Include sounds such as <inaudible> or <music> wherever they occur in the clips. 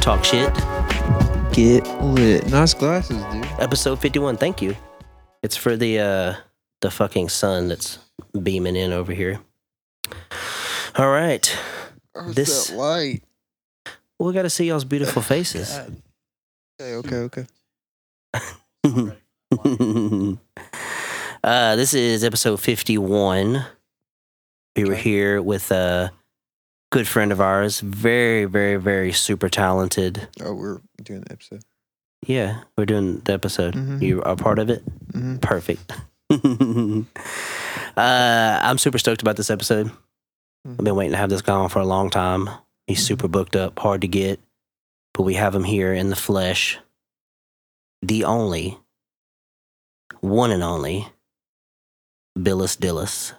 Talk shit. Get lit. Nice glasses, dude. Episode 51. Thank you. It's for the uh the fucking sun that's beaming in over here. All right. Oh, it's This- that light. We got to see y'all's beautiful faces. <laughs> Okay, okay, okay. uh, this is episode 51. We were Okay. here with a good friend of ours, very, very, very super talented. Oh, we're doing the episode. Yeah, we're doing the episode. Mhm. You are part of it. Mm-hmm. Perfect. <laughs> uh, I'm super stoked about this episode. I've been waiting to have this guy on for a long time. He's super booked up, hard to get, but we have him here in the flesh. The only, one and only, Billis Dillis.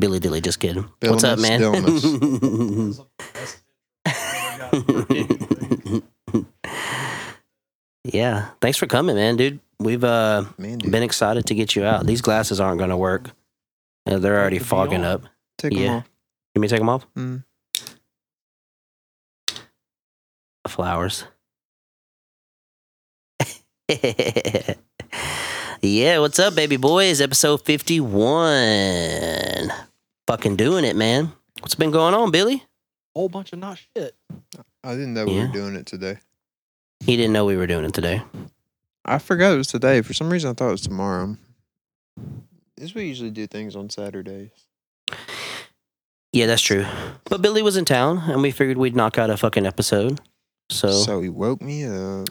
Billy Dilly, just kidding. What's up, Billimus man? <laughs> yeah, thanks for coming, man, dude. We've uh, Man, dude. been excited to get you out. These glasses aren't going to work. Uh, They're already Could be fogging on. up. Take 'em yeah. off. Let me take them off. Mm. Flowers. <laughs> yeah, what's up, baby boys? Episode 51. Fucking doing it, man. What's been going on, Billy? whole bunch of not shit. I didn't know we Yeah. were doing it today. He didn't know we were doing it today. I forgot it was today. For some reason, I thought it was tomorrow. This we usually do things on Saturdays. Yeah, that's true. But Billy was in town, and we figured we'd knock out a fucking episode. So, So he woke me up.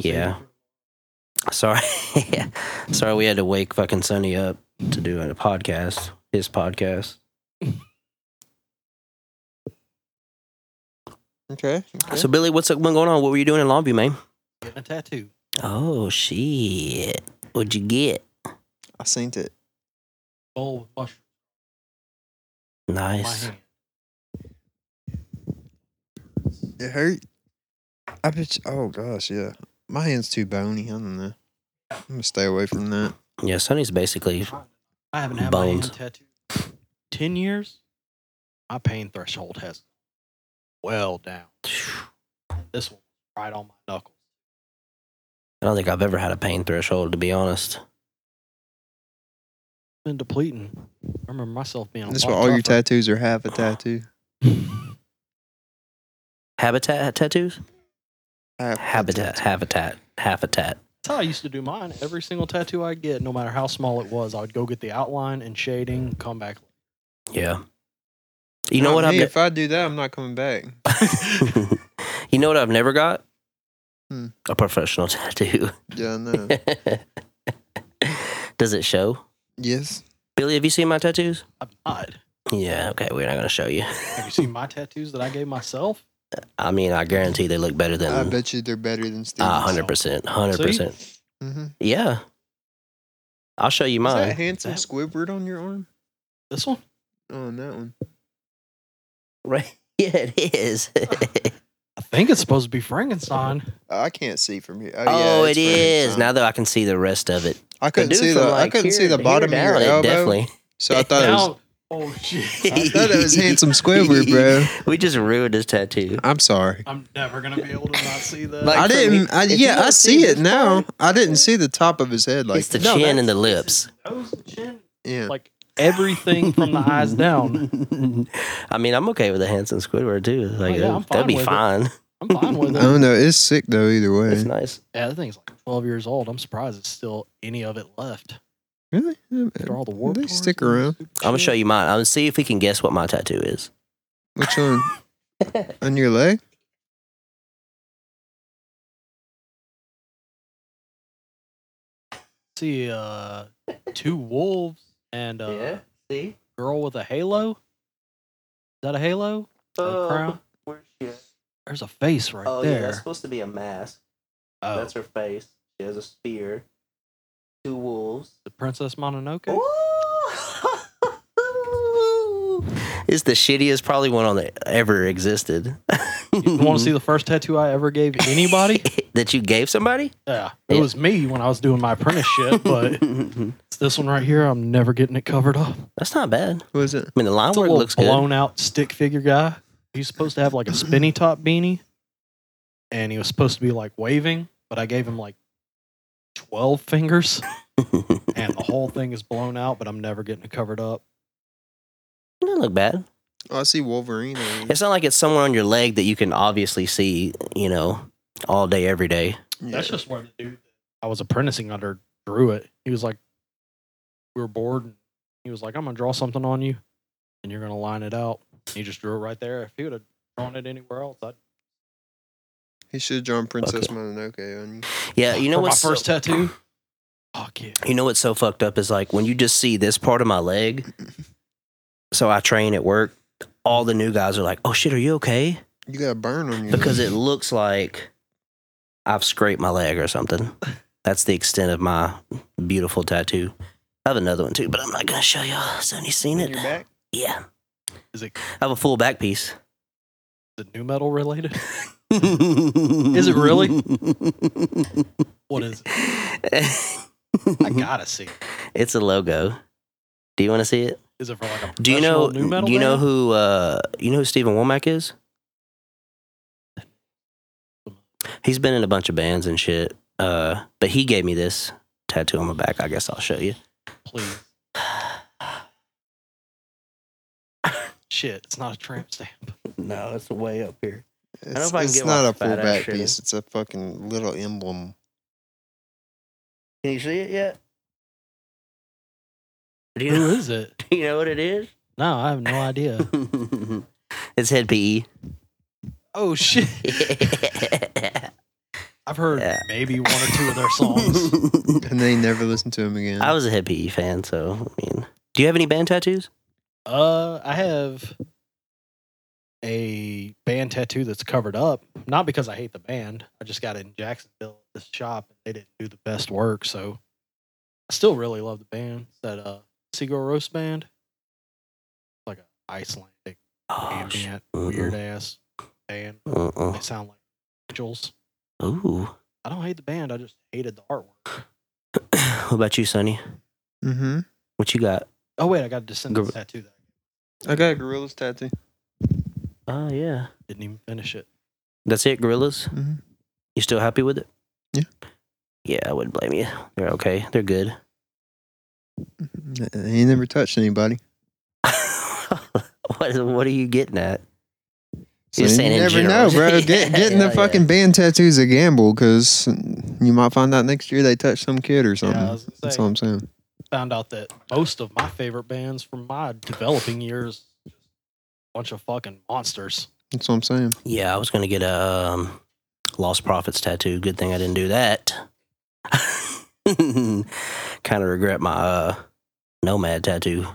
yeah. Sorry. <laughs> Sorry we had to wake fucking Sonny up to do a podcast, his podcast. Okay. okay. So, Billy, what's been going on? What were you doing in Longview, man? Getting a tattoo. Oh shit! What'd you get? I seen it. Bowl with mushrooms in my Nice. hand. It hurt. I bet. You, oh gosh, yeah. My hand's too bony. I don't know. I'm gonna stay away from that. Yeah, Sonny's basically I haven't had my Bones. hand tattooed in ten years. My pain threshold has well down. This one right on my knuckles. I don't think I've ever had a pain threshold, to be honest. Been depleting. I remember myself being. a That's lot why all your tougher. tattoos <sighs> are half a tattoo. Habitat tattoos? Half a Habitat, tattoo. habitat, habitat. That's how I used to do mine. Every single tattoo I get, no matter how small it was, I would go get the outline and shading. Come back. Yeah. You know Not what I've me. ne- if I do that, I'm not coming back. <laughs> You know what I've never got? Hmm. A professional <laughs> tattoo. Yeah, <laughs> I know. Does it show? yes. Billy, have you seen my tattoos? I'm not. Yeah, okay, we're not gonna show you. Have you seen my tattoos that I gave myself? I mean, I guarantee they look better I than bet you they're better than Steve's. Ah, 100%. 100%. mm-hmm. Yeah. I'll show you Is mine. that handsome That- Squidward on your arm? This one. Oh, on that one. <laughs> Right. <laughs> Yeah, it <laughs> is. Oh, I think it's supposed to be Frankenstein. I can't see from here. Oh, yeah, <laughs> oh, it it's from is. inside. Now that I can see the rest of it. I couldn't dude see from, the. I like, couldn't see here- the here bottom of your down, it elbow. Definitely. So I thought it was. Now- oh shit! <laughs> I thought it was handsome Squidward, bro. We just ruined his tattoo. I'm sorry. I'm never gonna be able to not see that. Like- I from didn't. here- I, if you yeah, don't I see see it this now. I didn't see the top of his head. Like it's the No, chin that- and the lips. Nose, chin, <laughs> Yeah. like everything from the eyes <laughs> down. Oh, I mean, I'm okay with the handsome Squidward too. Like yeah, that- I'm fine that'd be with it. fine. <laughs> I'm fine with I it. don't know. It's sick though. Either way. It's nice. Yeah, that thing's like 12 years old. I'm surprised it's still any of it left Really? after all the war. They stick around. I'm gonna show you mine. I'm gonna see if we can guess what my tattoo is. Which one? on your leg? See, uh, two wolves and a See. girl with a halo. Is that a halo? Or Uh, a crown? Oh, where's she? Oh, There's a face right there. supposed to be a mask. oh, her face. She has a spear. Two wolves. the Princess <laughs> Mononoke. Ooh. It's the shittiest probably one on that ever existed. You <laughs> want to see the first tattoo I ever gave anybody? that you gave somebody? Yeah, it Yeah. was me when I was doing my apprenticeship, but it's this one right here. I'm never getting it covered up. <laughs> that's not bad. What is it? I mean, the line It's a work little looks good. <clears throat> blown out stick figure guy. He's supposed to have like a spinny top beanie. and he was supposed to be like waving, but I gave him like 12 fingers and the whole thing is blown out, but I'm never getting it covered up. Doesn't look bad. Oh, I see Wolverine. on- It's not like it's somewhere on your leg that you can obviously see, you know, all day, every day. Yeah. That's just where the dude I was apprenticing under drew it. He was like, we were bored. And he was like, I'm going to draw something on you and you're going to line it out. And he just drew it right there. If he would have drawn it anywhere else, I'd. He should have drawn Princess it. Mononoke on you. Yeah, Uh, you know For my what's so- <laughs> first tattoo? Fuck yeah. You know what's so fucked up is like when you just see this part of my leg. So I train at work. All the new guys are like, "Oh shit, are you okay?" You got a burn on you. Because it looks like I've scraped my leg or something. That's the extent of my beautiful tattoo. I have another one too, but I'm not gonna show y'all. Has anybody seen in it? your back. Yeah, Is it I have a full back piece. the new metal related? <laughs> is it really? <laughs> What is it? I Mm-hmm. gotta see. it. it's a logo. Do you want to see it? Is it for like a Do you know? professional new metal? do you know band? who? Uh, you know who Stephen Womack is? He's been in a bunch of bands and shit. Uh, but he gave me this tattoo on my back. I guess I'll show you. <sighs> Please. Shit, it's not a tramp stamp. <laughs> No, it's way up here. It's, know if I can it's get my not a fat full ass back shit in. piece. It's a fucking little emblem. Can you see it yet? <laughs> Do you Who know, is it? do you know what it is? No, I have <laughs> no idea. it's head E. PE. <laughs> Oh shit. I've heard Yeah. maybe one or two of their songs. <laughs> And they never listen to him again. I was a head PE fan, so I mean, do you have any band tattoos? Uh I have a band tattoo that's covered up. Not because I hate the band. I just got it in Jacksonville at this shop and they didn't do the best work, so I still really love the band. It's that uh Seagull Roast band. It's like an Icelandic Oh, sh- ambient, Mm-mm. weird ass band. They uh-uh. sound like angels. Ooh. <clears throat> I don't hate the band. I just hated the artwork. what about you, Sonny? mm-hmm. What you got? Oh wait, I got a Descendants Gr- tattoo that I got a gorilla's tattoo. Oh yeah, I didn't even finish it. that's it. Gorillas. Mhm. You still happy with it? Yeah. Yeah, I wouldn't blame you. They're okay. They're good. <laughs> Mm-hmm. He never touched anybody. what What are you getting at? So You're you saying in never general. <laughs> know, bro. Get, Yeah, getting yeah, the fucking yeah. band tattoo is a gamble because you might find out next year they touched some kid or something. Yeah, I was gonna That's say, all I'm saying. found out that most of my favorite bands from my developing years, just a bunch of fucking monsters. That's what I'm saying. Yeah, I was gonna get a um, Lost Prophets tattoo. Good thing I didn't do that. <laughs> kind of regret my uh, Nomad tattoo.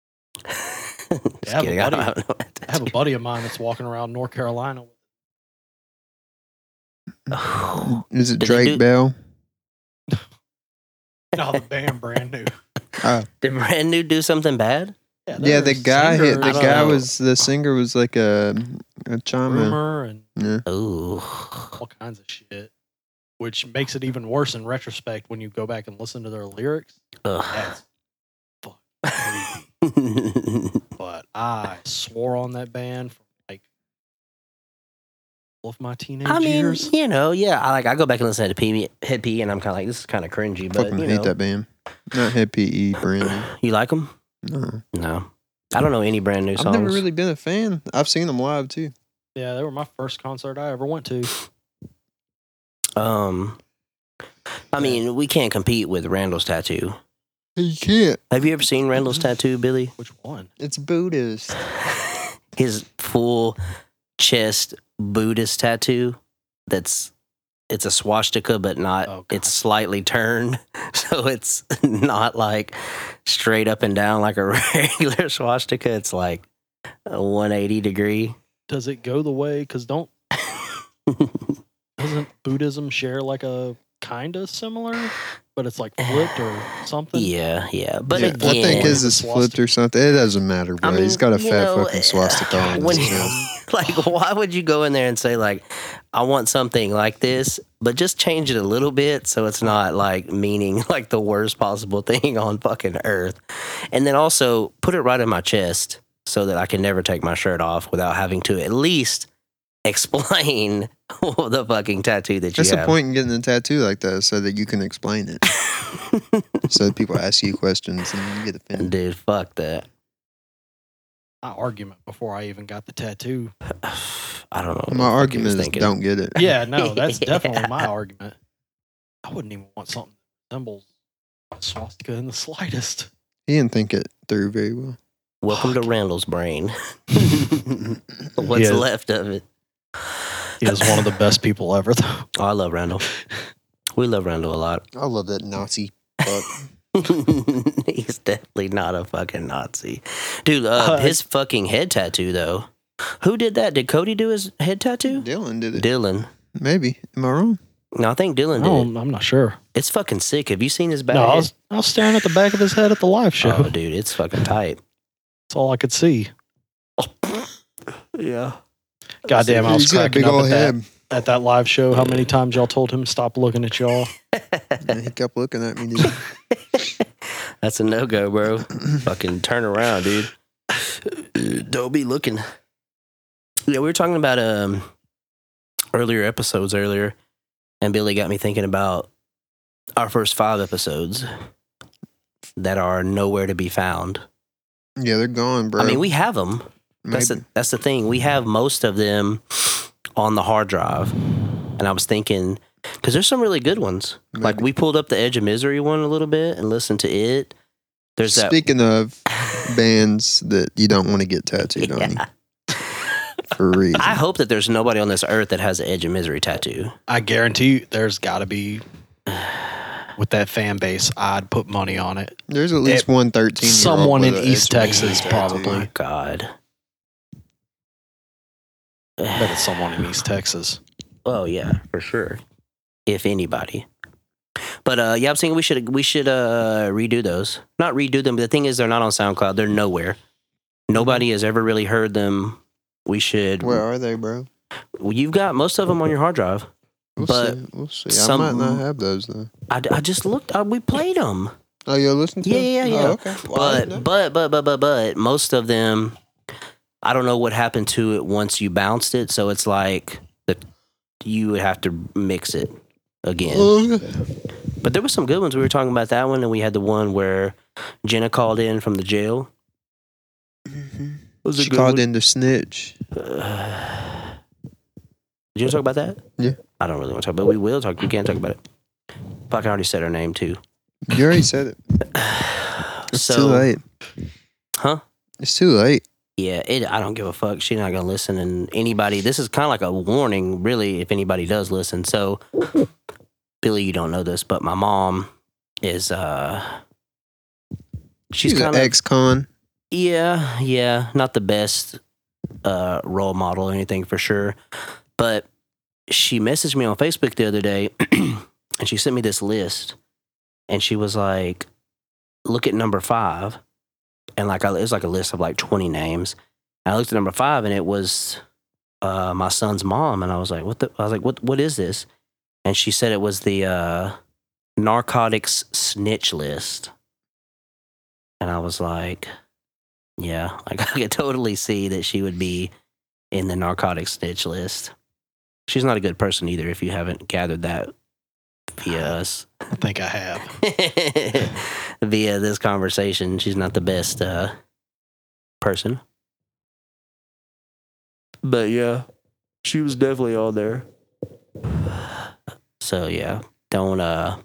<laughs> Just Yeah, kidding. I buddy. don't have a Nomad I have tattoo. a buddy of mine that's walking around North Carolina. Oh, Is it Did they Drake do- Bell? <laughs> No, the band brand new. <sighs> Did brand new do something bad? Yeah, Yeah, the their guy. singer hit- I The is don't guy know. was the singer was like a a a chama. rumor and Yeah. Oh, all kinds of shit, which makes it even worse in retrospect when you go back and listen to their lyrics. <laughs> That's fucking crazy. but I swore on that band for like all of my teenage I mean, years. you know, yeah. I like I go back and listen to P Head P, and I'm kind of like, this is kind of cringy, but Fucking you hate know, that band. Not Head PE, Brandon. you like them? No, No, I don't know any brand new songs. I've never really been a fan. I've seen them live too. Yeah, they were my first concert I ever went to. Um, I mean, we can't compete with Randall's tattoo. You can't. Have you ever seen Randall's Mm-hmm. tattoo, Billy? Which one? It's Buddhist. His full chest Buddhist tattoo. That's it's a swastika, but not. Oh, God. it's slightly turned, <laughs> so it's <laughs> not like straight up and down like a <laughs> regular swastika. It's like a one eighty degree. Does it go the way? Because <laughs> don't doesn't Buddhism share like a kinda similar, but it's like flipped or something? Eh, <laughs> yeah, yeah. But Yeah, again, I think his is flipped or something. It doesn't matter, bro. I mean, He's got a you fat know, uh, fucking swastika on when his you- <laughs> chest. like why would you go in there and say like i want something like this but just change it a little bit so it's not like meaning <laughs> like the worst possible thing on fucking earth and then also put it right in my chest so that i can never take my shirt off without having to at least <laughs> explain <laughs> the fucking tattoo that you That's the have. point in getting a tattoo like that, so that you can explain it. <laughs> so that people ask you questions and you get offended. Dude, fuck that. <sighs> My argument before I even got the tattoo. I don't know. what the fuck he My was argument is thinking. don't get it. <laughs> Yeah, no, that's definitely Yeah. my argument. I wouldn't even want something that resembles a swastika in <laughs> the slightest. He didn't think it through very well. Welcome to Randall's brain. <laughs> <laughs> What's Yeah. left of it? He is one of the best people ever, though. <laughs> Oh, I love Randall. We love Randall a lot. <laughs> I love that Nazi fuck. He's definitely not a fucking Nazi, dude. Uh, Uh, his fucking head tattoo though. Who did that? Did Cody do his head tattoo? Dylan did it. Dylan. Maybe. Am I wrong? No, I think I Dylan did. it. don't, I'm not sure. It's fucking sick. Have you seen his back? Oh. No, I was, I was staring at the back of his head at the live show. oh, dude, it's fucking tight. That's all I could see. yeah. Goddamn, I was He's got a cracking big up old at that, head. at that live show. How many times y'all told him stop looking at y'all? <laughs> And he kept looking at me. Dude. That's a no go, bro. fucking turn around, dude. Don't be looking. Yeah, we were talking about um earlier episodes earlier, and Billy got me thinking about our first five episodes that are nowhere to be found. yeah, they're gone, bro. I mean, we have them. Maybe. That's the, that's the thing. We have most of them on the hard drive, and I was thinking because there's some really good ones. Like maybe. we pulled up the Edge of Misery one a little bit and listened to it. There's that. <laughs> Speaking of bands that you don't want to get tattooed on you Yeah. for a reason. I hope that there's nobody on this earth that has an Edge of Misery tattoo. I guarantee you, there's got to be with that fan base. I'd put money on it. There's at least It- one 13 -year-old someone with in a East HIV Texas, tattoo. Oh probably. my God. I bet it's someone in East Texas. Oh yeah, for sure. If anybody. But uh, yeah, I'm saying we should we should uh, redo those. Not redo them, but the thing is, they're not on SoundCloud. They're nowhere. Mm-hmm. Nobody has ever really heard them. We should. Where are they, bro? You've got most of them on your hard drive. We'll But see. We'll see. some- I might not have those though. I, I just looked. I, we played them. Oh, you listen to? Yeah, them? yeah, yeah. Oh, okay. Well, I didn't know. but but but but but but most of them i don't know what happened to it once you bounced it so it's like the, you would have to mix it again Oh, okay. but there were some good ones we were talking about that one and we had the one where jenna called in from the jail was mm-hmm. she called in to snitch. uh, <sighs> did you want to talk about that Yeah. i don't really want to talk but we will talk we can talk about it fuck i already said her name too <sighs> You already said it. It's so too late. Huh? It's too late. Yeah, it, I don't give a fuck. She's not gonna listen, and anybody. This is kind of like a warning, really, if anybody does listen. So, Billy, you don't know this, but my mom is uh, she's, She's, an kind of ex-con. yeah, yeah, not the best uh role model or anything for sure, but she messaged me on Facebook the other day, <clears throat> and she sent me this list, and she was like, "Look at number five. and like I, it was like a list of like twenty names. And I looked at number five, and it was uh, my son's mom, and I was like, "What the?" I was like, "What? What is this?" And she said it was the uh, narcotics snitch list, and I was like, "Yeah, <laughs> like I could totally see that she would be in the narcotics snitch list." She's not a good person either. If you haven't gathered that via us <laughs> I think I have. via this conversation. She's not the best uh, person. But yeah, she was definitely all there. So yeah, don't uh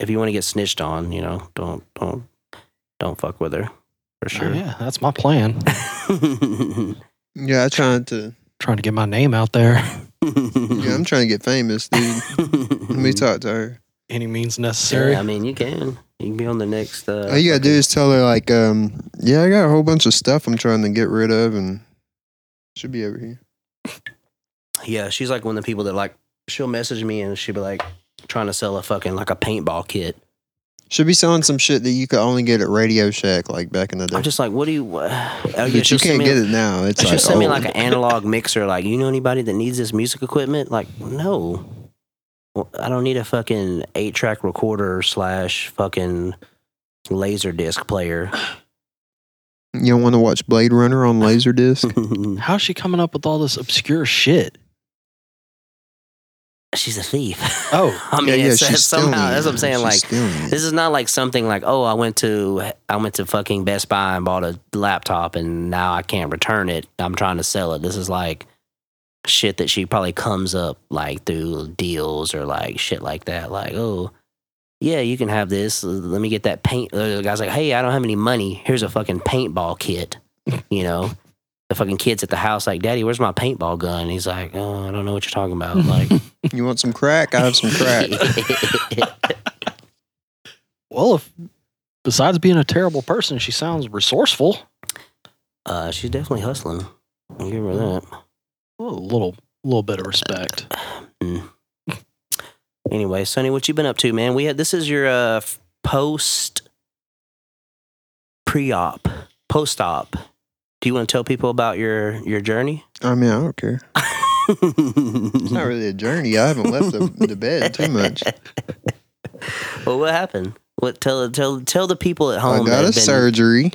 if you want to get snitched on, you know, don't don't don't fuck with her for Sure. sure. yeah, that's my plan. <laughs> Yeah, I tried to. Trying to get my name out there, <laughs> Yeah, I'm trying to get famous, dude. Let <laughs> me talk to her. any means necessary. Yeah, I mean, you can. You can be on the next uh All Oh, you gotta do is tell her, like, um, yeah, I got a whole bunch of stuff I'm trying to get rid of, and should be over here. Yeah, she's like one of the people that like she'll message me and she'll be like trying to sell a fucking like a paintball kit. Should be selling some shit that you could only get at Radio Shack, like back in the day. I'm just like, what do you? What? Oh, yeah, but she'll you send can't me, get it now. It's She'll like, oh, send me old. like an analog mixer. Like, you know anybody that needs this music equipment? Like, no. Well, I don't need a fucking eight track <laughs> recorder slash fucking laser disc player. You don't want to watch Blade Runner on Laserdisc? How's she coming up with all this obscure shit? she's a thief. <laughs> Oh, <laughs> I mean, it's, it's stealing somehow it. that's what I'm saying. She's like, stealing it. this is not like something like, oh, I went to I went to fucking Best Buy and bought a laptop, and now I can't return it. I'm trying to sell it. This is like shit that she probably comes up like through deals or like shit like that. Like, oh, yeah, you can have this. Let me get that paint. Uh, The guy's like, hey, I don't have any money. Here's a fucking paintball kit. You know. The fucking kids at the house, like, Daddy, where's my paintball gun? He's like, Oh, I don't know what you're talking <laughs> about. Like, you want some crack? I have <laughs> some crack. <laughs> well, if besides being a terrible person, she sounds resourceful. uh, she's definitely hustling. I'll give her that. Well, a little, little bit of respect. Anyway, Sonny, what you been up to, man? We had this is your uh, f- post pre-op, post-op. Do you want to tell people about your your journey? I mean, I don't care. It's not well, really a journey. I haven't left the, the bed <laughs> too much. what happened? What tell tell tell the people at home? I got that a have been- surgery,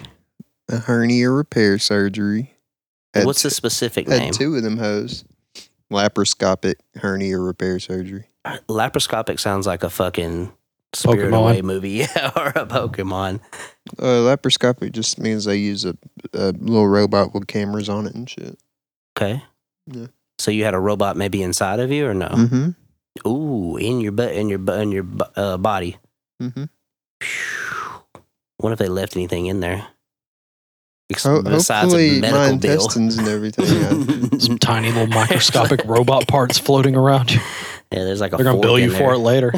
a hernia repair surgery. Had What's t- the specific name? Had two of them hoes. Laparoscopic hernia repair surgery. Laparoscopic sounds like a fucking Spirit Pokemon. Away movie, <laughs> yeah, or a Pokemon. Uh, laparoscopic just means they use a, a little robot with cameras on it and shit. Okay. Yeah. So you had a robot maybe inside of you, or no? Mm-hmm. Ooh, in your butt, in your butt, in your bu- uh, body. Mm-hmm. Phew. What if they left anything in there? Ex- Ho- besides hopefully, a my medical bill. <laughs> intestines and everything. yeah. Mm-hmm. Some tiny little microscopic robot parts floating around you. yeah, there's like a They're gonna fork bill in you for it later.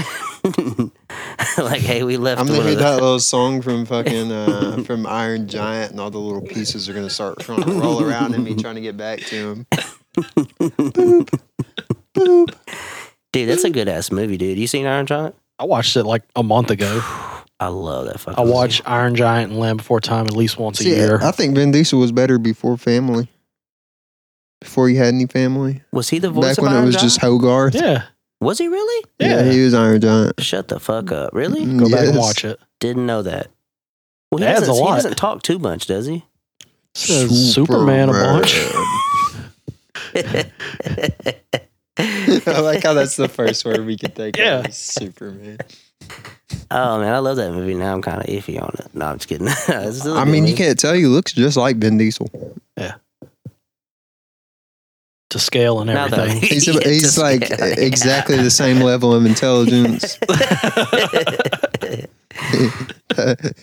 there. <laughs> like, hey, we left I'm one of gonna hear that the- little song from fucking uh, from Iron Giant, and all the little pieces are gonna <laughs> start trying to roll around in me, trying to get back to him. Boop. dude. That's a good ass movie, dude. You seen Iron Giant? I watched it like a month ago. I love that fucking. I watch Iron Giant and Land Before Time at least once a See, year. I think Vin Diesel was better before Family. Before he had any family, Movie. Was he the voice back of when Iron it was Giant? just Hogarth. yeah, was he really? Yeah, he was Iron Giant. Shut the fuck up. Really? Mm, Go back and yes. watch it. Didn't know that. Well, he Adds doesn't, a he lot. doesn't talk too much, does <laughs> he? Says Superman a bunch. I like how that's the first word we could take. Yeah. Yeah, Superman. <laughs> Oh man, I love that movie. Now I'm kind of iffy on it. No, I'm just kidding. <laughs> It's still a I good mean, you movie. can't tell he looks just like Vin Diesel. to scale and Now that- <laughs> <laughs> everything. He's, Yeah, he's just- like e, yeah. <laughs> exactly the same level of intelligence. <laughs>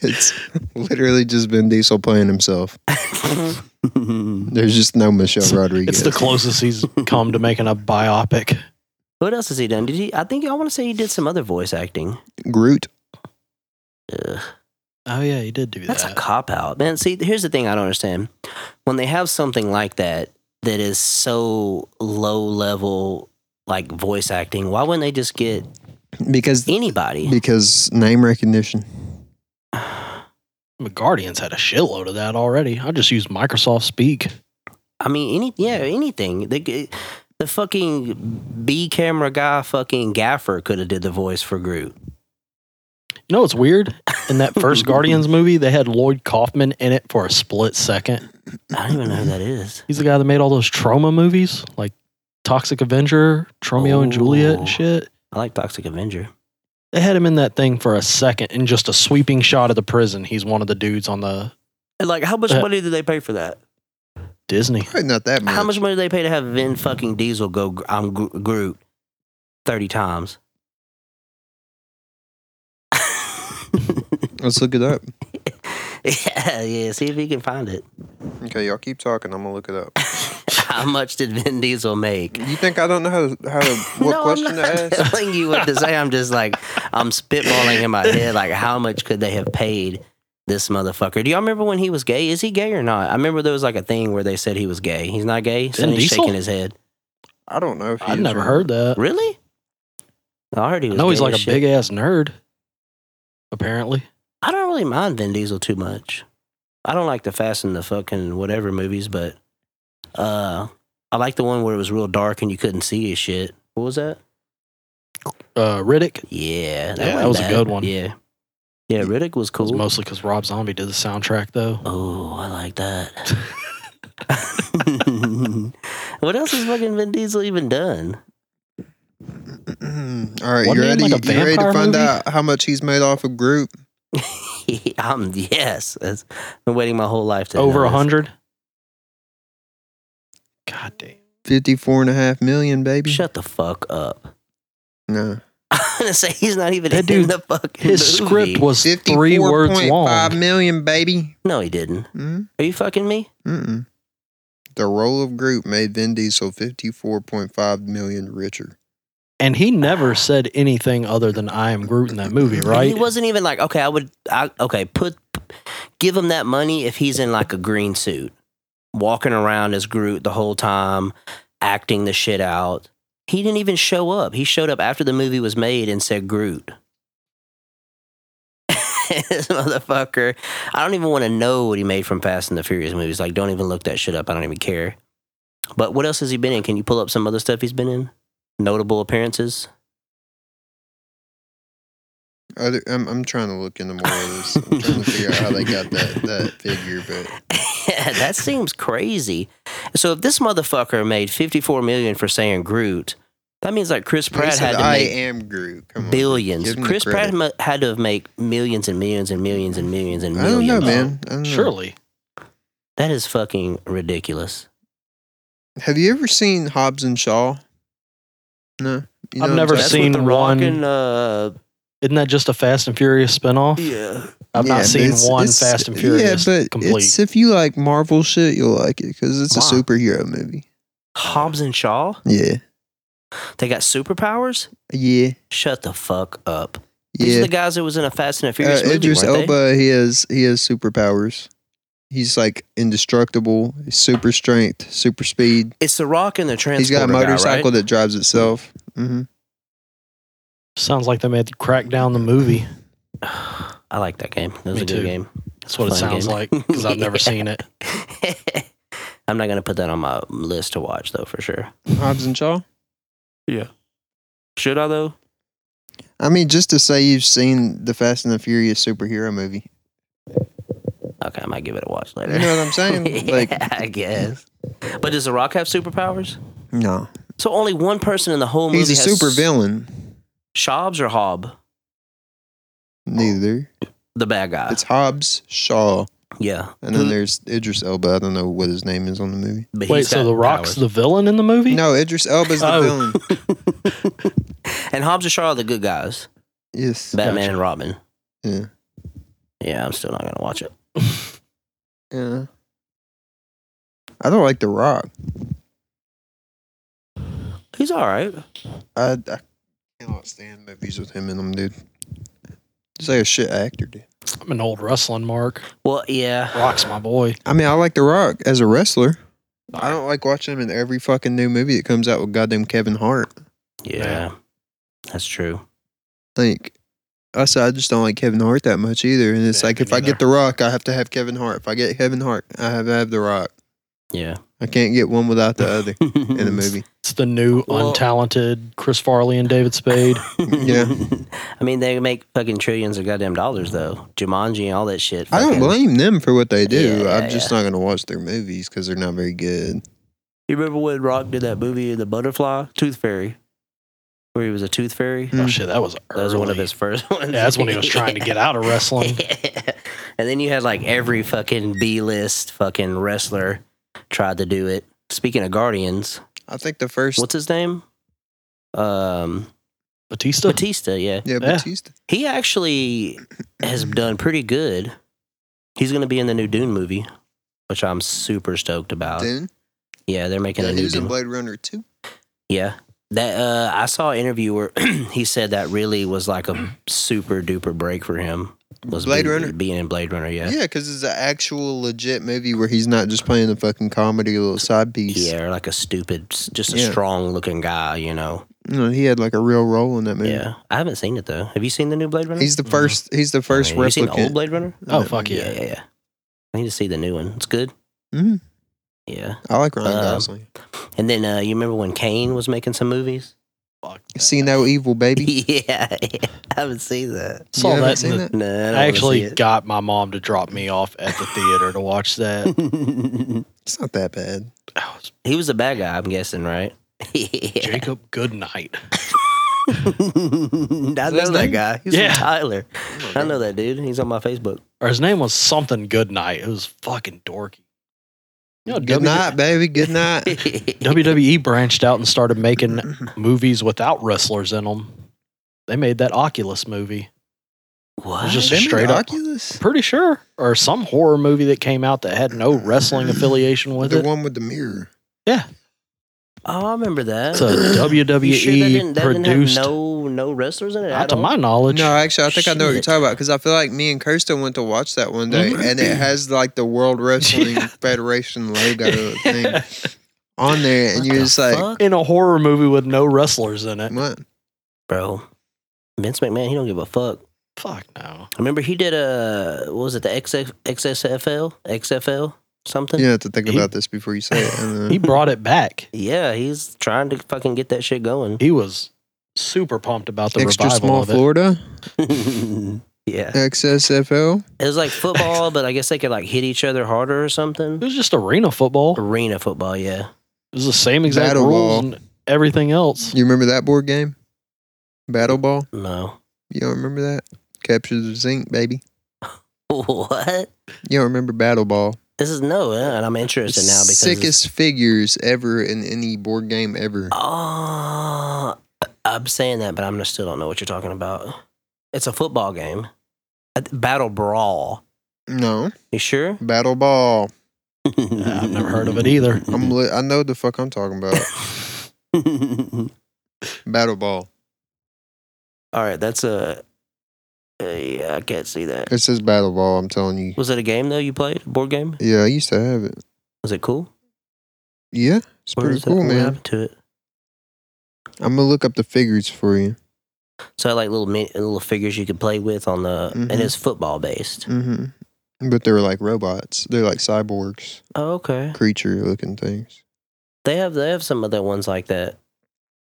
it's literally just Vin Diesel playing himself. There's just no Michelle Rodriguez. It's the closest <laughs> he's come to making a biopic. what else has he done? Did he? I think I want to say he did some other voice acting. Groot. Ugh, Oh yeah, he did do that's a that. cop out, man. See, here's the thing I don't understand: when they have something like that that is so low level, like voice acting, why wouldn't they just get Because anybody? because name recognition. The Guardians had a shitload of that already. I just used Microsoft Speak. I mean, any yeah, anything. The, the fucking B camera guy, fucking Gaffer, could have did the voice for Groot. You know what's weird? In that <laughs> first Guardians movie, they had Lloyd Kaufman in it for a split second. I don't even know who that is. He's the guy that made all those trauma movies, like Toxic Avenger, Tromeo and Juliet, Ooh. and shit. I like Toxic Avenger. They had him in that thing for a second, in just a sweeping shot of the prison. He's one of the dudes on the And like, how much Uh, money did they pay for that? Disney. Probably not that much. How much money did they pay to have Vin fucking Diesel go? Gr- I'm Gro- Groot thirty times. Let's look it up. yeah, yeah. See if he can find it. <laughs> Okay, y'all keep talking. I'm gonna look it up. How much did Vin Diesel make? You think I don't know how <laughs> to, how to what question I'm not <laughs> to ask? telling you what to say. I'm just like I'm spitballing in my head. Like, how much could they have paid this motherfucker? Do y'all remember when he was gay? Is he gay or not? I remember there was like a thing where they said he was gay. He's not gay. So Vin he's Diesel? shaking his head. I don't know if he I've is never or heard that. Really? I heard he I was. know he's gay like a as shit. big ass nerd. Apparently, I don't really mind Vin Diesel too much. I don't like the Fast and the fucking whatever movies, but uh, I like the one where it was real dark and you couldn't see his shit. What was that? uh, Riddick. Yeah, Yeah, that wasn't was a good one. Yeah, Yeah, Riddick was It was cool. mostly because Rob Zombie did the soundtrack, though. oh, I like <laughs> that. what else has fucking Vin Diesel even done? <laughs> Mm-hmm. All right, Wasn't you he in, ready? like, a you ready to vampire find movie? out how much he's made off of Group? um, yes, that's- I've been waiting my whole life to Over know a this. hundred. God damn. Fifty-four and a half million, baby. Shut the fuck up. <laughs> no, I'm gonna say he's not even That in dude- the fucking His movie. script was three fifty-four words point five long. million, baby. No, he didn't. Mm, Are you fucking me? mm-mm. The role of Group made Vin Diesel fifty-four point five million richer. And he never said anything other than I am Groot in that movie, And right? he wasn't even like, okay, I would, I, okay, put, give him that money if he's in like a green suit, walking around as Groot the whole time, acting the shit out. He didn't even show up. He showed up after the movie was made and said Groot. <laughs> this motherfucker. I don't even want to know what he made from Fast and the Furious movies. Like, don't even look that shit up. I don't even care. But what else has he been in? Can you pull up some other stuff he's been in? Notable appearances? Other, I'm, I'm trying to look into more of this. I'm trying to figure out how they got that, that <laughs> figure, but <laughs> that seems crazy. So if this motherfucker made fifty-four million for saying Groot, that means like Chris He Pratt said, had to I make am Groot. Come on, billions. give him the Chris Pratt credit. mu- had to make millions and millions and millions and millions and I millions. don't know, man. I don't know. Mm. Surely. That is fucking ridiculous. Have you ever seen Hobbs and Shaw? No, you I've what I'm never talking- That's with seen The Rock one- Oh. and, uh, Isn't that just a Fast and Furious spinoff? yeah. I've Yeah, not but seen it's- one it's- Fast and Furious Yeah, but complete. it's if you like Marvel shit, you'll like it because it's a Wow. superhero movie. Hobbs and Shaw. Yeah, They got superpowers. yeah, Shut the fuck up. These are yeah. the guys that was in a Fast and the Furious Uh, movie. Idris weren't they? Elba, he has he has superpowers. He's like indestructible, super strength, super speed. It's The Rock and the Transporter. He's got a Guy, motorcycle right? that drives itself. hmm Sounds like they made to crack down the movie. I like that game. That was Me a good too. game. That's what it Fun sounds game. like because I've <laughs> never Yeah. seen it. <laughs> I'm not gonna put that on my list to watch though for sure. Hobbs and Shaw. Should I though? I mean, just to say you've seen the Fast and the Furious superhero movie. Okay, I might give it a watch later. You know what <laughs> I'm saying? Like, yeah, I guess. But does The Rock have superpowers? no, So only one person in the whole movie he's a has super villain. Shobbs or Hob, Neither. the bad guy. It's Hobbs Shaw, yeah, and then Who- there's Idris Elba. I don't know what his name is on the movie. but he's Wait, so got The Rock's powers. the villain in the movie? No, Idris Elba's the Oh. <laughs> villain. <laughs> <laughs> and Hobbs and Shaw are the good guys. Yes. Batman Gotcha. and Robin. Yeah. Yeah, I'm still not gonna watch it. Yeah. I don't like The Rock. He's all right. I, I cannot stand movies with him in them, dude. He's like a shit actor, dude. I'm an old wrestling mark. Well, yeah. Rock's my boy. I mean, I like The Rock as a wrestler. I don't like watching him in every fucking new movie that comes out with goddamn Kevin Hart. yeah, that's true. Like, I said, I just don't like Kevin Hart that much either. And it's Yeah, like, me if I get neither. The Rock, I have to have Kevin Hart. If I get Kevin Hart, I have to have The Rock. Yeah, I can't get one without the other <laughs> in a movie. It's the new Well- untalented Chris Farley and David Spade. Yeah. <laughs> I mean, they make fucking trillions of goddamn dollars though. Jumanji and all that shit. I don't fucking- blame them for what they do. Yeah, I'm just not going to watch their movies because they're not very good. You remember when Rock did that movie, The Butterfly Tooth Fairy, where he was a tooth fairy? oh Mm. shit, that was early. That was one of his first <laughs> ones. Yeah, that's when he was <laughs> trying to get out of wrestling. and then you had like every fucking B list fucking wrestler tried to do it. Speaking of Guardians, I think the first. what's his name? Um, Batista. Batista. Yeah, yeah, Yeah. Batista. he actually has done pretty good. He's going to be in the new Dune movie, which I'm super stoked about. Then, Yeah, they're making yeah, a he new was in Dune. Blade Runner too. yeah. That uh, I saw an interview where <clears throat> he said that really was like a super duper break for him. Was Blade be- Runner? being in Blade Runner, yeah. Yeah, because it's an actual legit movie where he's not just playing a fucking comedy little side piece. Yeah, or like a stupid, just a Yeah. strong looking guy, you know. You know, he had like a real role in that movie. Yeah, I haven't seen it though. Have you seen the new Blade Runner? He's the Mhm. first. He's the first I mean, have you seen the old replicant. Blade Runner? Oh fuck yeah, yeah. yeah, yeah. I need to see the new one. It's good. Mhm. Yeah. I like Ryan Um, Gosling. uh, And then uh, you remember when Kane was making some movies? <laughs> Fuck. See no evil, <laughs> baby. yeah, yeah, I haven't seen that. that. saw you haven't that. in seen the- that? No, I, don't I, actually got my mom to drop me off at the theater to <laughs> watch that. actually. It's not that bad. Oh, it's he was a bad guy, I'm guessing, right? <laughs> yeah. Jacob Goodnight. I know that his name? guy. He's Yeah. from Tyler. I know that dude. He's on my <laughs> Facebook. Or his name was something Goodnight. It was fucking dorky. You know, Good night, baby. Good <laughs> <laughs> night. W- WWE branched out and started making movies without wrestlers in them. They made that Oculus movie. <laughs> what? just- Them straight and up. Oculus. Pretty sure. Or some horror movie that came out that had no wrestling affiliation with the it. one with the mirror. oh, I remember that. It's a You WWE sure that didn't, that didn't E produced. have no no wrestlers in it? not at to all? my knowledge. <laughs> No, actually, I think I know what you're Shit. talking about because I feel like me and Kirsten went to watch that one day, and it has like the World Wrestling Mm-hmm. <laughs> Yeah. Federation <laughs> logo thing on there, and What you're the just like, fuck? in a horror movie with no wrestlers <laughs> in it. what? bro, Vince McMahon, he don't give a fuck. Fuck no. I remember he did a what was it the XF, XSFL XFL something? You have to think He- about this before you say it. And, uh, He brought it back. Yeah, he's trying to fucking get that shit going. <laughs> He was super pumped about the extra revival small of it. Florida, yeah, XSFL. it was like football, but I guess they could like hit each other harder or something. It was just arena football. It Arena football, yeah. was the same exact Battle rules ball. and everything else. You remember that board game, Battle Ball? No, <laughs> You don't remember that? Capture the zinc, baby. what? You don't remember Battle Ball? This is no, uh, and I'm interested now because it's- sickest figures ever in any board game ever. Oh, I'm saying that, but I'm still don't know what you're talking about. It's a football game, A th- battle brawl. No, You sure? Battle Ball. I've never heard of <laughs> it either. I'm li- I know the fuck I'm talking about. Battle Ball. All right, that's a. uh, yeah, I can't see that. It says Battle Ball. I'm telling you. Was it a game though? You played a board game? Yeah, I used to have it. Was it cool? Yeah, it's What pretty is that- cool, what man. happened to it? I'm gonna look up the figures for you. So like little mini, little figures you could play with on the, Mhm. and it's football based. hmm But they're like robots. They're <laughs> like cyborgs, Oh, okay. creature-looking things. They have they have some other ones like that.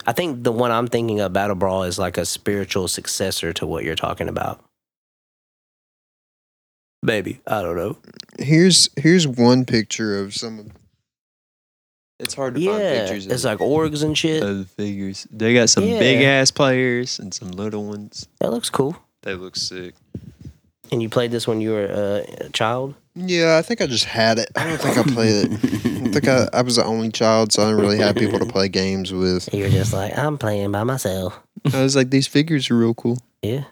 I think the one I'm thinking of, Battle Brawl, is like a spiritual successor to what you're talking about. Maybe I don't know. Here's here's one picture of some. of It's hard Yeah, it's like orgs and shit. the figures. They got some Yeah. big ass players and some little ones. that looks cool. They look sick. And you played this when you were uh, a child. Yeah, I think I just had it. I don't think I played it. I don't think I, I was the only child, so I didn't really have people to play games with. <laughs> You're just like I'm playing by myself. I was like, these figures are real cool. Yeah.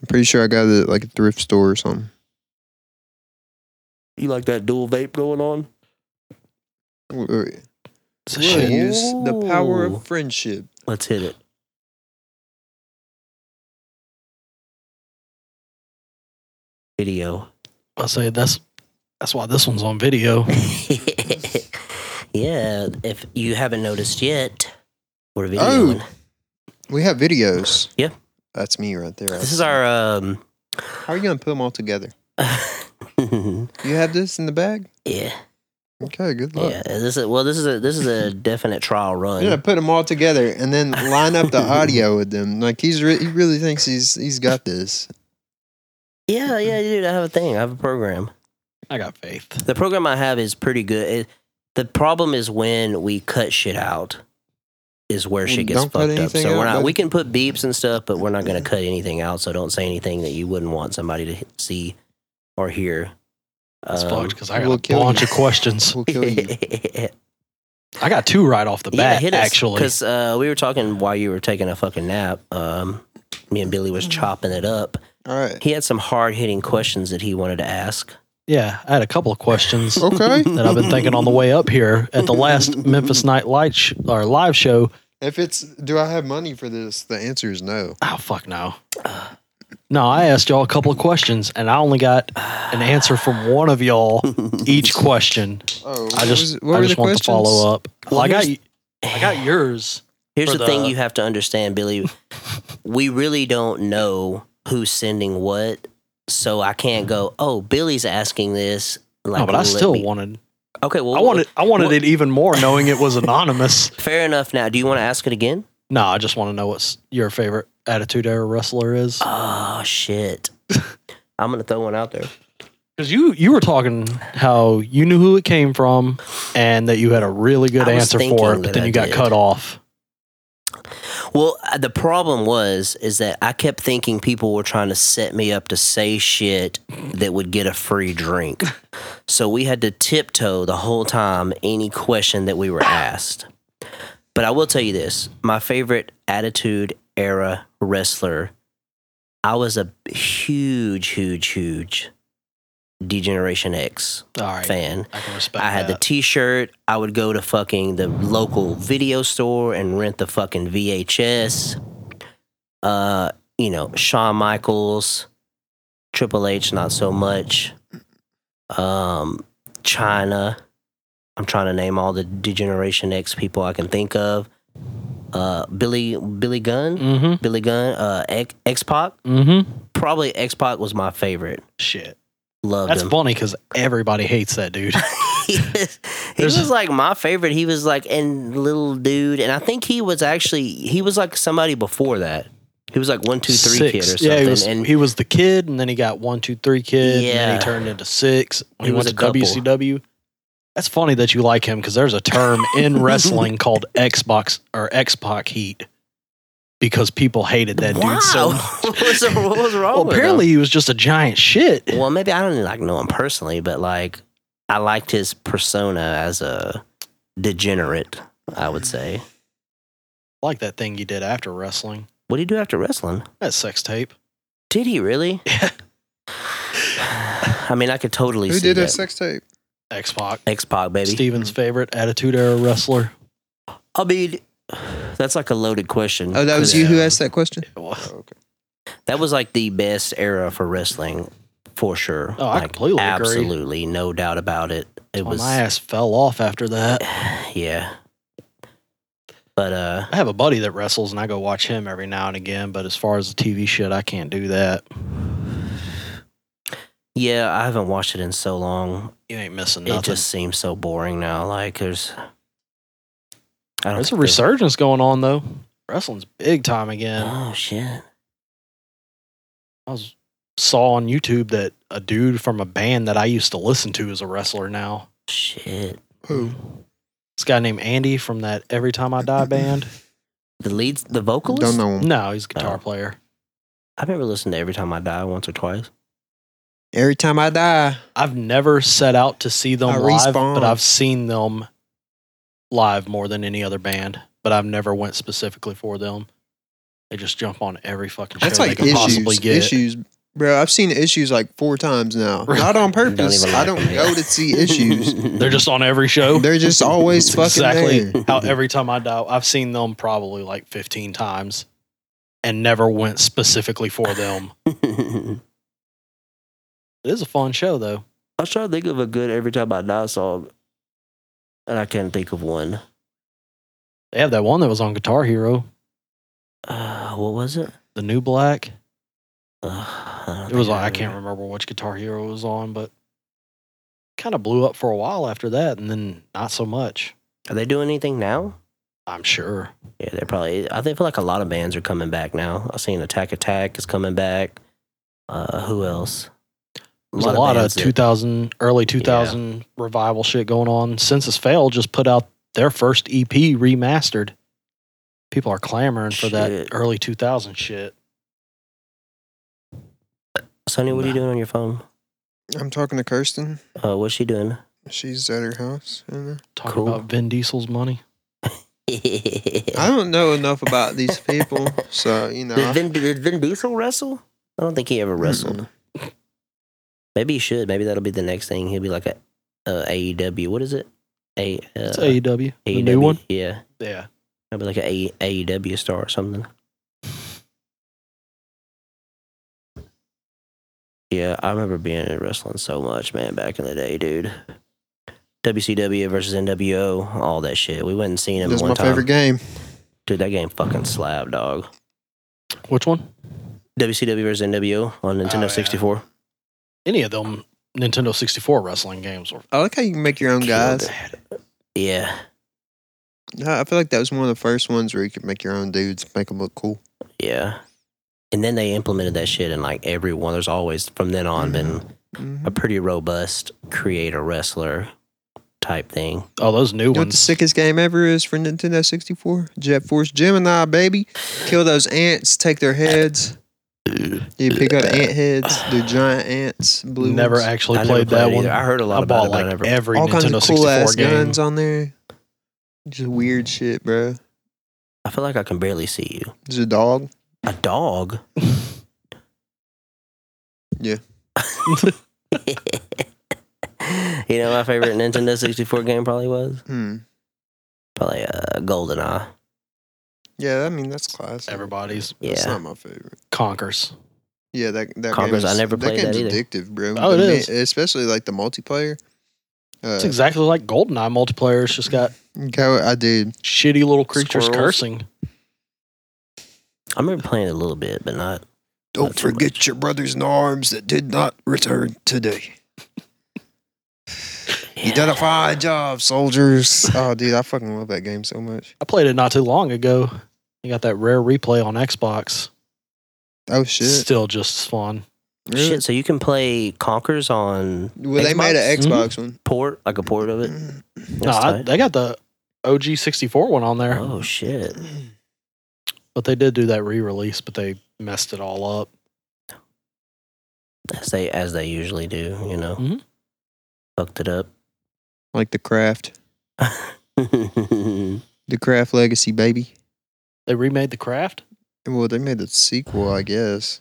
I'm pretty sure I got it at like a thrift store or something. You like that dual vape going on? We'll It's a shit. use the power of Ooh. friendship. Let's hit it. Video. <laughs> I say that's that's why this one's on video. yeah, if you haven't noticed yet, we're Oh. videoing. We have videos. Yeah. That's me right there. This is our um <laughs> How are you gonna put them all together? yeah. You have this in the bag. Okay, good luck. Yeah, this is well this is a this is a definite trial run. You're gonna put them all together and <laughs> then line up the audio with them. Like he's re- he really thinks he's he's got this. Yeah, yeah, dude, I have a thing. I have a program. I got faith. The program I have is pretty good. It, the problem is when we cut shit out is where shit gets Don't cut fucked up. anything So we're out, not buddy. we can put beeps and stuff, but we're not going to cut anything out. So don't say anything that you wouldn't want somebody to h- see or hear. That's Um, fucked because I got we'll a kill bunch you. of questions. We'll kill <laughs> <laughs> you. I got two right off the bat. actually, because uh, we were talking while you were taking a fucking nap. Um, me and Billy Mm. was chopping it up. All right. He had some hard hitting questions that he wanted to ask. yeah, I had a couple of questions. Okay. that I've been thinking on the way up here at <laughs> the last Memphis Night Light sh- or live show. If it's do I have money for this? The answer is no. Oh fuck no. No, I asked y'all a couple of questions and I only got an answer from one of <laughs> y'all each question. Oh, I just I just want to follow up. Well, I got I got yours. Here's for the, thing the- you have to understand, <laughs> Billy. we really don't know who's sending what, so I can't go. Oh, Billy's asking this. Like, no, but I let still me-" wanted Okay, well, I wanted I wanted well- it even more knowing it was anonymous. <laughs> Fair enough. Now, do you want to ask it again? No, I just want to know what's your favorite Attitude Era wrestler is. Oh <laughs> shit! I'm gonna throw one out there. Because you you were talking how you knew who it came from and that you had a really good I was answer for it, thinking but that then I you got did. cut off. Well, uh, the problem was is that I kept thinking people were trying to set me up to say shit that would get a free drink. So we had to tiptoe the whole time any question that we were asked. But I will tell you this, my favorite attitude era wrestler, I was a huge huge huge Degeneration X All right, fan. I can respect. I had the that. T-shirt. I would go to fucking the local video store and rent the fucking VHS. Uh, you know, Shawn Michaels, Triple H, not so much. Um, China. I'm trying to name all the Degeneration X people I can think of. Uh, Billy Billy Gunn, mm-hmm. Billy Gunn, uh, X Pac. Mm-hmm. Probably X Pac was my favorite. Shit, Loved that's him. funny because everybody hates that dude. <laughs> he There's- was like my favorite. He was like and little dude, and I think he was actually he was like somebody before that. He was like one two three Six. kid or something, Yeah, he was, and he was the kid, and then he got one, two, three kid, and then Yeah. he turned into six. When He he, was went a to couple. WCW. That's funny that you like him because there's a term <laughs> in wrestling called Xbox or Xbox Heat because people hated that wow, <laughs> dude so. what, was, what was wrong? Well, with apparently he was just a giant shit. him? well, maybe I don't like know him personally, but like I liked his persona as a degenerate. I would say. like that thing you did after wrestling. What did he do after wrestling? That sex tape. Did he <laughs> really? <sighs> Yeah. I mean, I could totally Who see did that that. sex tape? X Pac. X Pac, baby. Steven's favorite Attitude Era wrestler. I mean, that's like a loaded question. Oh, that was you who asked that question. It was- Oh, okay. That was like the best era for wrestling, for sure. Oh, I like, completely agree. absolutely, no doubt about it. It Well, was, my ass fell off after that. yeah. But uh, I have a buddy that wrestles and I go watch him every now and again, but as far as the TV shit, I can't do that. yeah, I haven't watched it in so long. You ain't missing It nothing. just seems so boring now. Like there's, I don't. There's a think there's- resurgence going on though. Wrestling's big time again. Oh shit! I was, saw on YouTube that a dude from a band that I used to listen to is a wrestler now. Shit! Who? This guy named Andy from that Every Time I Die band. The leads, the vocalist. Don't know him. No, he's a guitar Oh. player. I've never listened to Every Time I Die once or twice. Every time I die, I've never set out to see them I live, respawn. but I've seen them live more than any other band. But I've never went specifically for them. They just jump on every fucking show that's they like can possibly issues. get. Issues, bro. I've seen issues like four times now. Not <laughs> on purpose. even I like don't them, go to see <laughs> issues. They're just on every show. They're just always fucking Oh. <laughs> exactly there. how every time I die, I've seen them probably like 15 times and never went specifically for them. It is a fun show though. I was trying to think of a good Every Time I Die song, and I can't think of one. They have that one that was on Guitar Hero, Uh, what was it? The New Black. Uh, I don't It was think like I can't remember which Guitar Hero it was on, but kind of blew up for a while after that, and then not so much. Are they doing anything now? I'm sure. Yeah, they're probably. I think- feel like a lot of bands are coming back now. I've seen Attack Attack is coming back. Uh, who else? There's a lot of bands that- 2000, early 2000 revival shit going on. Census Fail just put out their first EP remastered. People are clamoring for that Shit. early 2000 shit. Sonny, what are you doing on your phone? I'm talking to Kirsten. Uh, what's she doing? <laughs> She's at her house. and, uh, Talking Cool. about Vin Diesel's money. I don't know enough about these people, so you know. I- Did Vin, did Vin Diesel wrestle? I don't think he ever wrestled. <laughs> Maybe he should. Maybe that'll be the next thing. He'll be like a, a AEW. What is it? A, uh, It's AEW. The new one? Yeah, Yeah. I'll be like an a, AEW star or something. Yeah, I remember being in wrestling so much, man, back in the day, dude. WCW versus NWO, all that shit. We went and seen him That's one my time. favorite game. Dude, that game fucking slab, dog. Which one? WCW versus NWO on Nintendo Oh, yeah. 64. Any of them Nintendo 64 wrestling games were I like how you can make your own Killed guys. it. Yeah. No, I feel like that was one of the first ones where you could make your own dudes, make them look cool. Yeah. And then they implemented that shit in like everyone. There's always from then on Mm-hmm. been Mhm. a pretty robust creator wrestler type thing. Oh, those new You know what the ones. sickest game ever is for Nintendo 64? Jet Force Gemini, baby. Kill those ants, take their heads. You pick up ant heads, do giant ants, blue Never ones. actually I never played played that it one. either. I heard a lot I about bought it, but I like e- never. every All kinds Nintendo of cool 64 ass game. guns on there. Just weird shit, bro. I feel like I can barely see you. There's a dog. A dog. <laughs> Yeah. <laughs> you know, what my favorite Nintendo 64 game probably was Hmm. probably uh, GoldenEye. Yeah, I mean that's classic. Everybody's Yeah, That's not my favorite. conkers. Yeah, that that Conquerors, game is, I never played that game's that either. addictive, bro. Oh, it The mi- is. especially like the multiplayer. Uh, It's exactly like GoldenEye multiplayer. It's just got go- I did. shitty little creatures Squirrels. cursing. I remember playing it a little bit, but not. Don't Not too forget your brothers in arms that did not return today. You done a fine job, soldiers. Oh, dude, I fucking love that game so much. I played it not too long ago. I got that rare replay on Xbox. Oh shit! Still just as fun. Really? Shit, so you can play Conkers on Well, they made an Xbox? Xbox one. port, like a port of it. No, That's Oh, I, tight. they got the OG sixty four one on there, oh shit! but they did do that re release, but they messed it all up. As they as they usually do, you know. Mhm. Fucked it up. <laughs> Like the craft, the craft legacy, baby. They remade the craft. Well, they made the sequel, I guess.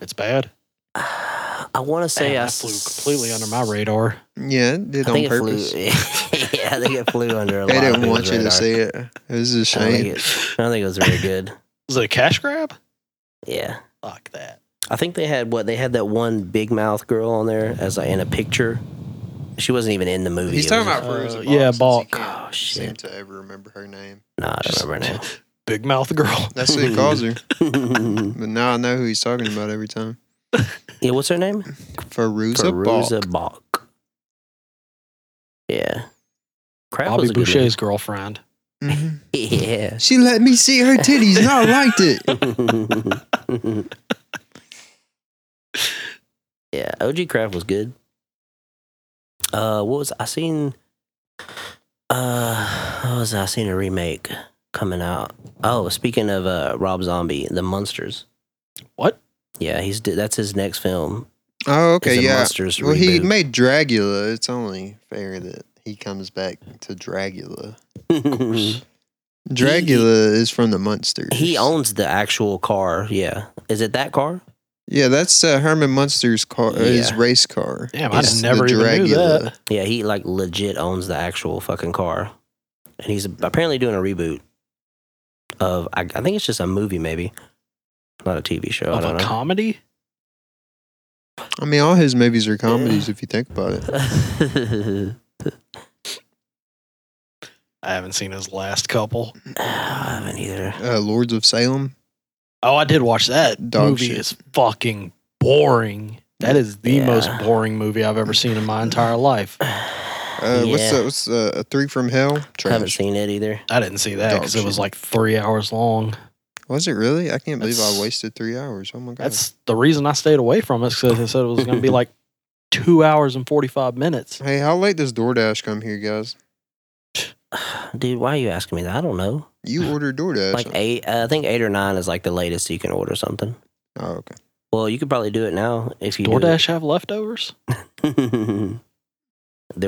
It's bad. I want to say Damn, I that flew completely under my radar. <laughs> Yeah, it did I on think it purpose. flew. <laughs> yeah, I think it <laughs> flew under. A They lot of didn't want people's you to radar. see it. It was a I don't, think shame. it, I don't think it was very <laughs> good. Is it a cash grab? Yeah, Fuck that. I think they had what they had that one big mouth girl on there as like, in a picture. She wasn't even in the movie. He's It talking was- about Rosa Uh, Parks, yeah, since he Balk. can't Oh Seem shit! to ever remember her name. Nah, I Just- don't remember Big mouth girl. That's what he calls <laughs> her. her <laughs> name. But now I know who he's talking about every time. yeah, what's her name? Faruza Balk. Perusa Balk. Yeah. Crap was Bobby a good Boucher's girlfriend. Mhm. <laughs> movie. Yeah. She let me see her titties, and I liked <laughs> it. yeah, OG Craft was good. Uh, what was I seen? Uh, what was I seen a remake coming out? Oh, speaking of uh, Rob Zombie, The Monsters. What? Yeah, he's di- that's his next film. Oh, is okay, a yeah. Monsters Well, he reboot. made Dracula. It's only fair that he comes back to Dracula. <laughs> Dracula is from the Munsters. Mm-hmm. he owns the actual car. Yeah, is it that car? Yeah, that's uh, Herman Munster's car, uh, his Yeah. race car. Damn, I It's the never even knew Dragula. that. Yeah, he like legit owns the actual fucking car, and he's apparently doing a reboot of. I, I think it's just a movie, maybe, not a TV show. I Of don't a know. <laughs> comedy? I mean, all his movies are comedies if you think about it. I haven't seen his last couple. I haven't either. <sighs> Uh, Lords of Salem. Oh, I did watch that. Dog movie shit. is fucking boring. That is the Yeah. most boring movie I've ever seen in my entire life. Uh, What's Yeah. that? What's uh, a three from hell? I haven't Trash. seen it either. <sighs> I didn't see that Dog because it was shit. like three hours long. Was it really? I can't believe I That's- wasted three hours. Oh my god. That's the reason I stayed away from it because they said it was going to be like two hours and <laughs> 45 minutes. Hey, how late does DoorDash come here, guys? Dude, why are you asking me that? I don't know. <sighs> You order DoorDash. Like eight, uh, I think eight or nine is like the latest you can order something. oh, okay. Well, you could probably do it now if you do it. DoorDash have leftovers? <laughs> There'll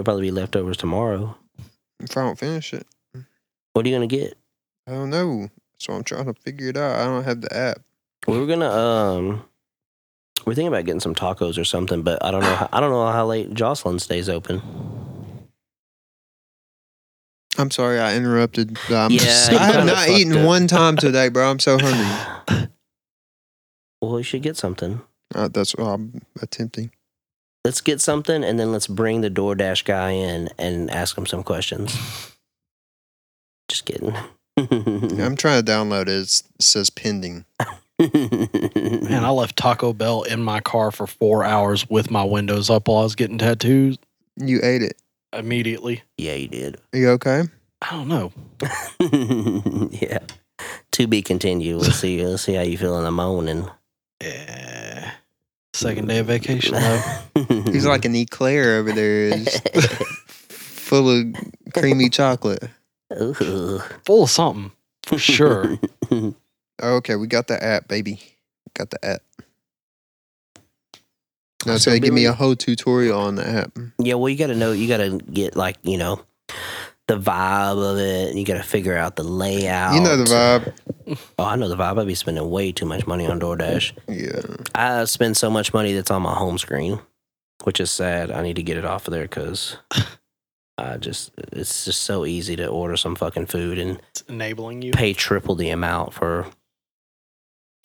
probably be leftovers tomorrow. If I don't finish it, What are you gonna get? I don't know. So I'm trying to figure it out. I don't have the app. We were gonna um, we're thinking about getting some tacos or something, but I don't know. How, I don't know how late Jocelyn stays open. I'm sorry I interrupted. I'm Yeah, just- you <laughs> I have kinda not fucked eaten up. <laughs> one time today, bro. I'm so hungry. Well, we should get something. Uh, that's what I'm attempting. Let's get something, and then let's bring the DoorDash guy in and ask him some questions. Just kidding. I'm trying to download it. It's, it says pending. Mm-hmm. Man, I left Taco Bell in my car for four hours with my windows up while I was getting tattoos You ate it. immediately. <laughs> yeah, you did. <laughs> You okay? I don't know. yeah. To be continued. We'll see. We'll see how you feel in the morning. Yeah. Second day of vacation though. <laughs> Mm-hmm. He's like an eclair over there, just full of creamy chocolate. Ooh. <laughs> Full of something. For sure. Okay, we got the app, baby. Got the app. Now it's So, gonna give me Billy- a whole tutorial on the app. Yeah, well, you got to know, you got to get like, you know, the vibe of it. You got to figure out the layout. You know the vibe. Oh, I know the vibe. I'd be spending way too much money on DoorDash. Yeah. I spend so much money that's on my home screen, which is sad. I need to get it off of there because I just, it's just so easy to order some fucking food and It's enabling you. pay triple the amount for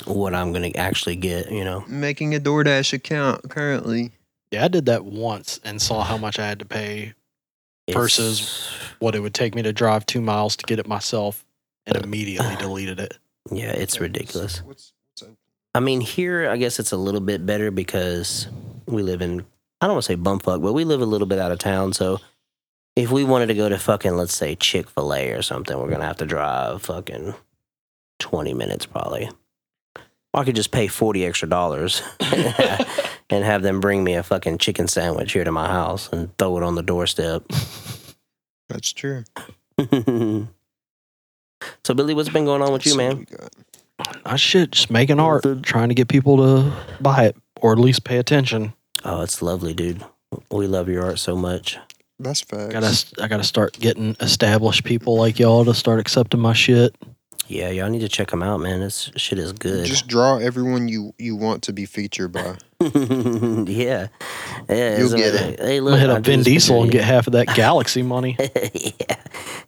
what I'm going to actually get, you know. Making a DoorDash account currently. Yeah, I did that once and saw how much I had to pay, It's- Versus- what it would take me to drive two miles to get it myself, and immediately deleted it. yeah, it's ridiculous. What's, what's I mean, here, I guess it's a little bit better because we live in, I don't want to say bumfuck, but we live a little bit out of town. So if we wanted to go to fucking, let's say, Chick fil A or something, we're going to have to drive fucking 20 minutes probably. Or I could just pay 40 extra dollars and have them bring me a fucking chicken sandwich here to my house and throw it on the doorstep. <laughs> That's true. so, Billy, what's been going on with you, Let's see man? what we got. I shit, just making art, Dude. trying to get people to buy it or at least pay attention. Oh, it's lovely, dude. We love your art so much. That's facts. Gotta, I gotta start getting established people like y'all to start accepting my shit. Yeah, y'all need to check them out, man. This shit is good. Just draw everyone you you want to be featured <laughs> by. yeah, yeah. You'll so, get hey, it. Hey, I'm look, gonna hit I up do Vin this Diesel and picture. get half of that Galaxy money. <laughs> yeah,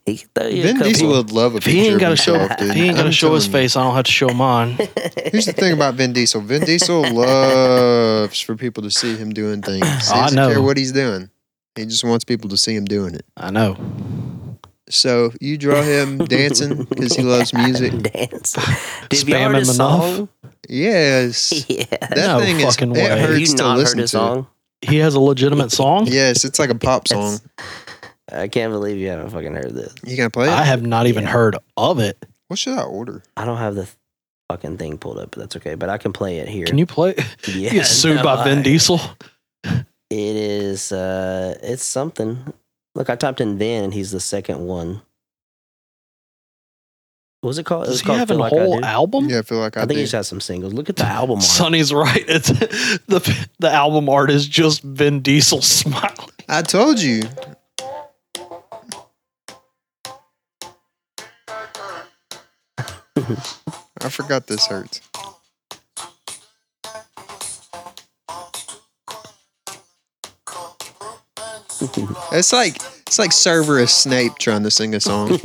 he can throw you a Vin couple. Diesel <laughs> would love a If picture <laughs> he ain't of gotta show, himself, if dude. he ain't gotta I'm show his telling you. face, I don't have to show mine. Here's the thing about Vin Diesel. Vin Diesel <laughs> loves for people to see him doing <clears throat> things. He I doesn't know. care what he's doing. He just wants people to see him doing it. I know. So you draw <laughs> him dancing because he loves music. Dance. Did Spam you him heard his enough? song? <laughs> <laughs> Yes. Yeah. That No thing is fucking that way. Have hurts you to not heard listen his to. song? He has a legitimate song. Yes, it's like a <laughs> pop song. That's- I can't believe you haven't fucking heard this. You gonna play it? I have not even Yeah. heard of it. what should I order? I don't have the th- fucking thing pulled up, but that's okay. But I can play it here. Can you play? <laughs> Yeah, You get sued no, by Vin I- Diesel. It is. uh It's something. Look, I typed in Van, and he's the second one. What was it called? It Does was he called have a Feel Like I whole Do. album? Yeah, I feel like I I, think do. he's got some singles. Look at the album art. Sonny's right. <laughs> It's the the album art is just Vin <laughs> Diesel <laughs> smiling. I told you. I forgot this hurts. It's like it's like Cerberus Snape trying to sing <laughs> a song.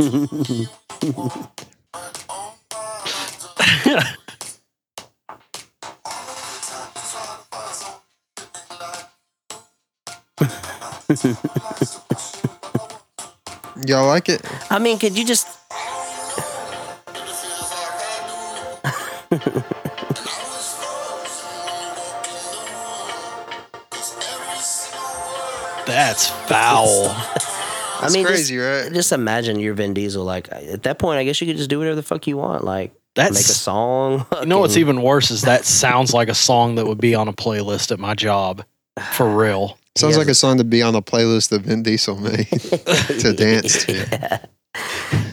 Y'all like it? I mean, could you just? That's foul. I That's mean, just- crazy, right? Just imagine you're Vin Diesel. Like at that point, I guess you could just do whatever the fuck you want. Like That's make a song. <laughs> You know what's fucking- even worse is that sounds like a song that would be on a playlist at my job. For real. Sounds He like a song to be on a playlist that Vin <laughs> Diesel made to dance to. yeah.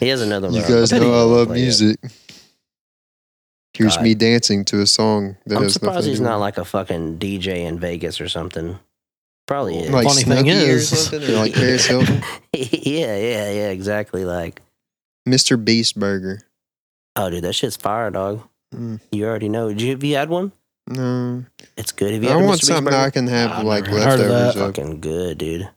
He has another. You one. guys bet know he I won't love play it. music. Here's God. me dancing to a song that I'm has surprised nothing he's to do not like a fucking DJ in Vegas or something. Probably Well, is. with- like Funny thing Snooki or is- something, or like Paris Hilton, <laughs> yeah, yeah, yeah, exactly. Like, Mr. Beast Burger. oh, dude, that shit's fire, dog. Mm, You already know. Did you, have you had one? no, It's good. Have you I had a want Mr. Beast something I burger? can have I've like never heard of leftovers that. of. Fucking good, dude.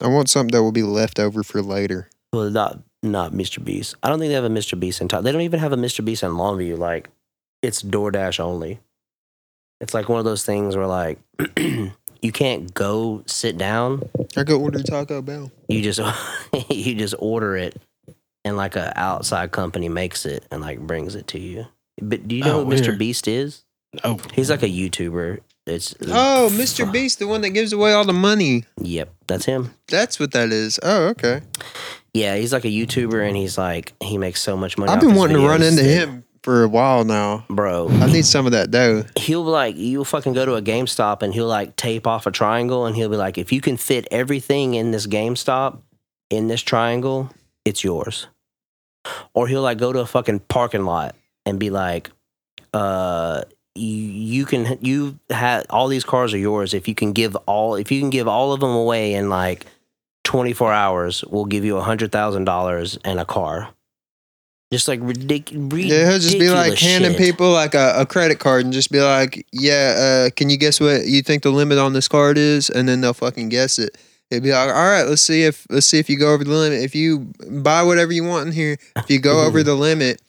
I want something that will be left over for later. Well, not not Mr. Beast. I don't think they have a Mr. Beast in town. They don't even have a Mr. Beast in Longview. Like, it's DoorDash only. It's like one of those things where like <clears throat> you can't go sit down. I could order Taco Bell. you just <laughs> you just order it and like a outside company makes it and like brings it to you but do you know Oh, who mr weird. beast is Oh, he's like a youtuber it's Oh, Mr. Beast, the one that gives away all the money. yep that's him That's what that is. Oh, okay. Yeah, he's like a YouTuber and he's like he makes so much money. I've off been his wanting to run videos into that- him for a while now. Bro, I need some of that dough. he'll like you'll fucking go to a GameStop and he'll like tape off a triangle and he'll be like, if you can fit everything in this GameStop in this triangle, it's yours. Or he'll like go to a fucking parking lot and be like, uh, you, you can you have all these cars are yours if you can give all if you can give all of them away in like 24 hours we'll give you a hundred thousand dollars and a car just like ridic- ridiculous Yeah, he'll just be like handing shit. people like a, a credit card and just be like, "Yeah, uh, can you guess what you think the limit on this card is?" And then they'll fucking guess it. It'd be like, "All right, let's see if let's see if you go over the limit. If you buy whatever you want in here, if <laughs> you go over the limit,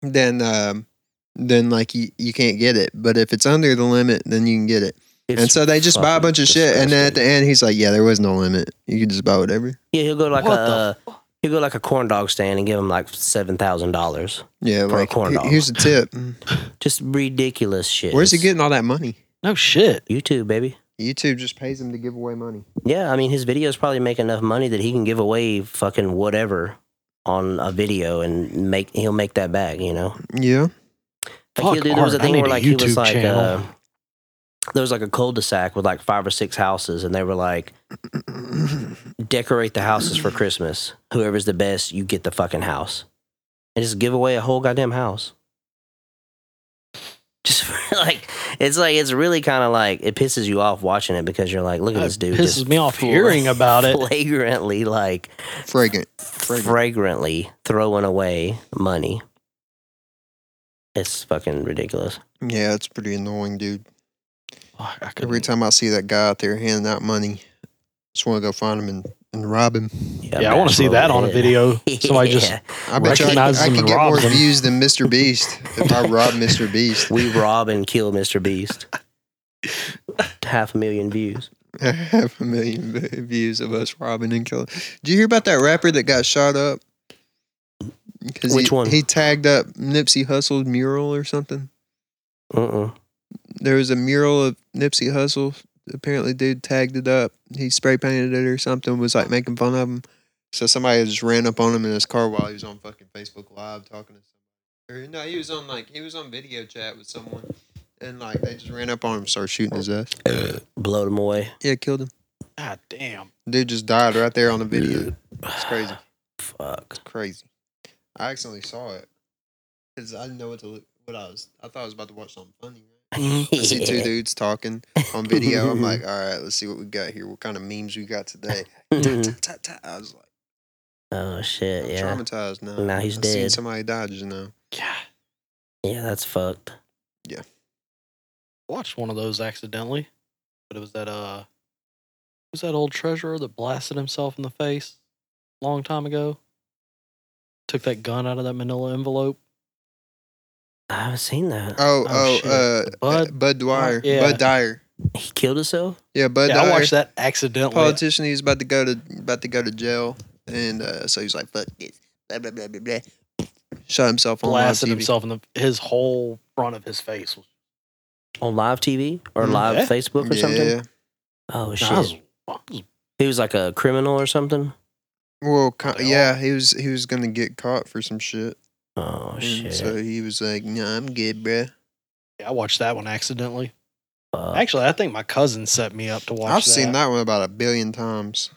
then um, then like you, you can't get it. But if it's under the limit, then you can get it. and It's so they just buy a fucking bunch of shit, and then at disgusting. the end, he's like, "Yeah, there was no limit. You could just buy whatever." Yeah, he'll go to like What a uh, he'll go to like a corn dog stand and give him like seven thousand dollars. Yeah, For a like corn he- dog. here's a tip. <laughs> Just ridiculous shit. Where's he getting all that money? No shit. YouTube, baby. YouTube just pays him to give away money. Yeah, I mean his videos probably make enough money that he can give away fucking whatever on a video and make he'll make that back. You know, Yeah. <clears throat> Like, he'll Fuck do- there was a art. I thing need where a like he was YouTube like channel. uh, there was like a cul-de-sac with like five or six houses, and they were like decorate the houses for Christmas. Whoever's the best, you get the fucking house. And just give away a whole goddamn house. <laughs> Just <laughs> like it's like it's really kind of like it pisses you off watching it because you're like, look at That this dude. pisses just me off fla- hearing about it. <laughs> Flagrantly, like Fragrant. Fragrant. fragrantly throwing away money. It's fucking ridiculous. Yeah, it's pretty annoying, dude. Fuck, I Every couldn't- time I see that guy out there handing out money, just want to go find him and, and rob him. yeah, I want to see <laughs> that on a video. Somebody just Yeah. I bet you I, could- Recognize I him could and get rob more him. views than Mr. Beast if <laughs> I rob Mr. <laughs> Beast. <laughs> we rob and kill Mr. Beast. Half a million views. Half a million v- views of us robbing and killing. Did you hear about that rapper that got shot up? 'Cause Which he, one? He tagged up Nipsey Hussle's mural or something. Uh-uh. There was a mural of Nipsey Hussle. Apparently, dude tagged it up. He spray painted it or something. Was like making fun of him. So somebody just ran up on him in his car while he was on fucking Facebook Live talking to somebody. Or no, he was on like he was on video chat with someone, and like they just ran up on him, and started shooting his ass. Uh, Blow them away. Yeah, killed him. God damn. Dude just died right there on the video. It's crazy, Fuck. crazy. I accidentally saw it because I didn't know what to look. What I was, I thought I was about to watch something funny. Right? Mm-hmm. I see <laughs> two dudes talking on video. I'm like, all right, let's see what we got here. What kind of memes we got today? Ta- ta- ta- ta. I was like, <laughs> oh shit! Mm-hmm. I'm Yeah, traumatized now. Now he's I Seen dead. somebody die just now. Yeah. yeah, that's fucked. Watched one of those accidentally, but it was that uh, was that old treasurer that blasted himself in the face a long time ago? Took that gun out of that Manila envelope. I haven't seen that. Oh, Oh, oh, shit. uh, Bud- Bud, Bud Dwyer, yeah. Bud Dyer, he killed himself. yeah, Bud yeah, Dyer. I watched that accidentally. Politician, he's about to go to about to go to jail, and uh, so he's like, fuck this, blah blah blah blah blah. Shot himself on live blasted TV. himself in the his whole front of his face. Was, On live TV or Mm, live yeah. Facebook or something. Yeah. Oh I was- shit! I was He was like a criminal or something. Well, co- They all- yeah, he was he was gonna get caught for some shit, Oh and shit! Mm, so he was like, "Nah, I'm good, bruh. Yeah, I watched that one accidentally. Fuck. <laughs> Actually, I think my cousin set me up to watch. I've seen that one about a billion times.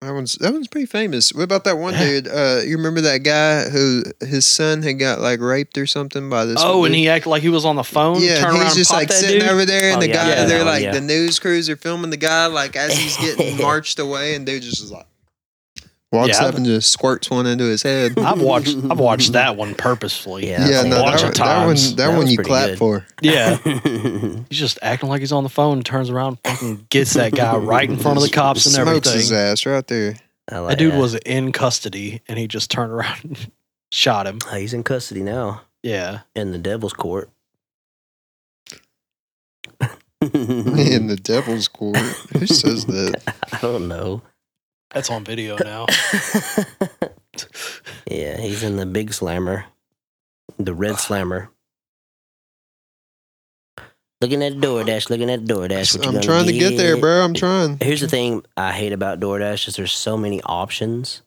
That one's that one's pretty famous. What about that one Yeah. dude? Uh, you remember that guy who his son had got like raped or something by this? Oh, one and dude? he acted like he was on the phone. yeah, turn around he's just and pop like that sitting dude. over there, and Oh, the yeah, guy I've seen they're that one, like yeah. the news crews are filming the guy like as he's <laughs> getting marched away, and dude just is like walks up Yeah, I've- and just squirts one into his <laughs> head. I've watched I've <laughs> watched that one purposefully. Yeah, yeah, I've no, seen that, that one. one- that one that, Times. That one was you pretty clap good. for. Yeah, he's just acting like he's on the phone, turns around, fucking gets that guy right in front <laughs> of the cops and Smokes his everything. ass right <laughs> there. <laughs> I like That dude that. was in custody, and he just turned around, and <laughs> shot him. Oh, he's in custody now Yeah, in the devil's court. <laughs> in the devil's court. <laughs> Who <laughs> says that? I don't know. that's on <laughs> video now. <laughs> yeah, he's in the big slammer, the red slammer. Looking at DoorDash, looking at DoorDash. What you I'm gonna trying to get there, bro. I'm trying. Here's the thing I hate about DoorDash is there's so many options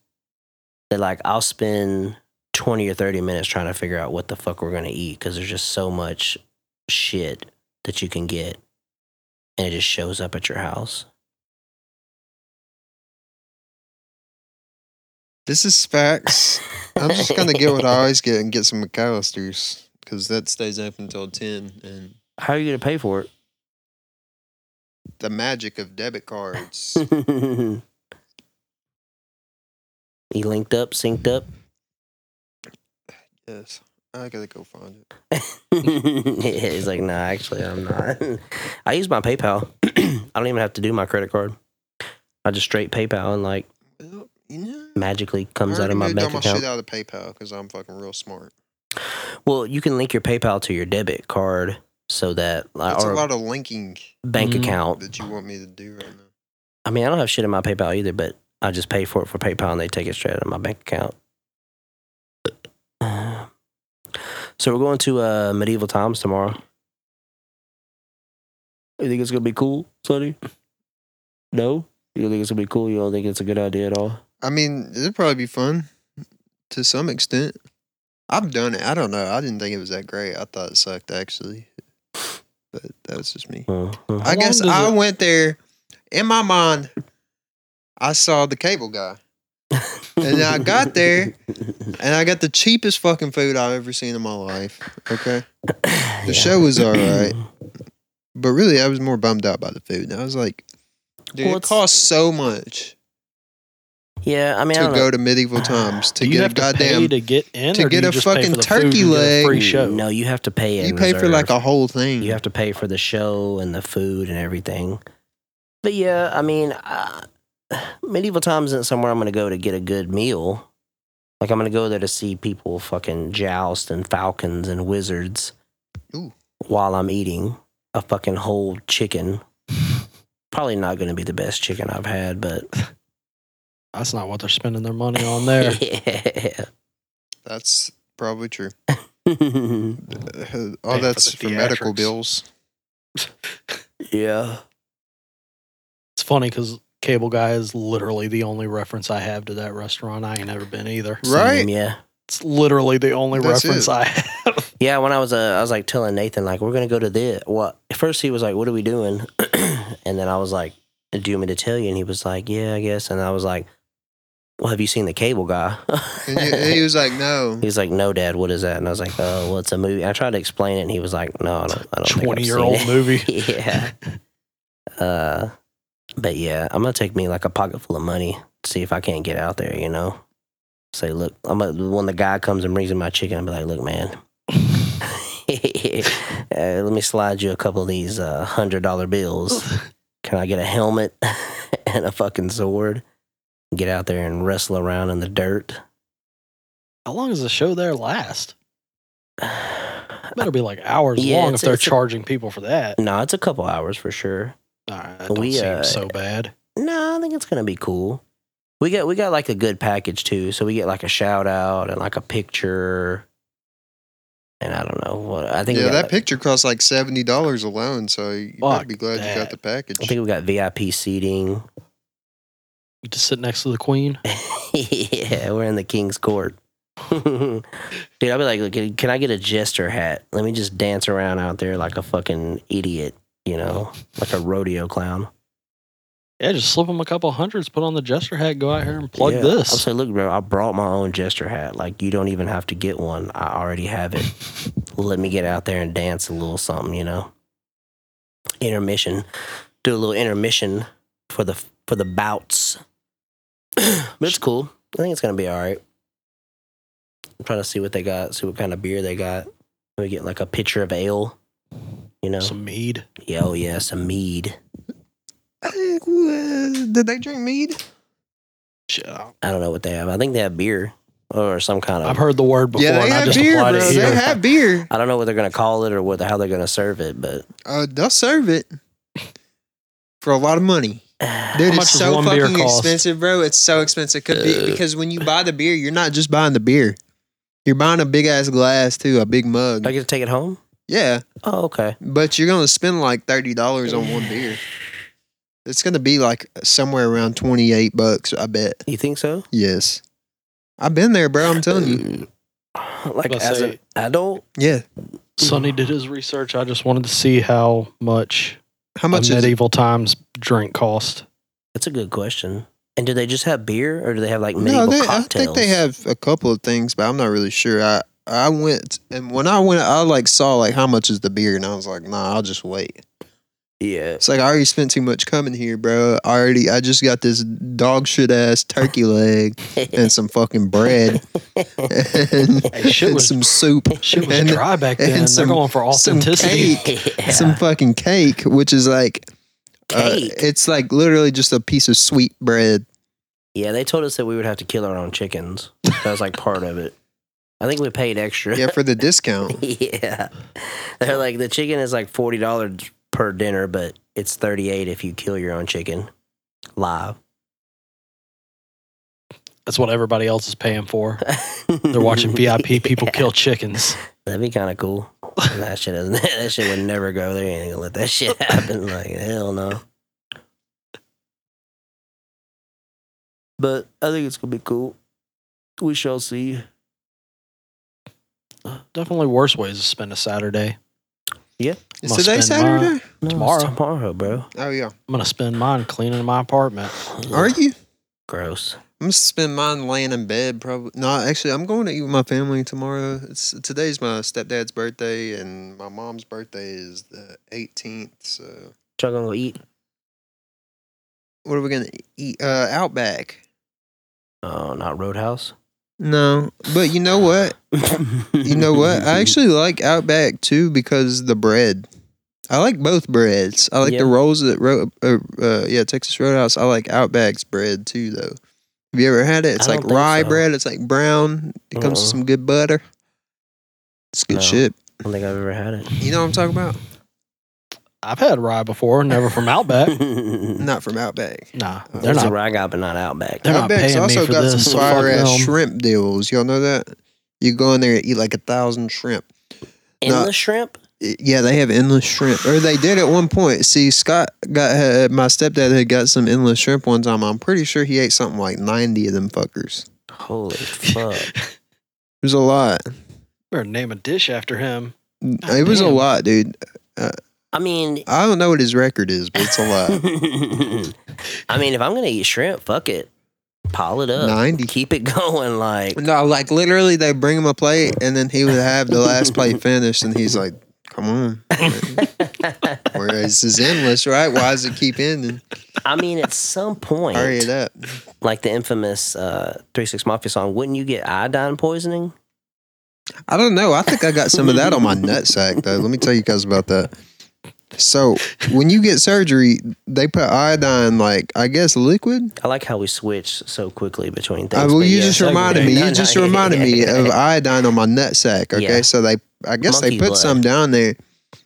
that like I'll spend 20 or 30 minutes trying to figure out what the fuck we're going to eat because there's just so much shit that you can get and it just shows up at your house. This is facts. I'm just gonna <laughs> get what I always get and get some McAllister's because that stays open until ten. And How are you going to pay for the magic of <laughs> debit cards. it? he linked up, synced up. <laughs> yes, I gotta go find it. He's like, nah, actually, I'm not. I use my PayPal. <clears throat> I don't even have to do my credit card. I just straight PayPal and like Well, you know, magically I comes out already of my moved bank all account. shit out of PayPal because I'm fucking real smart. Well, you can link your PayPal to your debit card so that like, That's a or lot of Mm-hmm. linking bank Mm. account. that you want me to do right now. I mean, I don't have shit in my PayPal either, but I just pay for it for PayPal and they take it straight out of my bank account. So we're going to uh, medieval times tomorrow. You think it's gonna be cool, Sonny? No, you don't think it's gonna be cool. You don't think it's a good idea at all. I mean, it'd probably be fun to some extent. I've done it. I don't know. I didn't think it was that great. I thought it sucked actually, but that was just me. Mhm. How I guess long does I it- went there. In my mind, I saw the cable guy, and I <laughs> got there, and I got the cheapest fucking food I've ever seen in my life. Okay, Yeah. the show was all right, but really, I was more bummed out by the food. And I was like, dude, Well, it it's- costs so much Yeah, I mean, I to don't know. go to medieval times to Do you get have a to pay goddamn to get in to or do get you a just pay fucking for the food and turkey get a leg. free show. No, you have to pay. in You pay for like reserve. a whole thing. You have to pay for the show and the food and everything. But yeah, I mean, uh, medieval times isn't somewhere I'm going to go to get a good meal. Like I'm going to go there to see people fucking joust and falcons and wizards Ooh. while I'm eating a fucking whole chicken. Probably not going to be the best chicken I've had, <laughs> but <laughs> That's not what they're spending their money <laughs> on there. That's probably true. yeah. Uh, Pay All for that's the for medical theatrics. bills. <laughs> yeah. It's funny because Cable Guy is literally the only reference I have to that restaurant. I ain't never been either. Right? Same, Mm, yeah. It's literally the only That's reference it. I <laughs> have. Yeah, when I was uh, I was like telling Nathan like we're gonna go to this. What at first he was like, "What are we doing?" <clears throat> and then I was like, "Do you want me to tell you?" And he was like, "Yeah, I guess." And I was like, "Well, have you seen the Cable Guy?" <laughs> And you- and he was like, no. He was like, "No, Dad, what is that?" And I was like, "Oh, well, it's a movie." I tried to explain it, and he was like, "No, I don't. I don't think I've Twenty year seen old it." movie. <laughs> yeah. Uh, but yeah, I'm gonna take me like a pocket full of money. See if I can't get out there. You know, say, look, I'm gonna, when the guy comes and brings me my chicken, I'll be like, look, man, <laughs> uh, let me slide you a couple of these uh, hundred dollar bills. Can I get a helmet <laughs> and a fucking sword? Get out there and wrestle around in the dirt. <sighs> How long does the show there last? no, Better be like hours Yeah, long it's- if they're it's a- charging people for that. it's a couple hours for sure. All right, that don't We, seem uh, so bad. No, I think it's gonna be cool. We got we got like a good package too. So we get like a shout out and like a picture, and I don't know what I think. we Yeah, got, that like- picture costs like seventy dollars alone, so you Fuck better be glad you that. got the I package. think we got VIP seating. You just sit next to the queen. <laughs> yeah, we're in the king's court. <laughs> Dude, I'll be like, "Look, can, can I get a jester hat? Let me just dance around out there like a fucking idiot, you know, like a rodeo clown. Yeah, just slip them a couple hundreds, put on the jester hat, go out here and plug Yeah. I'll this. say, look, bro, I brought my own jester hat. Like, you don't even have to get one. I already have <laughs> it. Let me get out there and dance a little something, you know. Intermission, do a little intermission for the for the bouts. <clears throat> but it's cool. I think it's gonna be all right. I'm trying to see what they got. See what kind of beer they got. We get like a pitcher of ale. You know, Some mead. yeah, oh yeah, some mead. Did they drink mead? Shit, I- I don't know what they have. I think they have beer or some kind of. I've heard the word before, yeah, they and I have just beer, applied bro. it They here. have beer. I don't know what they're gonna call it or what how they're gonna serve it, but Uh, they'll serve it for a lot of money. Dude, <sighs> How much it's does so one beer fucking cost? Uh. expensive, bro. It's so expensive 'Cause be- Ugh. because when you buy the beer, you're not just buying the beer. You're buying a big ass glass too, a big mug. do I get to take it home? yeah, Oh, okay. but you're gonna spend like thirty dollars on one beer. It's gonna be like somewhere around twenty eight bucks, I bet. You think so? Yes. I've been there, bro. I'm telling Uh, you. <sighs> Like Let's as say- an adult, Yeah. Sonny did his research. I just wanted to see how much, How a much is it? medieval times drink cost. that's a good question. And do they just have beer, or do they have like No, medieval they, I cocktails? think they have a couple of things, but I'm not really sure. I I went and when I went, I like saw like how much is the beer, and I was like, nah, I'll just wait. Yeah. It's like I already spent too much coming here, bro. I already I just got this dog shit ass turkey leg <laughs> and some fucking <laughs> bread and, <laughs> Hey, shit and was- some soup, Shit was And- dry back then. and They're some- going for some authenticity. cake, some uh, fucking cake, which is like uh, Cake. it's like literally just a piece of sweet bread. yeah, they told us that we would have to kill our own chickens. That was like part of it. I think we paid extra. Yeah, for the <laughs> discount. yeah. They're like the chicken is like forty dollars per dinner, but it's thirty eight if you kill your own chicken live. That's what everybody else is <laughs> paying for. They're watching VIP people kill chickens. That'd be kind of cool. That shit doesn't. <laughs> That shit would never go. They ain't gonna let that shit <laughs> happen. Like hell no. But I think it's gonna be cool. We shall see. Definitely worse ways to spend a Saturday. Is Must today spend my- Saturday? No, it's Tomorrow. tomorrow, bro. Oh yeah. I'm gonna spend mine cleaning my apartment. Are you? gross? I'm gonna spend mine laying in bed. Probably no. Actually, I'm going to eat with my family tomorrow. It's today's my stepdad's birthday, and my mom's birthday is the 18th. So, Y'all gonna go eat? what are we gonna eat? Uh, Outback. Oh, not Roadhouse. No, but you know what? <laughs> You <laughs> know what? <laughs> I actually like Outback too because the bread. I like both breads. I like Yeah. the rolls at Ro- uh, uh, yeah Texas Roadhouse. I like Outback's bread too, though. Have you ever had it? It's I like don't think rye so. bread. It's like brown. It comes Uh-huh. Uh-uh. with some good butter. It's good No. shit. I don't think I've ever had it. You know what I'm talking about? I've had rye before, never <laughs> from Outback. Not from Outback. Nah, Oh, they're That's not. where I got, but not Outback. They're not Outback's paying me also for got this, some so fire fuck ass them. shrimp deals. Y'all know that? You go in there and eat like a thousand shrimp. And No. the shrimp. Yeah, they have endless shrimp, or they did at one point. See, Scott got had, my stepdad had got some endless shrimp one time. I'm pretty sure he ate something like ninety of them fuckers. It <laughs> Holy fuck! was a lot. Better name a dish after him. it was a damn. lot, dude. I mean, I don't know what his record is, but it's a <laughs> lot. I mean, if I'm gonna eat shrimp, fuck it, pile it up, 90. keep it <laughs> going. Like, no, like literally, they bring him a plate, and then he would have the last plate finished, and he's like, "Come on." Where this is endless, right? Why does it keep ending? I mean, at <laughs> some point, Hurry it up. like the infamous uh, Three Six Mafia song, wouldn't you get iodine poisoning? I don't know. I think I got some of that on my nutsack, though. Let me tell you guys about that. So, when you get surgery, they put iodine, like, I guess liquid. I like how we switch so quickly between things. Uh, well, but you yeah, just so- reminded <laughs> me. No, You no, just yeah, reminded yeah, me yeah. <laughs> of iodine on my nutsack. Okay. Yeah. So, they, I guess they Monkey put blood. some down there,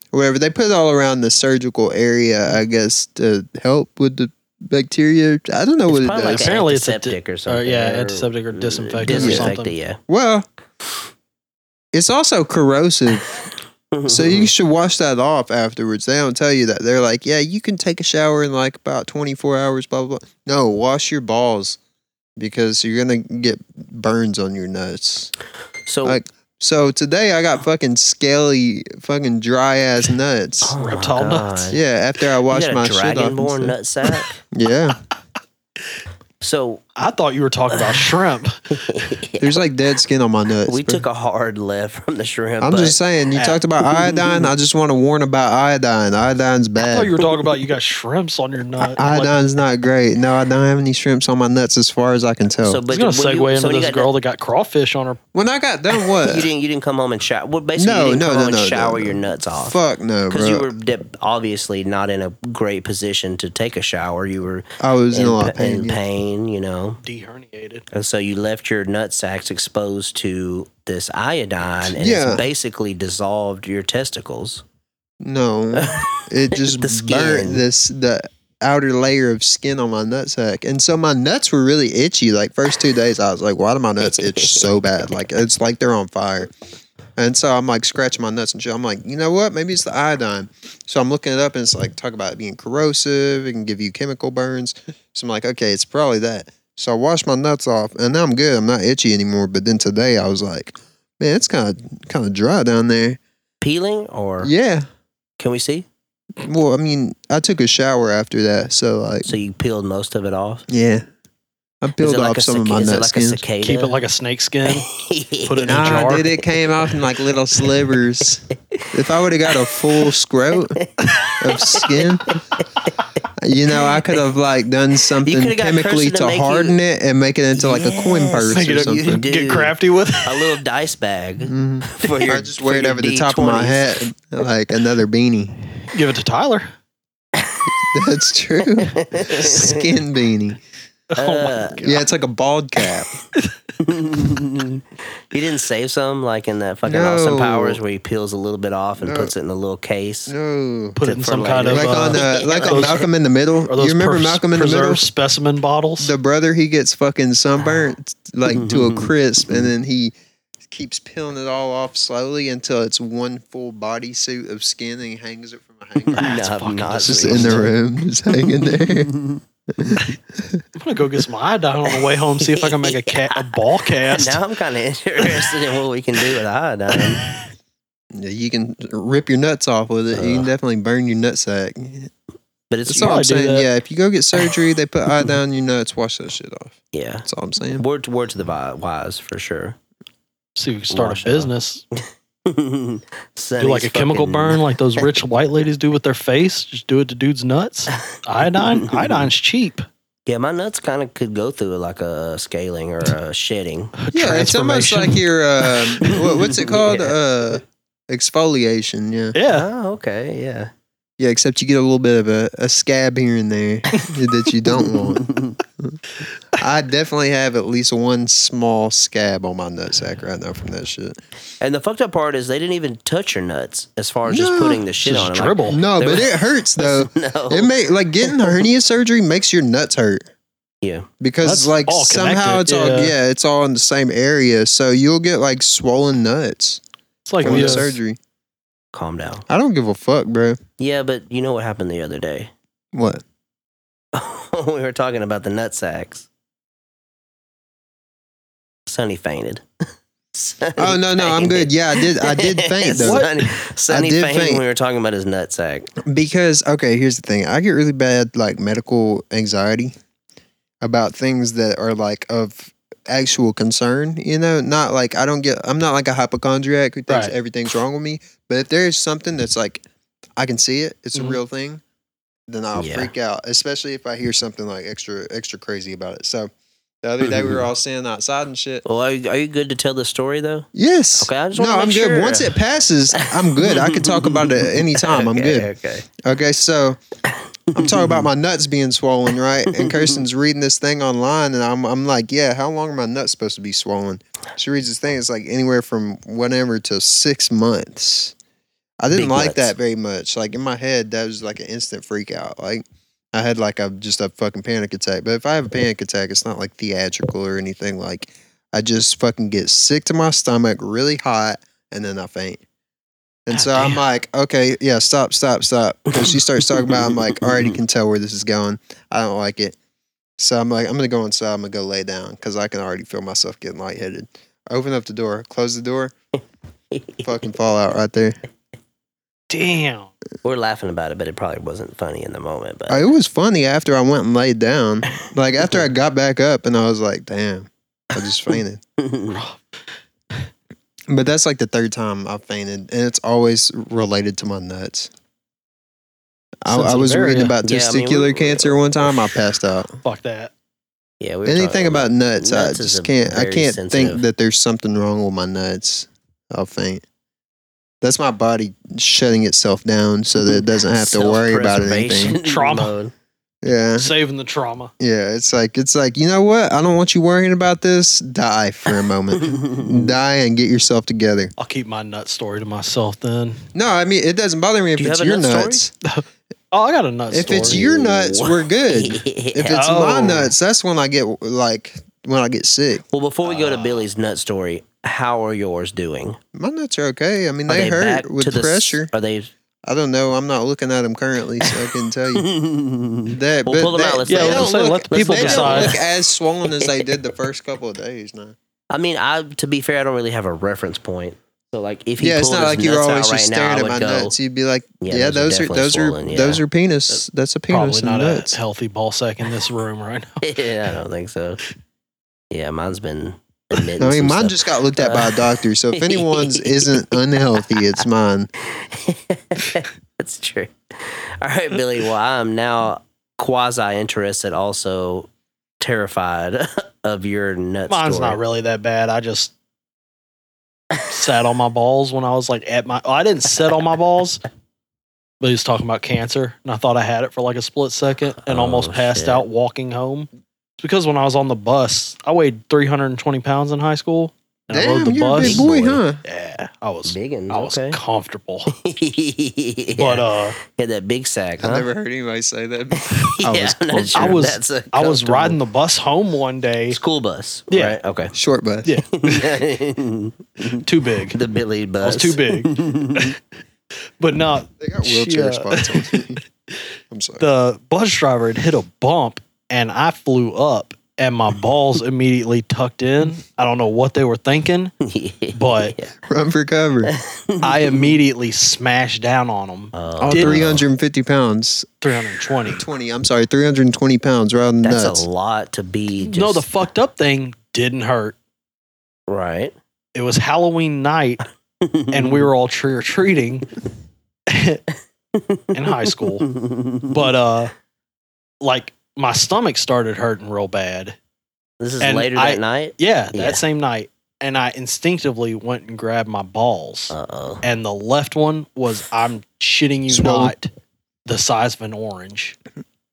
wherever. They put it all around the surgical area, I guess, to help with the bacteria. I uh, don't know what It's it probably does. like an Apparently it's a di- antiseptic or Or, something. yeah, antiseptic or disinfectant or Disinfectant, something. yeah. well, it's also corrosive. So Mm-hmm. you should wash that off afterwards. They don't tell you that. They're like, yeah, you can take a shower in like about 24 hours, blah, blah, blah. No, wash your balls because you're going to get burns on your nuts. <laughs> so <laughs> Like, so today I got fucking scaly, fucking dry ass nuts. oh my reptile nuts. God. Yeah, after I You got washed a my shit off. and dragonborn stuff. nutsack. <laughs> <laughs> Yeah. So I thought you were <sighs> talking about shrimp. There's like dead skin on my nuts. we bro. took a hard left from the shrimp. I'm but just saying, you Ah. talked about iodine. I just want to warn about iodine. Iodine's I bad. thought you were talking about you got shrimps on your uh, nut. I- Like, Iodine's not great. No, I don't have any shrimps on my nuts as far as I can tell. so, I was but gonna when segue you- so into when you this got girl that got crawfish on her. when I got done, done- what? you didn't you didn't come home and shower. Well, basically, No, you didn't no, come no, home no, and shower no, no. your nuts off Fuck no, bro. because you were de- obviously not in a great position to take a shower. You were I was in in, a lot of pa- in pain. yeah. pain, you know, Deherniated. and so you left your nut sacks exposed to this iodine, and Yeah. it's basically dissolved your testicles. No, it <laughs> just The skin. burnt this the outer layer of skin on my nutsack, and so my nuts were really itchy. Like first two days, I was like, "Why do my nuts itch so bad? Like it's like they're on fire." And so I'm like scratching my nuts and shit. I'm like, you know what? Maybe it's the iodine. So I'm looking it up and it's like talk about it being corrosive. It can give you chemical burns. So I'm like, okay, it's probably that. So I washed my nuts off, and now I'm good. I'm not itchy anymore. But then today I was like, man, it's kind of kind of dry down there. Peeling or Yeah. can we see? Well, I mean, I took a shower after that, so like, So you peeled most of it off. yeah, I Is peeled it like off a some cica- of my is it nut like skins. a cicada? Keep it like a <laughs> snake skin. <laughs> Put it in a Nah, jar. dude, it came off in like little slivers. <laughs> if I would have got a full scrote of skin, you know, I could have like done something coulda got a chemically person to to make harden it and make it into like a coin Yes. purse Make or it a- you something. <laughs> do. Get crafty with it. a little dice <laughs> bag. Mhm. For your, I just wear it for your over the top of my D20s. hat like another beanie. <laughs> Give it to Tyler. That's <laughs> true. Skin beanie. <laughs> oh my Uh, god. Yeah, it's like a bald cap. you didn't save some like in that fucking Austin No. Powers where he peels a little bit off and No. puts it in a little case. No. Put it in for some later. kind of. Like on Uh, uh, like on Those- Malcolm in the Middle. are those You remember pers- Malcolm in the preserved Middle? specimen bottles? the brother he gets fucking sunburnt Ah. like to a Mm-hmm. crisp and then he keeps peeling it all off slowly until it's one full bodysuit of skin and he hangs it from a <laughs> hanger That's <laughs> no, I'm fucking not. just just <laughs> in the room <laughs> just hanging <laughs> there I'm gonna go get some iodine on the way home. See if I <laughs> can make a cat a ball cast. now I'm kind of <laughs> interested in what we can do with iodine. Yeah, you can rip your nuts off with it Ah. you can Ugh. definitely burn your nutsack But it's that's all i'm probably do saying that. yeah if you go get surgery they put <laughs> iodine in your nuts wash that shit off yeah. that's all i'm saying Word to word to the vi- wise for sure. <laughs> See, if we can start Wash a it off. business. do Do like a chemical burn, like those <laughs> rich white ladies do with their face. Just do it to dudes' nuts. Iodine. Iodine's cheap. Yeah, my nuts kind of could go through like a scaling or a shedding. yeah it's almost Transformation. like your uh, what, what's it called Yeah. uh exfoliation yeah Yeah. Oh, okay, yeah. Yeah, except you get a little bit of a, a scab here and there that you don't want. I definitely have at least one small scab on my nutsack right now from that shit. And the fucked up part is they didn't even touch your nuts as far as just No. putting the shit Just on. them. dribble. No, There but was- it hurts <laughs> though. Like, <laughs> no. It may like getting hernia surgery makes your nuts hurt. Yeah. Because That's like all somehow connected, it's all yeah. yeah, it's all in the same area. So you'll get like swollen nuts It's like from we the uh, surgery. Calm down. I don't give a fuck, bro. Yeah, but you know what happened the other day? <laughs> What? we were talking about the nut sacks. Sonny fainted. <laughs> Sonny Oh no, no, I'm good. fainted. Yeah, I did <laughs> I did faint though. Sonny, Sonny did fainted faint. when we were talking about his nut sack. Because okay, here's the thing. I get really bad like medical anxiety about things that are like of actual concern, you know, not like I don't get I'm not like a hypochondriac who thinks Right. everything's wrong with me, but if there's something that's like I can see it, it's Mhm. a real thing, then I'll Yeah. freak out, especially if I hear something like extra extra crazy about it. So the other day we were all standing outside and shit. Well, are you, are you good to tell the story though? Yes. Okay, I just no, wanna I'm make good. sure. Once it passes, I'm good. I can talk about it <laughs> anytime. I'm good. okay, Okay. Okay, so I'm talking about my nuts being swollen, right? <laughs> And Kirsten's reading this thing online, and I'm, I'm like, yeah, how long are my nuts supposed to be swollen? She reads this thing, it's like anywhere from whatever to six months. I didn't Big like nuts. that very much. Like in my head, that was like an instant freak out. Like I had like a just a fucking panic attack. But if I have a panic attack, it's not like theatrical or anything. Like I just fucking get sick to my stomach, really hot, and then I faint. And God so I'm damn. like, okay, yeah, stop, stop, stop. Because she starts talking about, it, I'm like, <laughs> I already can tell where this is going. I don't like it. So I'm like, I'm gonna go inside. I'm gonna go lay down because I can already feel myself getting lightheaded. I open up the door, close <laughs> the door, fucking fall out right there. Damn. We're laughing about it, but it probably wasn't funny in the moment. But Uh, It was funny after I went and laid down. Like after I got back up and I was like, damn, I <laughs> just fainted. But that's like the third time I've fainted, and it's always related to my nuts. I, I Sensitive was reading area. about Yeah, I mean, testicular we- cancer one time. I passed out. Fuck that. yeah, we were Anything talking about nuts, nuts I is a just can't. I very can't sensitive- think that there's something wrong with my nuts. I'll faint. That's my body shutting itself down so that it doesn't have to worry about anything. <laughs> self-preservation Trauma. mode. Yeah, Saving the trauma. yeah. It's like it's like you know what? I don't want you worrying about this. Die for a <laughs> moment. Die and get yourself together. I'll keep my nut story to myself then. No, I mean it doesn't bother me if Do you it's have a your nut story? nuts. Oh, I got a nut If story. it's your nuts, <laughs> we're good. If it's my Oh. nuts, that's when I get like when I get sick. well, before we go to Uh, Billy's nut story, how are yours doing? My nuts are okay. I mean, Are they, back hurt with to the s- pressure. <laughs> Are they I don't know. I'm not looking at them currently, so I <laughs> can tell you we'll that. but pull them that, out. Let's they yeah, say, let's don't say look- let the they people don't decide. look as swollen as <laughs> they did the first couple of days now. I mean, I to be fair, I don't really have a reference point. So like, if he Yeah, it's pulled not his like you were nuts out always just right now, I staring at would my go, nuts. You'd be like, Yeah, "Yeah, those those are are those are definitely those are penis. That's a Probably penis and not a nuts." healthy ball sack in this room right now. <laughs> yeah, I don't think so. Yeah, mine's been. I I mean, mine just got looked at by a doctor. So <laughs> if anyone's isn't unhealthy, it's mine. <laughs> That's true. All right, Billy. Well, I am now quasi interested, also terrified <laughs> of your nuts. Mine's not really that bad. I just sat on my balls when I was like at my. oh, I didn't sit on my balls, but he was talking about cancer, and I thought I had it for like a split second, and Oh, almost passed shit. out walking home. It's because when I was on the bus, I weighed 320 pounds in high school, and <laughs> I Damn, rode the you're a bus. big boy, huh? Yeah, I was. big I was okay. <laughs> comfortable, yeah. <laughs> but uh, yeah, that big sack. I've huh? never heard anybody say that. <laughs> yeah, I was I'm not com- sure I if was- that's a I was comfortable- riding the bus home one day. school bus. Yeah. Right? Okay. <laughs> <laughs> Short bus. Yeah. the Too big, Billy bus. was too big. but not They got wheelchair Yeah. spots <laughs> on. I'm sorry. the bus driver had hit a bump and I flew up and my balls immediately tucked in. I don't know what they were thinking. <laughs> But- <laughs> Run for <laughs> cover. I immediately smashed down on them. Uh, All Did- 350 pounds. 320. 20. I'm sorry, 320 pounds. Right on the That's nuts. a lot to be. Just, No, the fucked up thing didn't hurt. right. It was Halloween night <laughs> and we were all trick or treating in high <laughs> school. But uh like my stomach started hurting real bad. this is and later I- that night. Yeah, that Yeah. same night. And I instinctively went and grabbed my balls. Uh oh. and the left one was I'm shitting you Swollen. not the size of an orange.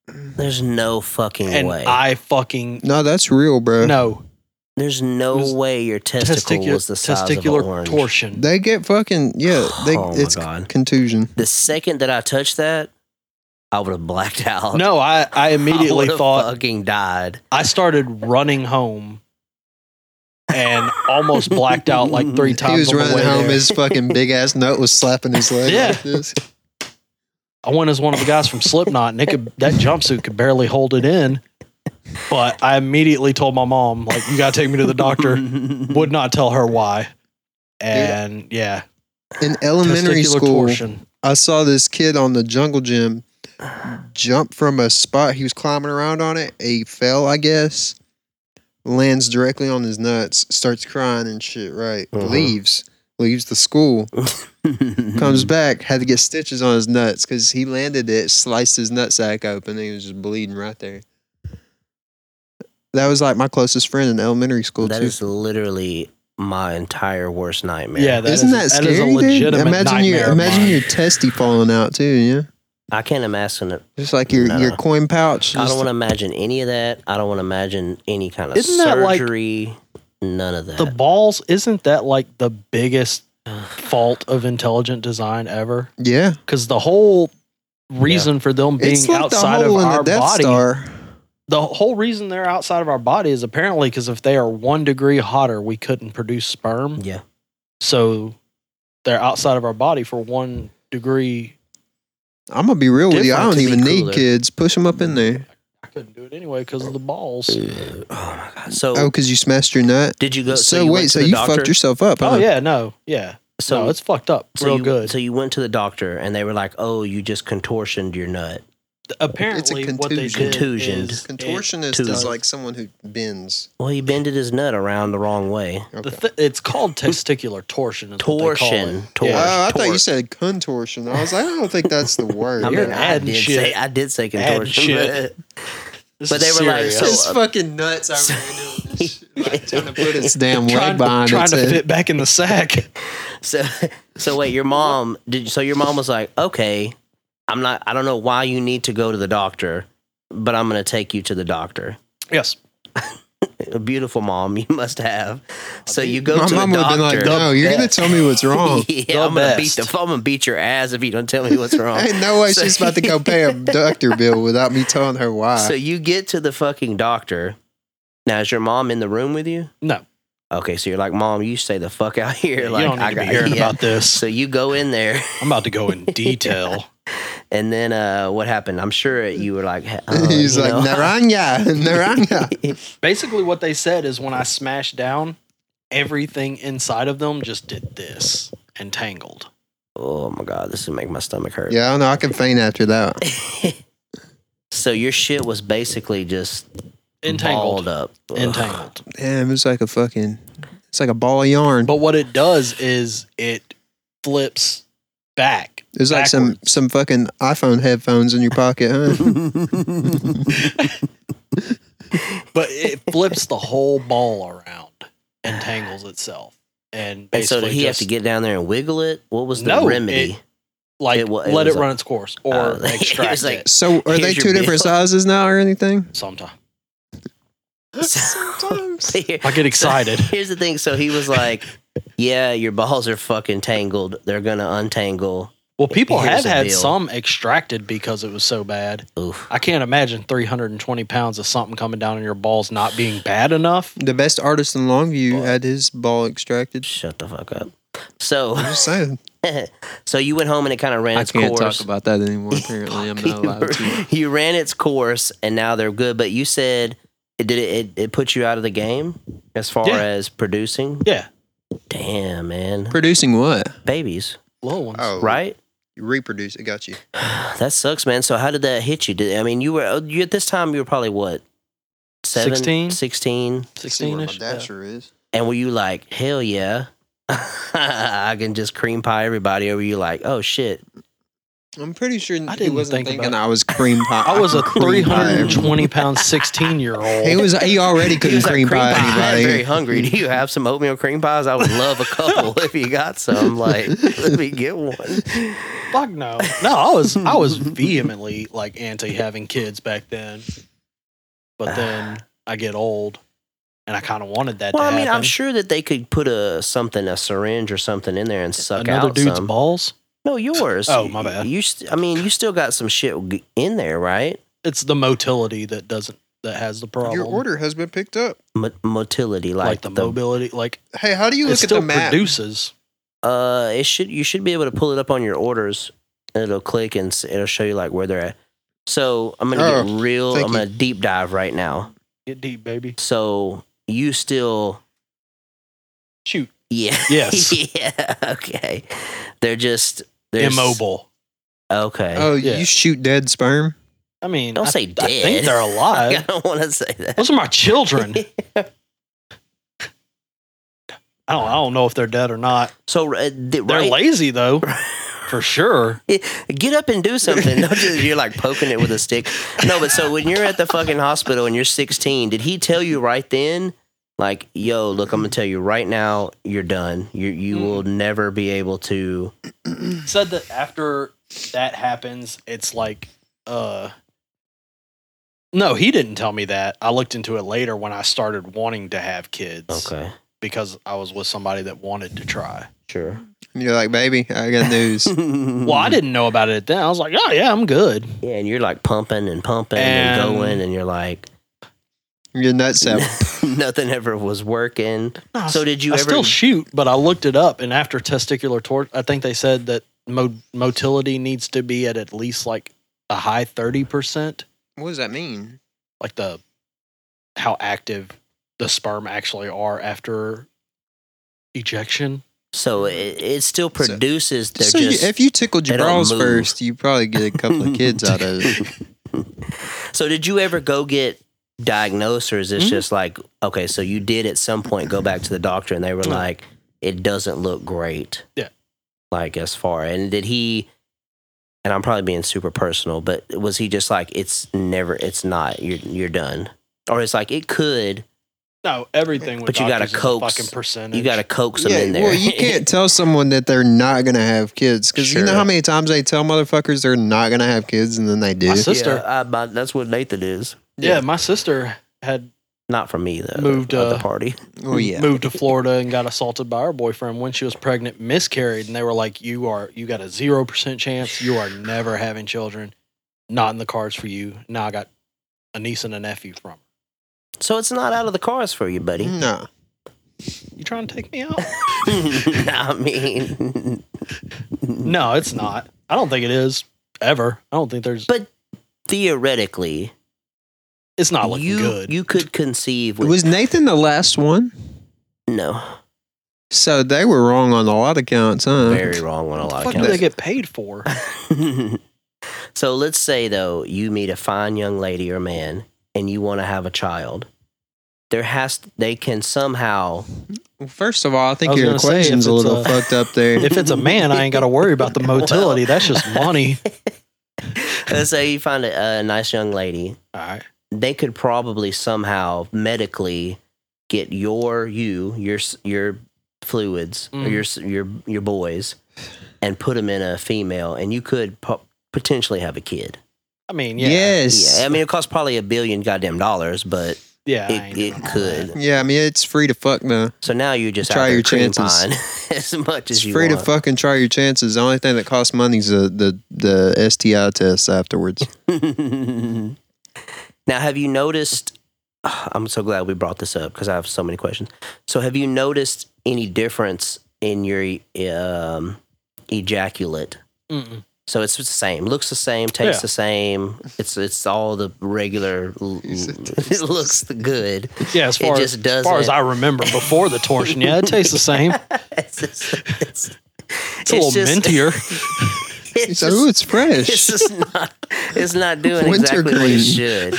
There's no fucking And way. I fucking No, that's real, bro. no There's no It was way your testicle testicular was the size testicular of an orange. <laughs> torsion. They get fucking yeah. <sighs> They Oh my it's God. contusion. The second that I touched that, I would have blacked out. no, I I <laughs> I immediately would've thought fucking died. I started running home and almost blacked <laughs> out like three times. He was on the running way home. there. His <laughs> fucking big ass nut was slapping his leg. Yeah. Like this. I went as one of the guys from Slipknot, and it could that jumpsuit could barely hold it in. But I immediately told my mom, like, you gotta take me to <laughs> the doctor. Would not tell her why. And yeah, In elementary testicular school, torsion. I saw this kid on the jungle gym jump from a spot. He was climbing around on it. He fell, I guess. Lands directly on his nuts. Starts crying and shit. Right, Uh-huh. Mhm. leaves. Leaves the school. Mm-hmm. comes back, had to get stitches on his nuts because he landed it, sliced his nutsack open, and he was just bleeding right there. That was like my closest friend in elementary school That too. is literally my entire worst nightmare. Yeah, that Isn't is- that that is a scary, dude? legitimate Imagine your nightmare of imagine mine. your testy falling out too, yeah. I can't imagine it. Just like your No, your no. coin pouch. I just- don't want to imagine any of that. I don't want to imagine any kind of Isn't that like- surgery. None of that. the balls isn't that like the biggest fault of intelligent design ever? yeah, Because the whole reason for them being it's like the outside of hole in the our Death body, Star. the whole reason they're outside of our body is apparently because if they are one degree hotter, we couldn't produce sperm. <sighs> yeah. So they're outside of our body for one degree. I'm gonna be real with you. I Different don't to even be need cooler. kids. Push them up in there. I couldn't do it anyway because of the balls. Oh my god. So Oh, because you smashed your nut. did you go? you so, wait, went to so the you doctor? fucked yourself up? Oh huh? yeah, no, yeah, So no, it's fucked up, so real you, good. So you went to the doctor and they were like, "Oh, you just contortioned your nut." apparently, what they contusion. did Contusioned. is it- Contortionist Two. is like someone who bends. Well, he bended his nut around the wrong way. Okay. The th- it's called testicular torsion. Is Torsion. What they call it. Torsion. Yeah. Oh, I thought Tor- you said contortion. I was like, I don't think that's the word. I You're mean, I adding did shit. say I did say Adding contortion. shit. but- This But is they were like, serious. so- it's fucking nuts. I really this shit. <laughs> Like, trying to put its damn leg trying, behind trying its to head. fit back in the sack. <laughs> So, so wait, your mom did. So your mom was like, "Okay, I'm not. I don't know why you need to go to the doctor, but I'm going to take you to the doctor." <laughs> yes, A beautiful mom you <laughs> must have. So you go My to mom the would have doctor. been like, No, you're gonna tell me what's wrong. <laughs> yeah, I'm gonna beat best. the. I'm gonna beat your ass if you don't tell me <laughs> what's wrong. Ain't no way So- she's about to go pay a doctor bill without me telling her why. so you get to the fucking doctor. Now is your mom in the room with you? no, Okay, so you're like, Mom, you stay the fuck out here. Yeah, like, you don't need I to got be hearing <laughs> yeah. about this. So you go in there, I'm about to go in detail. and then uh, what happened? I'm sure you were like, <laughs> uh, <laughs> He's you like, know. Naranja, Naranja. Basically, what they said is when I smashed down, everything inside of them just did this and tangled. <laughs> oh my god, this would make my stomach hurt. yeah, I don't know. I can faint after that. <laughs> So your shit was basically just balled Entangled. up. Ugh. Entangled. Damn, it's like a fucking, it's like a ball of yarn. But what it does is it flips back. It's like some backwards. some fucking iPhone headphones in your pocket, huh? <laughs> But it flips the whole ball around and tangles itself. And and basically, so did he have just, to get down there and wiggle it? What was the No, remedy? like it wa- it let was it a- run its course or Oh, <laughs> he extract was like- it So are they Here's your two different bill. sizes now or anything? <laughs> sometime. Sometimes. Here- <laughs> I get excited. So, <laughs> here's the thing. So he was like, "Yeah, your balls are fucking tangled. They're gonna untangle." Well, people Here's have the had deal. some extracted because it was so bad. Oof. I can't imagine 320 pounds of something coming down on your balls not being bad enough. The best artist in Longview Ball. had his ball extracted. Shut the fuck up. So, <laughs> I'm just saying. so you went home and it kind of ran I its can't course. talk about that <laughs> <laughs> anymore. Apparently, I'm not allowed to. you ran its course, and now they're good. But you said it did it. It, it put you out of the game as far Yeah. as producing. Yeah, Damn, man, <laughs> Producing what? babies, little Oh, ones. Oh, right? <sighs> reproduce. I got you. That sucks, man. So how did that hit you? Did I mean you were uh, you at this time you were probably what? 16? 16. 16 ish. sure is. And were you like, hell yeah, <laughs> I can just cream pie everybody? Or were you like, oh shit, I'm pretty sure I he didn't wasn't think thinking about- I was cream pie. <laughs> I was a cream pie everyone. 320 pound 16 year He old. was. He <laughs> already He couldn't was like, cream, pie, I'm very anybody. hungry. Do you have some oatmeal cream pies? I would love a <laughs> couple if you got some. Like, let me get one. Fuck no. No, I was I was vehemently like anti having kids back then. <sighs> But then I get old, and I kind of wanted that. Well, to I mean, I'm happen. sure that they could put a something, a syringe or something in there and suck another out dude's some. balls. No, yours. Oh, my bad. You, st- I mean, you still got some shit g- in there, right? It's the motility that doesn't that has the problem. has been picked up. M- motility, like, like, the, mobility, like Hey, how do you it still produces. Uh, it should you should be able to pull it up on your orders. and It'll click and s- it'll show you like where they're at. So I'm gonna Oh, get real. thank I'm gonna deep dive right now. Get deep, baby. So you still, Shoot. yeah, <laughs> Yes. yeah, okay. They're just they're s- Immobile. Okay. Oh, Yeah. you shoot dead sperm? I mean, Don't I, say I dead. <laughs> think they're I alive. don't want to say that. Those are <laughs> my children. I don't. I don't know if they're dead or not. So uh, th- They're right, lazy though, <laughs> for sure. get up and do something. Don't just, you're like poking it with a stick. No, but so when you're at the fucking hospital and you're 16, did he tell you right then, like, yo, look, I'm gonna tell you right now, you're done. You Mm. you will never be able to. Said that after that happens, it's like, uh. No, he didn't tell me that. I looked into it later when I started wanting to have kids Okay, because I was with somebody that wanted to try. sure. And you're like, baby, I <laughs> got news. <laughs> Hmm. Well, I didn't know about it then. I was like, oh yeah, I'm good. Yeah, and you're like pumping and pumping and, And- going, and you're like, Your nutsack. <laughs> nothing ever was working. No, I So s- did you I ever? still shoot, but I looked it up, and after testicular torch, I think they said that mo- motility needs to be at at least like a high thirty percent, What does that mean? like the how active the sperm actually are after ejection. so it, it still produces. they're So just, you, if you tickled your they don't balls move. first, you probably get a couple of kids <laughs> out of it. So did you ever go get diagnosed or is this Mhm. just like okay, so you did at some point go back to the doctor and they were No. like, It doesn't look great. Yeah. Like as far and did he and I'm probably being super personal, but was he just like it's never it's not, you're you're done. Or it's like it could No, everything. With But you gotta doctors is a coax- fucking percentage. you gotta coax them in there. well, <laughs> you can't tell someone that they're not gonna have kids because you know Sure. how many times they tell motherfuckers they're not gonna have kids and then they do. My sister, Yeah, I- my- that's what Nathan is. yeah, my sister had Not from me though. Moved, of the uh, party. Oh yeah, moved to Florida and got assaulted by her boyfriend when she was pregnant, miscarried, and they were like, "You are you got a zero percent chance. You are never having children. Not in the cards for you." Now I got a niece and a nephew from her. So it's not out of the cards for you, buddy. no. You trying to take <laughs> me out? I mean, no, it's not. I don't think it is ever. I don't think there's. But- theoretically, It's not looking you good. you could conceive with Was Nathan the last one? no So they were wrong on a lot of counts, huh? very wrong on a what lot the of fuck do they counts. get paid for? <laughs> so let's say though you meet a fine young lady or man and you want to have a child. There has they can somehow Well, First of all, I I think was your gonna say, equation's if a it's little a- fucked <laughs> up there. If it's a man, I ain't got to worry about the motility. That's just <laughs> money. let's say you find a, a nice young lady. All right. They could probably somehow medically get your you your s- your fluids or Mm. your s- your your boys and put them in a female and you could po- potentially have a kid. I mean, yeah. Yes. Yeah, Yeah, I mean it costs probably a billion goddamn dollars, but Yeah, I ain't it, doing it all could. that. I mean it's free to fuck now. So now you just Try out there your cream chances. pieing <laughs> as much It's as you free want. to fucking try your chances. The only thing that costs money is the the, the STI tests afterwards. <laughs> now, have you noticed? <sighs> I'm so glad we brought this up because I have so many questions. So, have you noticed any difference in your um, ejaculate? Mm-mm. So it's the same, looks the same, tastes Yeah. the same. It's it's all the regular. l- It <laughs> looks good. <laughs> Yeah, as It far, just as, as far as doesn't- I remember before the torsion, <laughs> yeah, it tastes the same. It's, just, it's, It's a little just- mintier. <laughs> It's So ooh, just- it's fresh. <laughs> it's just <laughs> not it's not doing Winter exactly what green. it should.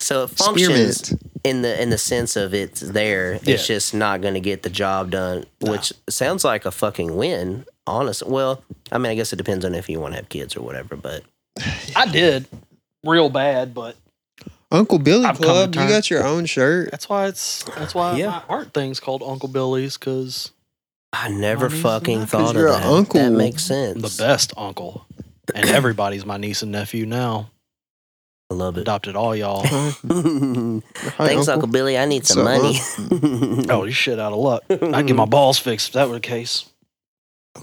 So it functions Spearmint. in the in the sense of it's there. Yeah. It's just not going to get the job done, No. which sounds like a fucking win. Honest. Well, I mean, I guess it depends on if you want to have kids or whatever. But I did real bad, but Uncle Billy I've come to Club. You terms. got your own <laughs> shirt. that's why it's that's why Yeah. my art thing's called Uncle Billy's because I never Mommy's fucking not- 'Cause thought you're of a that. uncle. That makes I'm sense. the best uncle, <clears throat> and everybody's my niece and nephew now. I love it. Adopted all <laughs> y'all. Hi, Thanks, hi, Uncle Billy. I need some So, money. <laughs> Oh, you shit out of luck. I'd get my balls fixed if that were the case.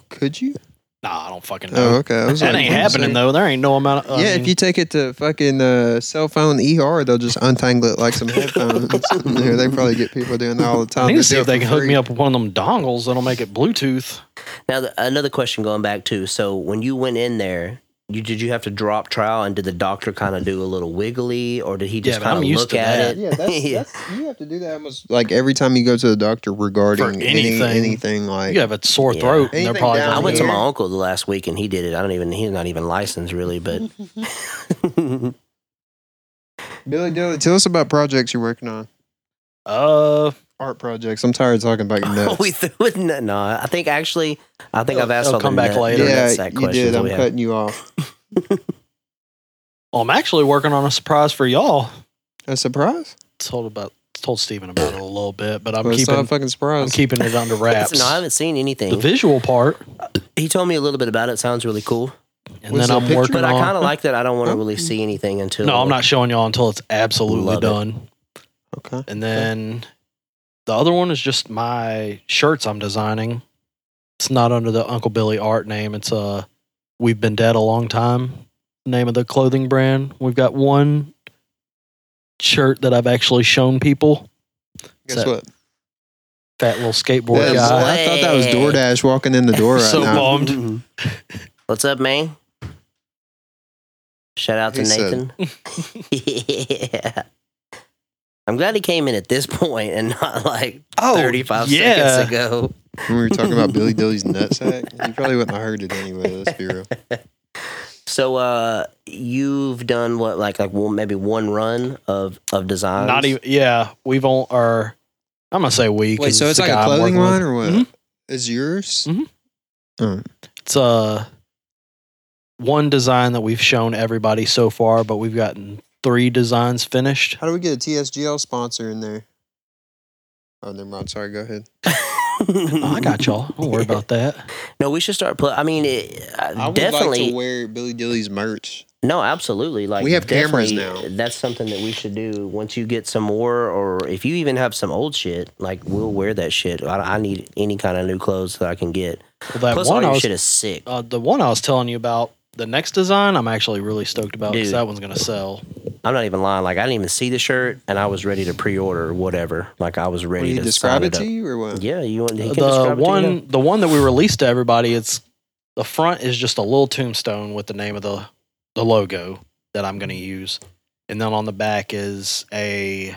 Could you? Nah, I don't fucking know. Oh, okay. I was that like, ain't what you happening say? though. There ain't no amount. Of, I yeah, if mean, you take it to fucking uh, cell phone ER, they'll just untangle it like <laughs> some headphones. Yeah, they probably get people doing that all the time. I need They to do see it if they for can hook free. me up with one of them dongles that'll make it Bluetooth. Now, the, another question going back to so when you went in there, you did you have to drop trial and did the doctor kind of do a little wiggly or did he just Yeah, but kind I'm of used look to at <laughs> that. it? Yeah, that's, that's you have to do that almost like every time you go to the doctor regarding For anything. anything. Any, anything like You have a sore Yeah. throat, and they're Anything probably. down I gonna- went to here. my uncle the last week and he did it. I don't even, he's not even licensed really, <laughs> but <laughs> Billy Dilly. Tell us about projects you're working on. Uh, Art projects. I'm tired of talking about your nuts. <laughs> we threw it. No, no, I think actually, I think I've It'll- asked it'll all come the back nut- later. the yeah, nutsack you questions did. that I'm we have. cutting you off. well, I'm actually working on a surprise for y'all. A surprise? Told about told Steven about it a little bit, but I'm Well, it's not a keeping fucking I'm surprise. keeping <laughs> it under wraps. No, I haven't seen the anything. visual part, He told me a little bit about it. Sounds really cool, and Was then there a I'm picture? working but I on. kind of like that. I don't want to really see anything until. no, I'm not showing y'all until it's absolutely Love it. done. okay. And then the other one is just my shirts I'm designing. It's not under the Uncle Billy art name. It's uh We've Been Dead a Long Time name of the clothing brand. We've got one shirt that I've actually shown people. Guess what? Fat little skateboard That's- guy. I thought that was Way. DoorDash walking in the door right So now. bald. Mhm. <laughs> What's up, man? Shout out to He said- Nathan. <laughs> yeah. I'm glad he came in at this point and not like Oh, 35 seconds ago. When we were talking about Billy <laughs> Dilly's nutsack, you probably wouldn't have heard it anyway. Let's be <laughs> real. So uh you've done what like like one, maybe one run of of designs. Not <laughs> even. Yeah, we've on or I'm gonna say we. 'cause the guy I'm clothing working with. line or what? Is Mhm. yours? Mhm. It's uh one design that we've shown everybody so far, but we've gotten three designs finished. How do we get a TSGL sponsor in there? Oh, never mind. Sorry, go ahead. Oh, I got y'all. <laughs> Don't worry about that. No, we should start put I mean it, I I would definitely like to wear Billy Dilly's merch. No, absolutely. Like We have cameras definitely, now. That's something that we should do. Once you get some more, or if you even have some old shit, like we'll wear that shit. I, I need any kind of new clothes that I can get. Well, that Plus, all one I your was, shit is sick. uh, the one I was telling you about, the next design, I'm actually really stoked about because Dude. that one's gonna sell. I'm not even lying. Like I didn't even see the shirt, and I was ready to pre-order whatever. Like I was Will ready you to sign describe it to up. you or what? Yeah, you want? He can Uh, the describe one It to you. the one that we released to everybody it's the front is just a little tombstone with the name of the the logo that i'm going to use and then on the back is a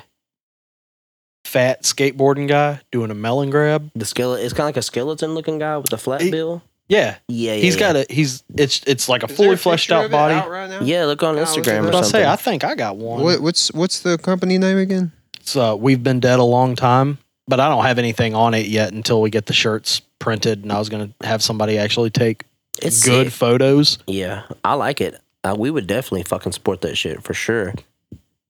fat skateboarding guy doing a melon grab The skeleton. It's kind of like a skeleton-looking guy with a flat He- bill. yeah Yeah, yeah. he's yeah. got a he's it's it's like a Is there fully fleshed picture of out it body right now? Yeah, look on Oh, what's it Instagram but or i about? something. say i think i got one What, what's what's the company name again? it's, uh, we've been dead a long time but i don't have anything on it yet until we get the shirts printed and i was going to have somebody actually take it's good sick. photos Yeah, I like it. Uh, we would definitely fucking support that shit for sure.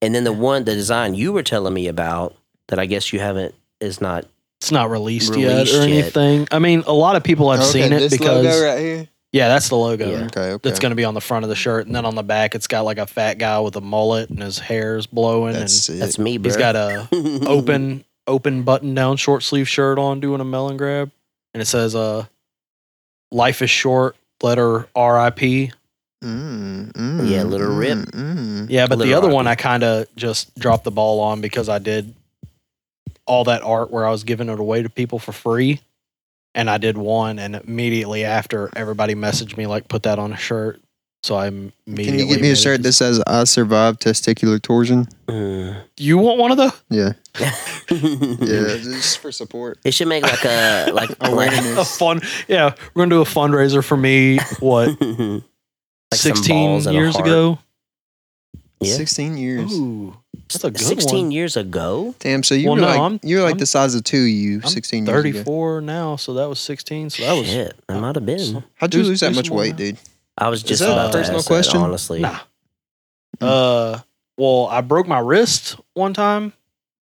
And then the one, the design you were telling me about that I guess you haven't is not. it's not released, Released yet or yet. anything. I mean, a lot of people have Oh, Okay, seen it this because logo right here. yeah, that's the logo Yeah. Okay, okay. that's going to be on the front of the shirt, and then on the back, it's got like a fat guy with a mullet and his hair's blowing, That's and it. That's me, bro. <laughs> he's <laughs> got a open open button down short sleeve shirt on doing a melon grab, and it says uh, life is short. Letter R.I.P. Mm, mm, Yeah, little mm, rip. Mm. Yeah, but the Little other R.I.P.. one I kind of just dropped the ball on because I did all that art where I was giving it away to people for free. And I did one, and immediately after, everybody messaged me, like, put that on a shirt. So I immediately. Can you get me made a it. shirt that says "I survived testicular torsion"? Mm. You want one of those? Yeah, Mm-hmm. yeah, just for support. It should make like a like. <laughs> like <laughs> A Awareness. fun. Yeah, we're going to do a fundraiser for me, <laughs> what, some 16 balls and a years heart. ago? Yeah. Sixteen years. Ooh, that's a good Sixteen one. years ago. Damn. So you Well, were no, like I'm- you were like I'm- the size of two. You I'm sixteen years ago. 34 now, so that was 16. So that was. Shit, I might have been. How'd you Do- lose that do much some more weight, now. dude? I was just that a about to personal ask question? That, honestly, Nah. Uh, well, I broke my wrist one time,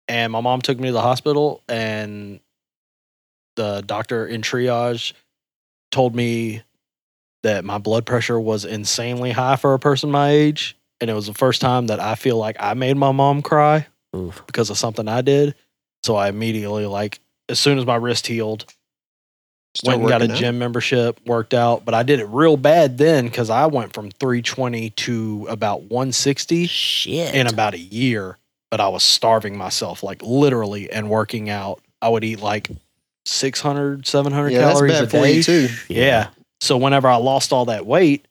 and my mom took me to the hospital, and the doctor in triage told me that my blood pressure was insanely high for a person my age, and it was the first time that I feel like I made my mom cry Oof. because of something I did. So I immediately like as soon as my wrist healed, Start went and got a working out? gym membership, worked out, but I did it real bad then because I went from 320 to about 160 shit. in about a year, but I was starving myself, like literally, and working out. I would eat like 600, 700 Yeah, that's calories bad a for day. you too. Yeah. So whenever I lost all that weight,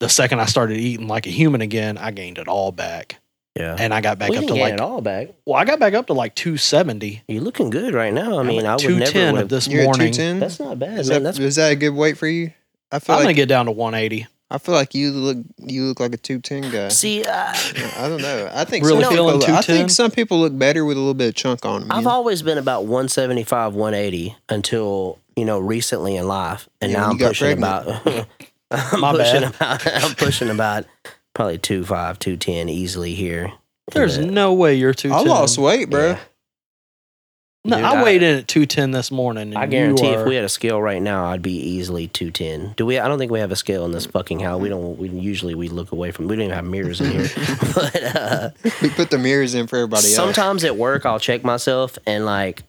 the second I started eating like a human again, I gained it all back. yeah. And I got back Uh, we up didn't to gain like, it all back. well, I got back up to like 270. You're looking good right now. I mean, I'm I at would never. of Would've, this You're at two morning. ten. that's not bad, Is man. that That's is that a good weight for you? I feel I'm gonna like get down to 180. I feel like you look you look like a two ten guy. see. uh, <laughs> I, I don't know. I think Really some feeling people, I 210? think some people look better with a little bit of chunk on them. I've man. always been about 175, 180 until you know recently in life, and Yeah, now when I'm you got pushing pregnant. about. <laughs> I'm My pushing bad. about. I'm pushing about probably two five, two ten easily here. There's But- no way you're 210. I lost weight, bro. Yeah. No, Dude, I, I- weighed in at 210 this morning. and I you guarantee if are- we had a scale right now, I'd be easily two ten. Do we? I don't think we have a scale in this fucking house. We don't. We usually we look away from. We don't even have mirrors in here. <laughs> but uh, We put the mirrors in for everybody else. sometimes at work, I'll check myself and like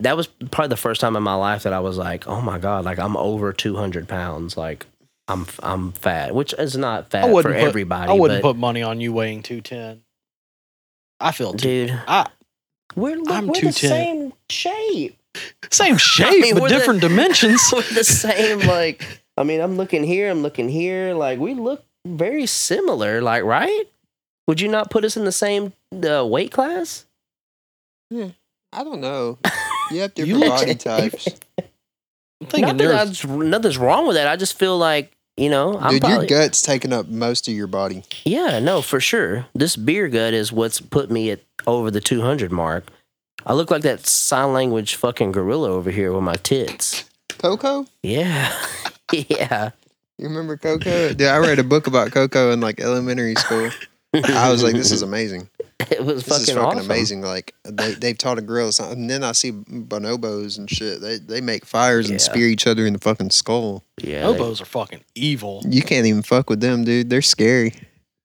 that was probably the first time in my life that I was like, oh my god, like I'm over two hundred pounds. Like I'm I'm fat, which is not fat for wouldn't put- everybody. I wouldn't but, put money on you weighing 210. I feel two, dude. I- we're look, I'm we're the 210. same shape. <laughs> same shape mean, we're but the- different <laughs> dimensions. We're the same like i mean i'm looking here i'm looking here like we look very similar like right would you not put us in the same uh, weight class I don't know. <laughs> You have You different look- body types. I'm thinking Not that there's that's- nothing's wrong with that i just feel like you know i'm Dude, probably, your gut's taking up most of your body. yeah no for sure this beer gut is what's put me at over the 200 mark i look like that sign language fucking gorilla over here with my tits Coco? yeah <laughs> yeah You remember Coco? Dude, I read a book about Coco in like elementary school. I was like, this is amazing. <laughs> it was This fucking, is fucking awesome. amazing. Like they they've taught a grill something. And then I see bonobos and shit. They they make fires and Yeah. spear each other in the fucking skull. yeah they- hobos are fucking evil. You can't even fuck with them, dude. They're scary.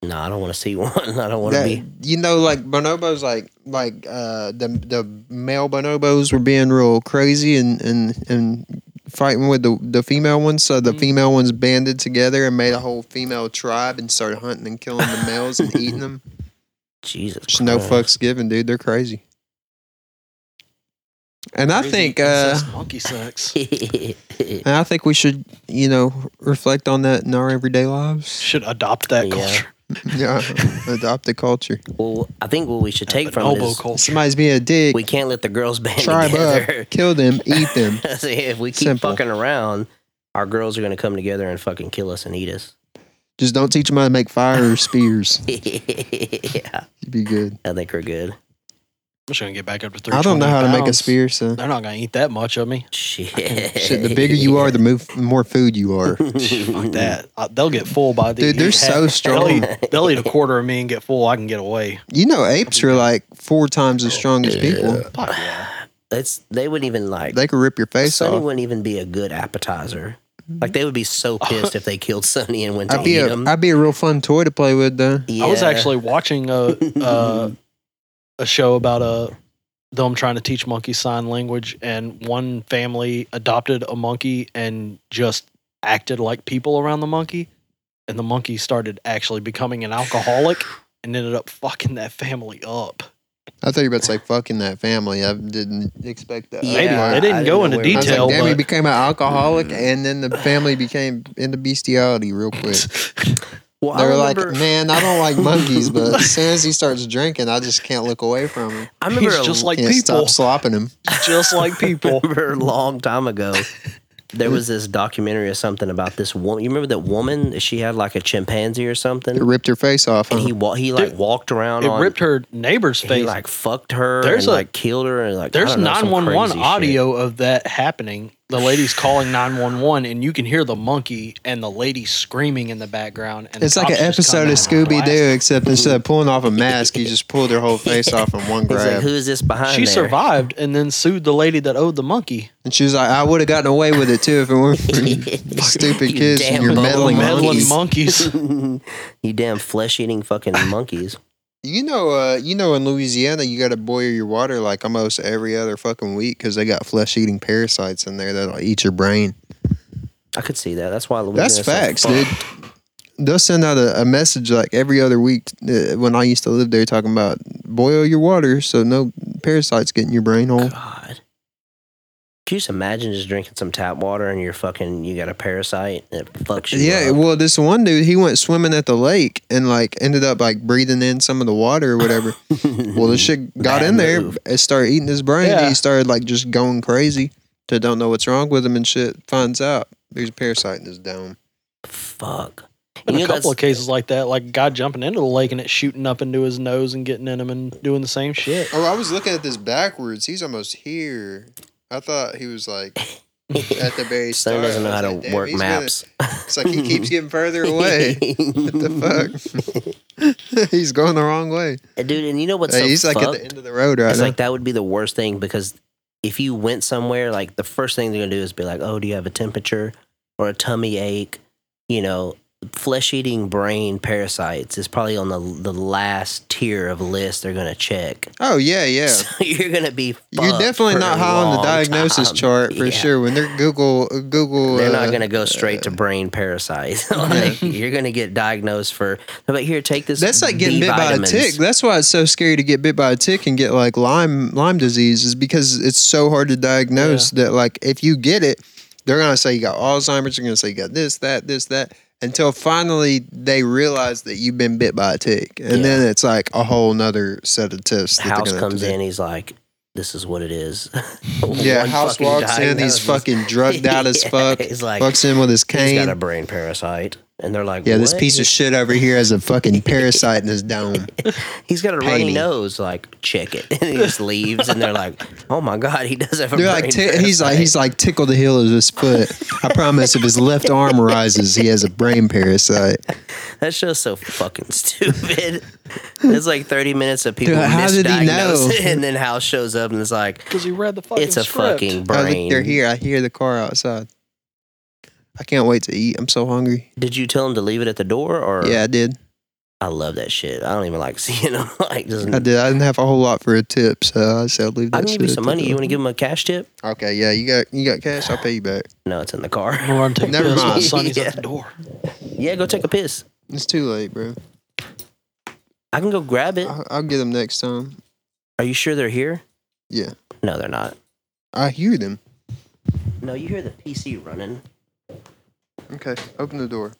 no i don't want to see <laughs> one i don't want to That- be You know, like bonobos, like like uh, the the male bonobos were being real crazy and and and fighting with the the female ones. So the Mm. female ones <laughs> banded together and made a whole female tribe and started hunting and killing the males and eating them. Jesus. There's no Christ. fucks given, dude. They're crazy. And I Crazy think uh, incest monkey sex and I think we should, you know, reflect on that in our everyday <laughs> lives. should adopt that Yeah. culture. yeah, adopt a culture. <laughs> well, I think what we should take An from elbow this, culture. Somebody's being a dick. we can't let the girls band Tribe together. <laughs> up, kill them, eat them. See, if we keep Simple. fucking around, our girls are gonna come together and fucking kill us and eat us. <laughs> Just don't teach them how to make fire or spears. yeah, You'd be good. I think we're good. I'm just gonna get back up to three. I don't know how to make a spear, so They're not gonna eat that much of me. Shit. <laughs> shit. The bigger you are, the move, more food you are. Fuck that. Uh, they'll get full by the Dude, they're so They'll strong. eat, they'll eat a quarter of me and get full. I can get away. You know, apes are like four times as strong as people. Fuck yeah. It's they wouldn't even like They could rip your face Sunny off. wouldn't even be a good appetizer. Like they would be <laughs> so pissed if they killed Sunny and went to I'd be eat a, him. I'd be a real fun toy to play with, though. yeah. I was actually watching a uh, a show about uh, them trying to teach monkeys sign language, and one family adopted a monkey and just acted like people around the monkey, and the monkey started actually becoming an alcoholic and ended up fucking that family up. I thought you were about to say fucking that family. I didn't expect that. Yeah, Maybe I, they didn't I go know into where it was was. detail. like, damn, he but- became an alcoholic, Mm. and then the family became into bestiality real quick. Well, They I were like, remember, man, I don't <laughs> like monkeys, but as soon as he starts drinking, I just can't look away from him. I remember <laughs> He's a, <laughs> just like Can't people, stop slopping him. <laughs> just like people. remember a long time <laughs> ago. There was this documentary or something about this woman. You remember that woman? She had like a chimpanzee or It something, ripped her face off. and huh? he wa- he like Dude, walked around. It on, ripped her neighbor's He face. like fucked her. There's There's a- and, like killed her. And like I There's don't know, some 911 crazy shit. audio of that happening. The lady's calling 911, and you can hear the monkey and the lady screaming in the background. And the It's like an cops just episode come of out and Scooby blast Doo, except instead of pulling off a <laughs> mask, you just pulled her whole face off in one He's like, grab. who is this behind? her. She there? survived and then sued the lady that owed the monkey. And she was like, I would have gotten away with it too if it weren't for <laughs> stupid You kids damn and your little meddling Meddling <laughs> monkeys. monkeys. you damn flesh eating fucking monkeys. You know, uh, you know, in Louisiana, you got to boil your water like almost every other fucking week because they got flesh-eating parasites in there that'll eat your brain. I could see that. That's why That's Louisiana's so facts, fucked. dude. They'll send out a, a message like every other week uh, when I used to live there, talking about boil your water so no parasites get in your brain hole. God. Can you just imagine just drinking some tap water and you're fucking, you got a parasite that fucks you Yeah, up? well, this one dude, he went swimming at the lake and like ended up like breathing in some of the water or whatever. <laughs> well, this shit got Bad in there. move. It started eating his brain. Yeah. He started like just going crazy. To don't know what's wrong with him and shit. Finds out there's a parasite in his dome. Fuck. Been You a know, couple that's- of cases like that, like a guy jumping into the lake and it shooting up into his nose and getting in him and doing the same shit. Oh, I was looking at this backwards. He's almost here. I thought he <laughs> was like at the very start. Son doesn't know I how was to like, "Damn, work he's gonna-" maps. It's like he keeps <laughs> getting further away. what the fuck? <laughs> he's going the wrong way. Dude, and you know what's Hey, so he's like at fucked? the end of the road right it's now. like that would be the worst thing because if you went somewhere, like the first thing they're gonna do is be like, "Oh, do you have a temperature or a tummy ache?" You know, flesh-eating brain parasites is probably on the the last tier of list they're gonna check. <laughs> oh yeah, yeah. So you're gonna be You're fucked definitely for not a high on the long diagnosis time. chart for Yeah. sure. When they're Google Google, They're not uh, gonna go straight to brain parasites. <laughs> Like, you're gonna get diagnosed for. But here, take this. That's like getting B bit vitamins. by a tick. That's why it's so scary to get bit by a tick and get like Lyme Lyme disease is because it's so hard to diagnose that like if you get it, they're gonna say you got Alzheimer's. They're gonna say you got this, that, this, that, until finally they realize that you've been bit by a tick, and Yeah. then it's like a whole nother set of tests. that they're House gonna have to comes do. in. He's like, "This is what it is." <laughs> Yeah, One House fucking walks in. He's diagnosis. fucking drugged out <laughs> as Yeah, fuck. He's like, Fucks in with his he's cane. got a brain parasite, and they're like, yeah, this "What?" piece of shit over here has a fucking parasite in his dome. <laughs> He's got a runny painting." nose. Like, check it. <laughs> And he just leaves, and they're like, "Oh my god, he does have a They're brain like, ti- he's like, he's parasite." like tickled the heel of his foot. I promise, if his left arm rises, he has a brain parasite. That show's so fucking <laughs> stupid. it's like thirty minutes of people Dude, how did he know? misdiagnosed, <laughs> and then House shows up and it's like, Because he read the fucking "It's a script. fucking Oh, <laughs> brain." look, they're here. I hear the car outside. I can't wait to eat. I'm so hungry. Did you tell him to leave it at the door, or Yeah, I did. I love that shit. I don't even like <laughs> seeing him. like, just I did. I didn't have a whole lot for a tip, so I said, leave that I can shit give you at some the money. You door. want to give him a cash tip? Okay, yeah, you got you got cash. I'll pay you back. No, it's in the car. <laughs> I'm gonna run take Never this while mind. Sonny's Yeah. at the door. yeah, go take a piss. It's too late, bro. I can go grab it. I'll, I'll get them next time. Are you sure they're here? Yeah. No, they're not. I hear them. No, you hear the PC running. Okay, open the door.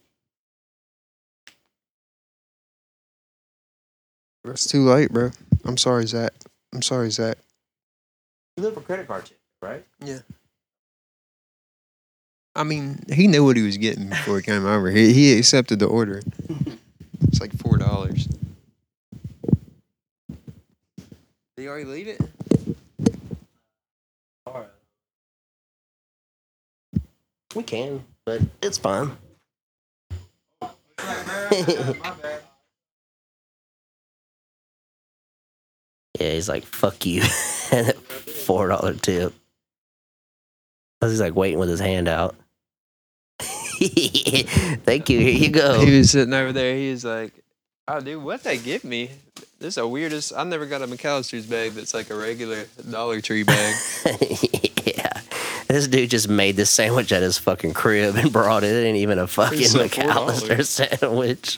It's too late, bro. I'm sorry, Zach. I'm sorry, Zach. You live for credit card too, right? I mean, he knew what he was getting before he came over. He he accepted the order. It's like four dollars. Did you already leave it? We can, but it's fine. <laughs> Yeah, he's like, fuck you. <laughs> and a four dollar tip. Plus he's like waiting with his hand out. <laughs> Thank you, here you go. He was sitting over there. He was like, "Oh, dude, what they give me? This is the weirdest. I never got a McAllister's bag. That's like a regular Dollar Tree bag. <laughs> yeah. This dude just made this sandwich at his fucking crib and brought it. It ain't even a fucking It's a McAllister sandwich.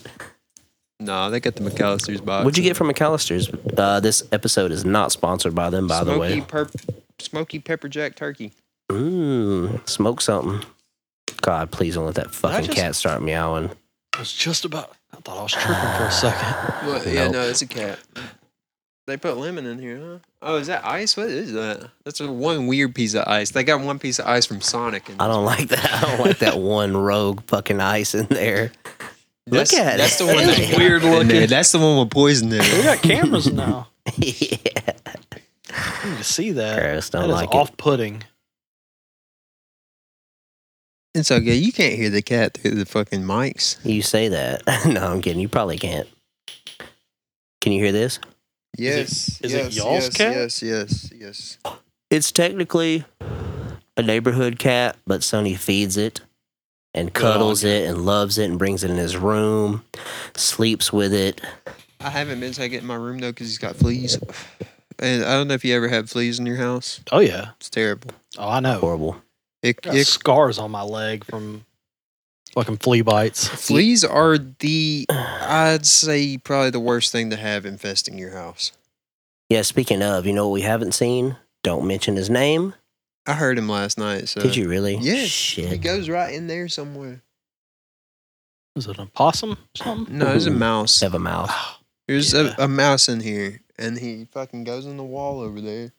no, they got the McAllister's box. What'd you get from McAllister's? Uh, this episode is not sponsored by them, by smoky the way. Perp- smoky pepper jack turkey. Mmm, smoke something. God, please don't let that I fucking just- cat start meowing. I was just about. I thought I was tripping for a second. What? Yeah, Nope. no, it's a cat. They put lemon in here, huh? Oh, is that ice? What is that? That's a one weird piece of ice. They got one piece of ice from Sonic. And I don't like that. I don't like <laughs> that one rogue fucking ice in there. <laughs> that's, look at that's it. the one that's Yeah. weird looking. that's the one with poison in We it. got cameras now. yeah. You can see that. Gross, That don't is like it. off-putting. It's okay. You can't hear the cat through the fucking mics. You say that. <laughs> no, I'm kidding. You probably can't. Can you hear this? Yes. is it y'all's cat? Yes, yes, yes. It's technically a neighborhood cat, but Sonny feeds it Oh, and cuddles it and loves it and brings it in his room, sleeps with it. I haven't been taking it in my room though because he's got fleas. <sighs> And I don't know if you ever had fleas in your house. Oh yeah. It's terrible. Oh, I know. Horrible. It, I got it scars on my leg from fucking flea bites. Fleas are the, I'd say, probably the worst thing to have infesting your house. Yeah, speaking of, you know what we haven't seen? Don't mention his name. I heard him last night. So Did you really? yes. He Shit. goes right in there somewhere. Was it an opossum? Something? <laughs> No, there's a mouse. Have a mouth. There's Yeah. a, a mouse in here, and he fucking goes in the wall over there,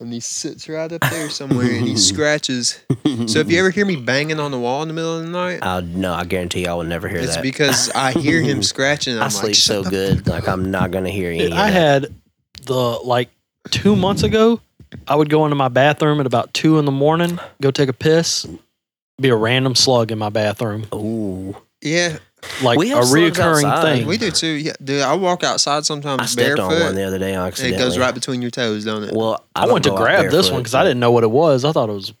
and he sits right up there somewhere, <laughs> and he scratches. <laughs> So if you ever hear me banging on the wall in the middle of the night, I'll, no, <laughs> I guarantee y'all will never hear it's that. because I <laughs> hear him scratching. I'm I like, sleep "Shut so the good, fuck up." like I'm not gonna hear any. <sighs> Dude, <laughs> I of that. had the like two months ago. I would go into my bathroom at about two in the morning, go take a piss. Be a random slug in my bathroom, Ooh, Yeah, like We a have slugs reoccurring outside. thing. we do too. Yeah, dude, I walk outside sometimes I stepped barefoot. on one the other day It accidentally. goes right between your toes, don't it? Well, I, I don't went to go out grab this one barefoot, because I didn't know what it was. I thought it was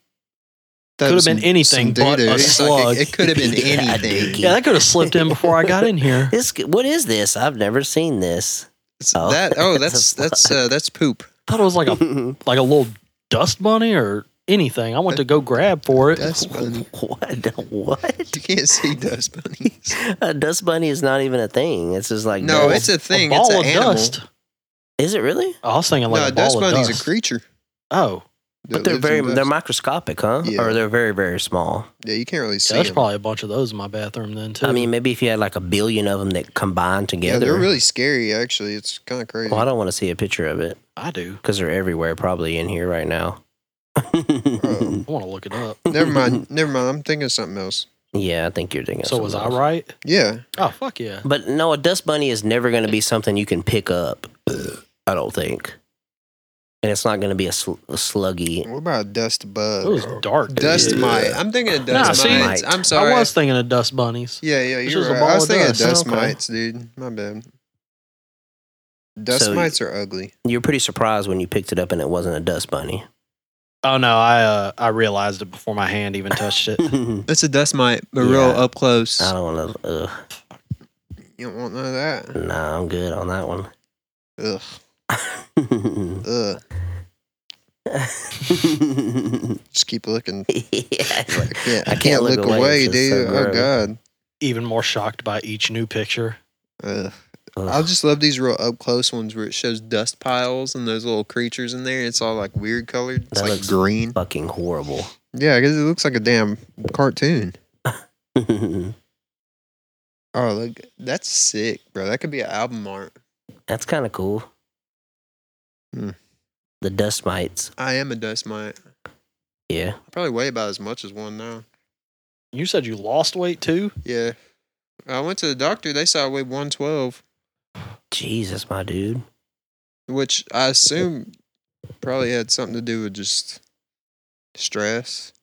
That Could was have been anything but a doo-doo. It's like, slug. it, it could have been Yeah, anything. dookie. <laughs> Yeah, that could have slipped in before I got <laughs> in here. This, what is this? I've never seen this. It's- Oh. That oh, that's It's a that's uh, that's poop. I thought it was like <laughs> a what? like a little dust bunny or anything. I went to go grab for it. Dust bunny. <laughs> What? You can't see dust <laughs> bunnies. A dust bunny is not even a thing. It's just like No, dust. it's a thing. a ball It's an of animal. dust. Oh, is it really? I was thinking like no, a a ball dust of bunny's dust. a creature. Oh, But that they're lives in very dust. they're microscopic, huh? Yeah. Or they're very very small. yeah, you can't really see. yeah, there's them. probably a bunch of those in my bathroom then too. I mean, maybe if you had like a billion of them that combine yeah, together. they're really scary. Actually, it's kind of crazy. well, I don't want to see a picture of it I do. because they're everywhere, probably in here right now. Oh. <laughs> I want to look it up. never <laughs> mind. Never mind. I'm thinking of something else. Yeah, I think you're thinking. of So was I something else. right? Yeah, Oh fuck yeah! But no, a dust bunny is never going to be something you can pick up. I don't think, and it's not going to be a, sl- a sluggy. what about a dust It bug? was dark. dust dude. mite. I'm thinking of Nah, dust see- mites. I'm I sorry. was thinking of dust bunnies. yeah, yeah, It's you're just a right. ball I was of thinking dust. of dust Okay. mites, dude. My bad. Dust So- mites are ugly. You're pretty surprised when you picked it up and it wasn't a dust <laughs> bunny. Oh no, I uh, I realized it before my hand even <laughs> touched it. I don't It's a dust mite, but real real Yeah. up close. want to. Uh, You don't want none of that. nah, I'm good on that <laughs> Ugh. one. Ugh. Just keep looking. yeah, I it's can't, I I can't can't look look away, away, it's just so dude. oh gross. god. Even more shocked by each new picture. Ugh. Ugh. I just love these real up close ones where it shows dust piles and those little creatures in there. It's all like weird colored. It's That like looks- green. fucking <laughs> horrible. Yeah, because it looks like a damn cartoon. Oh, look, that's sick, bro. That could be an album art. That's kind of cool. Hmm. The dust mites. I am a dust mite. Yeah. I probably weigh about as much as one now. You said you lost weight too? Yeah. I went to the doctor. They said I weighed 112, Jesus, my dude. which I assume probably had something to do with just stress.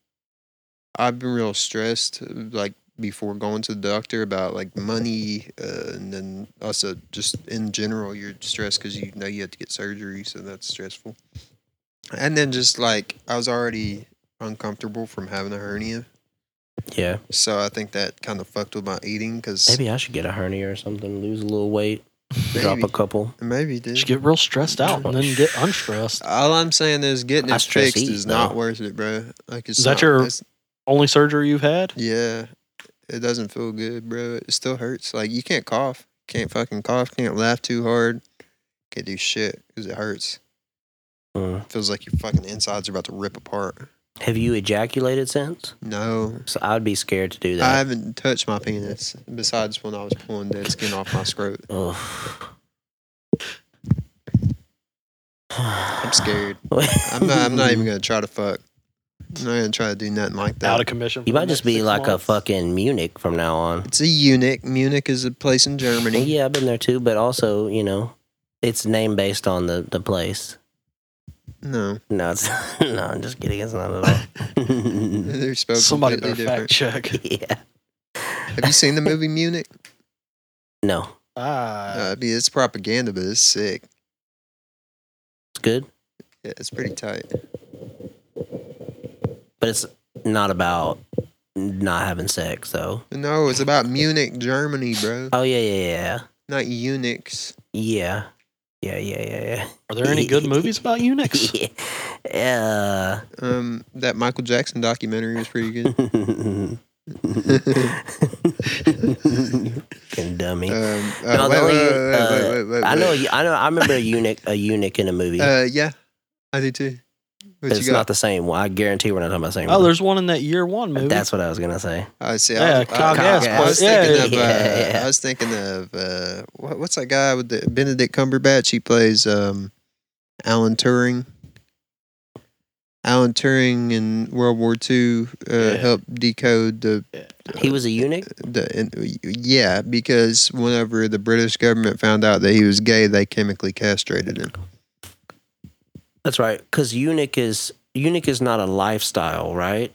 I've been real stressed, like before going to the doctor about like money, uh, and then also just in general, you're stressed because you know you have to get surgery, so that's stressful. And then just like I was already uncomfortable from having a hernia, Yeah. so I think that kind of fucked with my eating because Maybe I should get a hernia or something, lose a little weight, drop a Maybe. couple. maybe dude. Just get real stressed out and then get unstressed. All I'm saying is getting I it stress fixed eat, is not though. worth it, bro. Like it's Is that not- your- it's- Only surgery you've had? yeah. It doesn't feel good, bro. It still hurts. Like you can't cough, can't fucking cough, can't laugh too hard, can't do shit because it hurts. Mm. It feels like your fucking insides are about to rip apart. Have you ejaculated since? No, So I'd be scared to do I that. haven't touched my penis besides when I was pulling dead skin off my scrot. Ugh. I'm scared. I'm not. I'm not even gonna try to fuck. I'm not gonna try to do nothing like that. Out of commission. <sighs> for You the might just be next six like a months? fucking Munich from now on. It's a eunuch. Munich is a place in Well, Germany. Oh, yeah, I've been there too, but also, you know, it's name based on the, the place. No. No, it's, <laughs> no, I'm just kidding. It's not at <laughs> all. <laughs> They're spoken Somebody better completely fact different. check. yeah. Have you seen the <laughs> movie Munich? No, <laughs> Ah, Uh, I mean, it's propaganda, but it's sick. it's good, Yeah, it's pretty tight. but it's not about not having sex, though. No, it's about Munich, Germany, bro. Oh, yeah, yeah, yeah. Not eunuchs. Yeah. Yeah, yeah, yeah, are there any good movies <laughs> about Unix? yeah. yeah. <laughs> Um, that Michael Jackson documentary was pretty good. Um, Fucking dummy. Um, uh, No, the wait, wait, only- wait, wait, wait, uh, wait, wait, I know, wait. I know, I remember a eunuch, a eunuch in a movie. Uh, yeah, I do too. What but you it's got? not the same one. I guarantee we're not talking about the same Oh, one. there's one in that year one movie. That's what I was gonna say. I see. Yeah, I was, Kyle I, Gass, I was but- thinking yeah, of. yeah, uh, yeah. I was thinking of uh, what, what's that guy with the Benedict Cumberbatch? He plays um, Alan Turing. Alan Turing in World War II uh, Yeah. helped decode the He was a eunuch. the and, yeah because whenever the British government found out that he was gay, they chemically castrated him. That's right. Because eunuch is eunuch is not a lifestyle, right?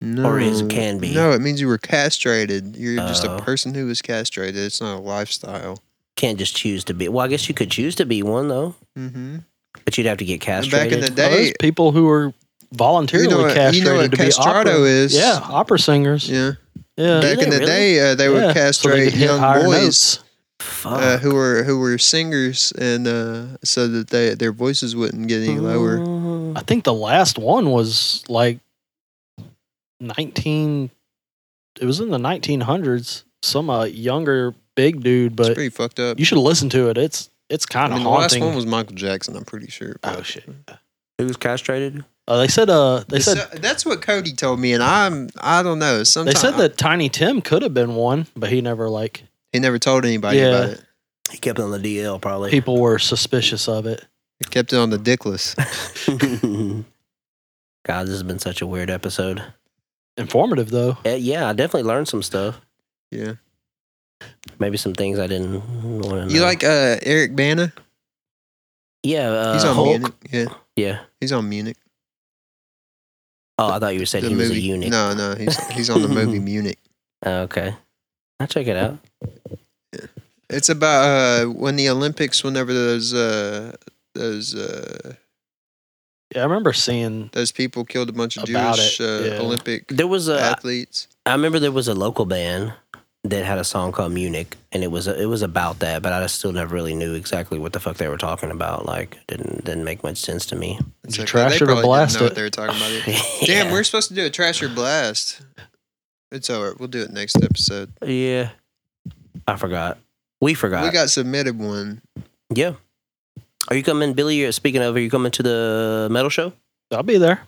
No, is- can be. No, it means you were castrated. You're just Oh. a person who was castrated. It's not a lifestyle. Can't just choose to be. Well, I guess you could choose to be one though, Mm-hmm. hmm but you'd have to get back castrated. in the Well, day, there's people who are voluntarily You know what- you castrated know what to be castrato opera. is? Yeah, opera singers. Yeah, Yeah. yeah. Back they in the really? day, uh, they would so they castrate could hit higher young boys notes. Ah. Fuck. uh, who were who were singers, and uh, so that they their voices wouldn't get any <laughs> lower. Mm. I think the last one was like 19 it was in the 1900s some uh, younger big dude It's but pretty fucked up. you should listen to it it's it's I kind of mean, the last haunting one was Michael Jackson. I'm pretty sure. oh but- shit Who was castrated? uh, they said uh they So- said that's what Cody told me, and I'm I don't know. they Sometimes said that Tiny Tim could have been one but he never like he never told anybody Yeah. about it. He kept it on the DL probably. <laughs> people were suspicious of it He kept it on the <laughs> dickless. <laughs> God, this has been such a weird episode. informative though Uh, yeah, I definitely learned some stuff. Yeah. Maybe some things I didn't want to You like uh, Eric Bana? Yeah, uh, He's on Hulk. Munich. Yeah, Yeah. he's on Munich. Oh, I thought you said the he movie. was a eunuch. No, no, he's he's on the <laughs> movie Munich. Oh, okay. I'll check it out. It's about uh, when the Olympics, whenever those uh, those uh, yeah I remember seeing those people killed a bunch of About Jewish it, uh, yeah. Olympic There was a. athletes. I remember there was a local band that had a song called Munich, and it was it was about that, but I just still never really knew exactly what the fuck they were talking about. Like, didn't didn't make much sense to me. It's you okay. trash They it or probably didn't blast know what it? they were talking about. <laughs> either. <laughs> Damn, Damn, we're supposed to do a trash or blast. It's all right. We'll do it next episode. yeah. I forgot. We forgot. We got submitted one. yeah. Are you coming, Billy? You're speaking of. Are you coming to the metal show? I'll be there.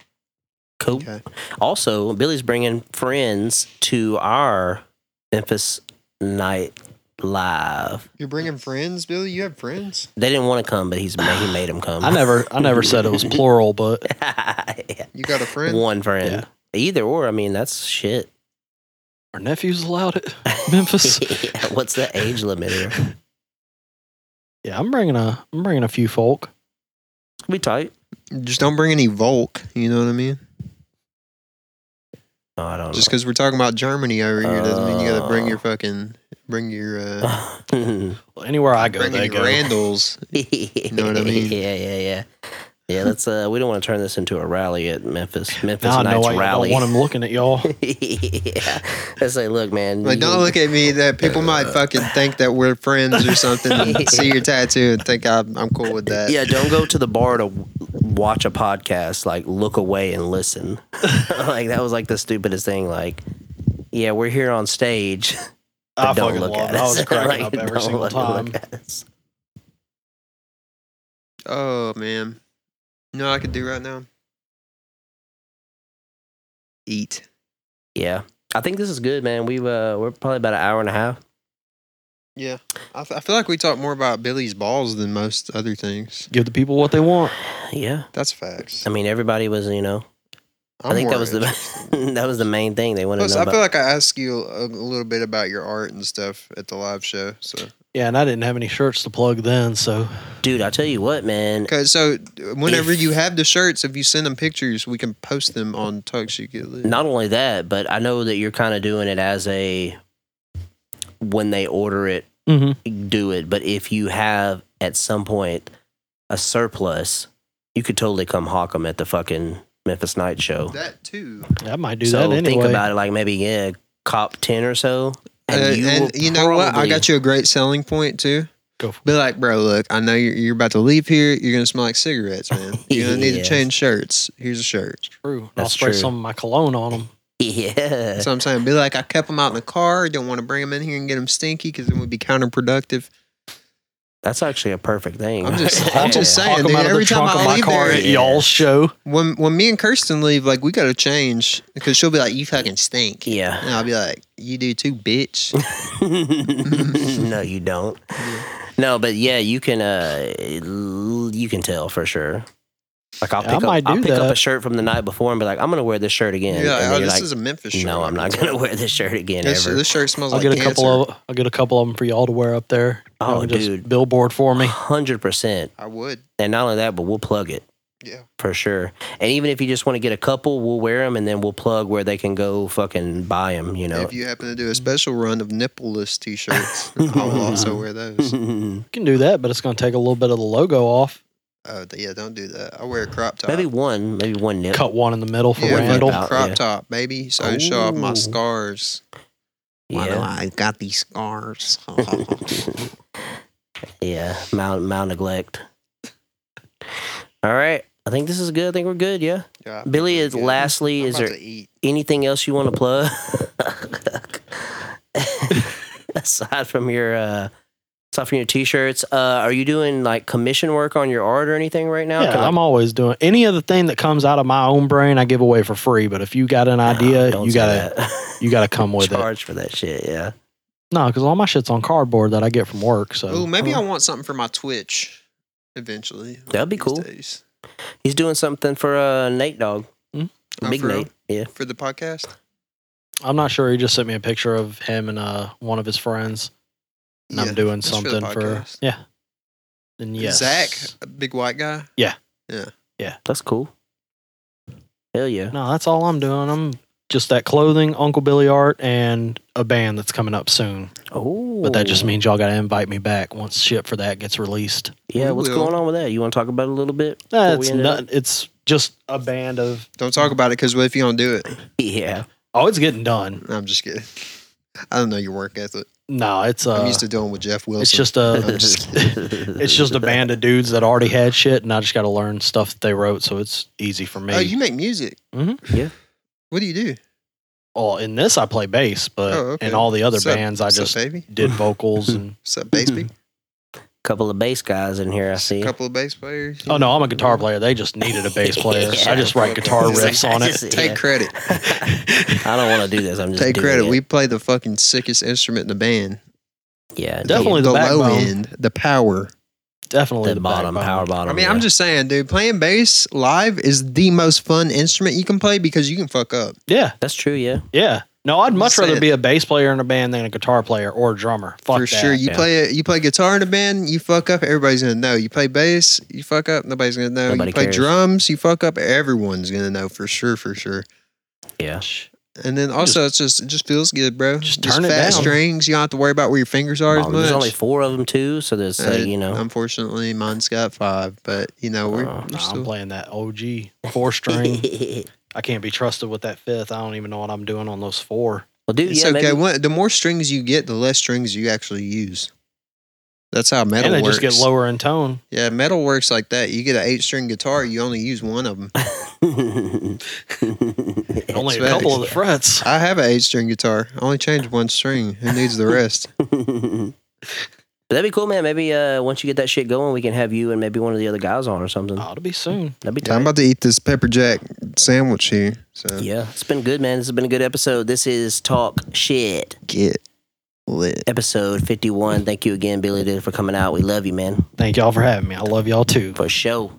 Cool. Okay. Also, Billy's bringing friends to our Memphis night live. You're bringing friends, Billy? You have friends? They didn't want to come, but he's ma- he made them come. <laughs> I never I never said it was plural, but Yeah. You got a friend? One friend. Either or, I mean, that's shit. our nephews allowed it. Memphis. <laughs> Yeah, What's the age limit here? Yeah, I'm bringing a I'm bringing a few folk. We tight. Just don't bring any Volk. You know what I mean? No, Oh, I don't Just because we're talking about Germany over here doesn't mean you got to bring your Uh. fucking, bring your, uh, <laughs> <laughs> know. Well, anywhere I go, bring they any go. Randalls. know what I mean? <laughs> Yeah, yeah, yeah. Yeah, let's uh we don't want to turn this into a rally at Memphis. Memphis Now I know Knights why you rally. don't want them looking at y'all. <laughs> yeah. Let's say, look, man. Like, you don't can- look at me. That people might Uh, fucking think that we're friends or <laughs> something. and see your tattoo and think I'm, I'm cool with that. Yeah, don't go to the bar to w- watch a podcast. Like, look away and listen. <laughs> like that was like the stupidest thing. Like, yeah, we're here on stage. <laughs> but I don't fucking look love at it. I us. <laughs> was cracking Like, up every don't single look- look time. at us. Oh man, you know what I could do right now? Eat. Yeah, I think this is good, man. We've uh, we're probably about an hour and a half. Yeah, I, f- I feel like we talk more about Billy's balls than most other things. Give the people what they want. Yeah, That's facts. I mean everybody was, you know, I'm I think that more was the <laughs> that was the main thing they wanted Plus, to know I about. feel like I asked you a, a little bit about your art and stuff at the live show. So, Yeah, and I didn't have any shirts to plug then, so Dude, I tell you what, man. okay, so whenever If- you have the shirts, if you send them pictures, we can post them on Tug Shoot Get Lit. Not only that, but I know that you're kind of doing it as a when they order it, mm-hmm. do it. But if you have at some point a surplus, you could totally come hawk them at the fucking Memphis Night Show. That too. I might do so that anyway. think about it, like maybe yeah, cop ten or so, and Uh, you will and you know what? I probably- got you a great selling point too. Go for Be like, bro, look, I know you're, you're about to leave here. You're gonna smell like cigarettes, <laughs> man. You're gonna need to Yes. change shirts. Here's a shirt. True. And I'll That's spray true. some of my cologne on them. <laughs> Yeah. That's what I'm saying. Be like, I kept them out in the car. Don't want to bring them in here and get them stinky because it would be counterproductive. That's actually a perfect thing. <laughs> I'm just- Yeah. I'm just saying, dude, every time I leave there- at y'all's show, When when me and Kirsten leave, like we gotta change because she'll be like, you fucking stink. yeah. And I'll be like, you do too, bitch. <laughs> no, you don't. No, but yeah, you can. Uh, l- you can tell for sure. Like I'll Yeah, pick I up, might I'll do pick up a that. shirt from the night before and be like, I'm gonna wear this shirt again. You're like, and then oh, you're this like, is a Memphis shirt. no, I'm not gonna <laughs> wear this shirt again This, ever. this shirt smells I'll like get a cancer. couple of I'll get a couple of them for y'all to wear up there. Oh, Y'all can just dude. billboard for <laughs> me. Hundred percent. I would. And not only that, but we'll plug it Yeah. for sure. And even if you just want to get a couple, we'll wear them, and then we'll plug where they can go fucking buy them. You know. If you happen to do a special run of nippleless t-shirts, I <laughs> will also wear those. You can do that, but it's going to take a little bit of the logo off. Oh th- yeah, don't do that. I wear a crop top. maybe one, maybe one nip. Cut one in the middle for yeah, wearing fuck Randall. it the out, crop yeah. top, baby. So I show off my Ooh. scars. Yeah, I got these <laughs> scars. yeah. Mal mal neglect. All right. I think this is good. I think we're good. Yeah. Yeah, Billy, is Yeah. lastly, I'm is about there to eat. anything else you want to plug? <laughs> aside from your uh aside from your t-shirts, uh are you doing like commission work on your art or anything right now? Can Yeah, I- I'm always doing any other thing that comes out of my own brain. I give away for free, but if you got an idea, Don't you say gotta that. <laughs> you gotta come with it. charge for that shit, yeah. No, because all my shit's on cardboard that I get from work. Oh. So Ooh, maybe I want something for my Twitch eventually. That'd be these cool. days. He's doing something for uh Nate Dog. Hmm? Oh, Big for real? Nate. Yeah. For the podcast? I'm not sure. He just sent me a picture of him and uh, one of his friends, and Yeah, I'm doing that's for the something for, podcast. yeah. And yes, Zach, a big white guy. That's cool. Hell yeah. No, that's all I'm doing. I'm just that clothing, Uncle Billy art, and a band that's coming up soon. Oh But that just means y'all got to invite me back once shit for that gets released. Yeah, We what's will. going on with that? You wanna talk about it a little bit? before we That's end it up? not. It's just a band of. Don't talk about it because what if you don't do it? <laughs> Yeah. Oh, it's getting done. I'm just kidding. <laughs> I don't know your work ethic. No, it's uh I'm used to dealing with Jeff Wilson. It's <laughs> just a. I'm just It's just a band of dudes that already had shit, and I just got to learn stuff that they wrote, so it's easy for me. Oh, you make music? Mhm. Yeah. What do you do? Well, in this I play bass, but Oh, okay. in all the other Sup- bands I What's just Mm-hmm. up, baby? did <laughs> vocals and What's up, bass beat? Couple of bass guys in here, I see. A couple of bass players. oh no, I'm a guitar player. They just needed <laughs> a bass player. Yeah. I just write guitar It's like, riffs on I it. just- Take yeah. credit. <laughs> I don't want to do this. I'm just Take doing credit. It. We play the fucking sickest instrument in the band. yeah, The- Definitely the low backbone. end, the power. Definitely the, bottom, backbone. power bottom. I mean, yeah. I'm just saying, dude, playing bass live is the most fun instrument you can play because you can fuck up. Yeah, That's true. Yeah, yeah. No, I'd I'm much just rather saying. be a bass player in a band than a guitar player or a drummer. Fuck For that. sure, you yeah. play a, you play guitar in a band, you fuck up, everybody's gonna know. You play bass, you fuck up, nobody's gonna know. Nobody you play cares. drums, you fuck up, everyone's gonna know for sure, for sure. yeah. And then also, it's just it just feels good, bro. Just turn it fat down. strings. You don't have to worry about where your fingers are as Um, there's much. only four of them too, so there's Uh, like, you know. Unfortunately, mine's got five, but you know we're, Oh, we're Uh, Nah, I'm still. playing that OG <laughs> four string. I can't be trusted with that fifth. I don't even know what I'm doing on those four. well, dude, It's yeah, okay. maybe, What, the more strings you get, the less strings you actually use. That's how metal and they works. just get lower in tone. Yeah, metal works like that. You get an eight-string guitar, you only use one of them. Only a facts. couple of the frets. I have an eight-string guitar. I only change one string. Who needs the <laughs> rest? <laughs> But <laughs> that'd be cool, man. Maybe uh, once you get that shit going, we can have you and maybe one of the other guys on or something. Oh, it'll be soon. That'd be Yeah, tight. I'm about to eat this pepper jack sandwich here. So Yeah, it's been good, man. This has been a good episode. This is Talk Shit, get lit. episode 51. Thank you again, Billy, Dick, for coming out. We love you, man. Thank y'all for having me. I love y'all too. For sure.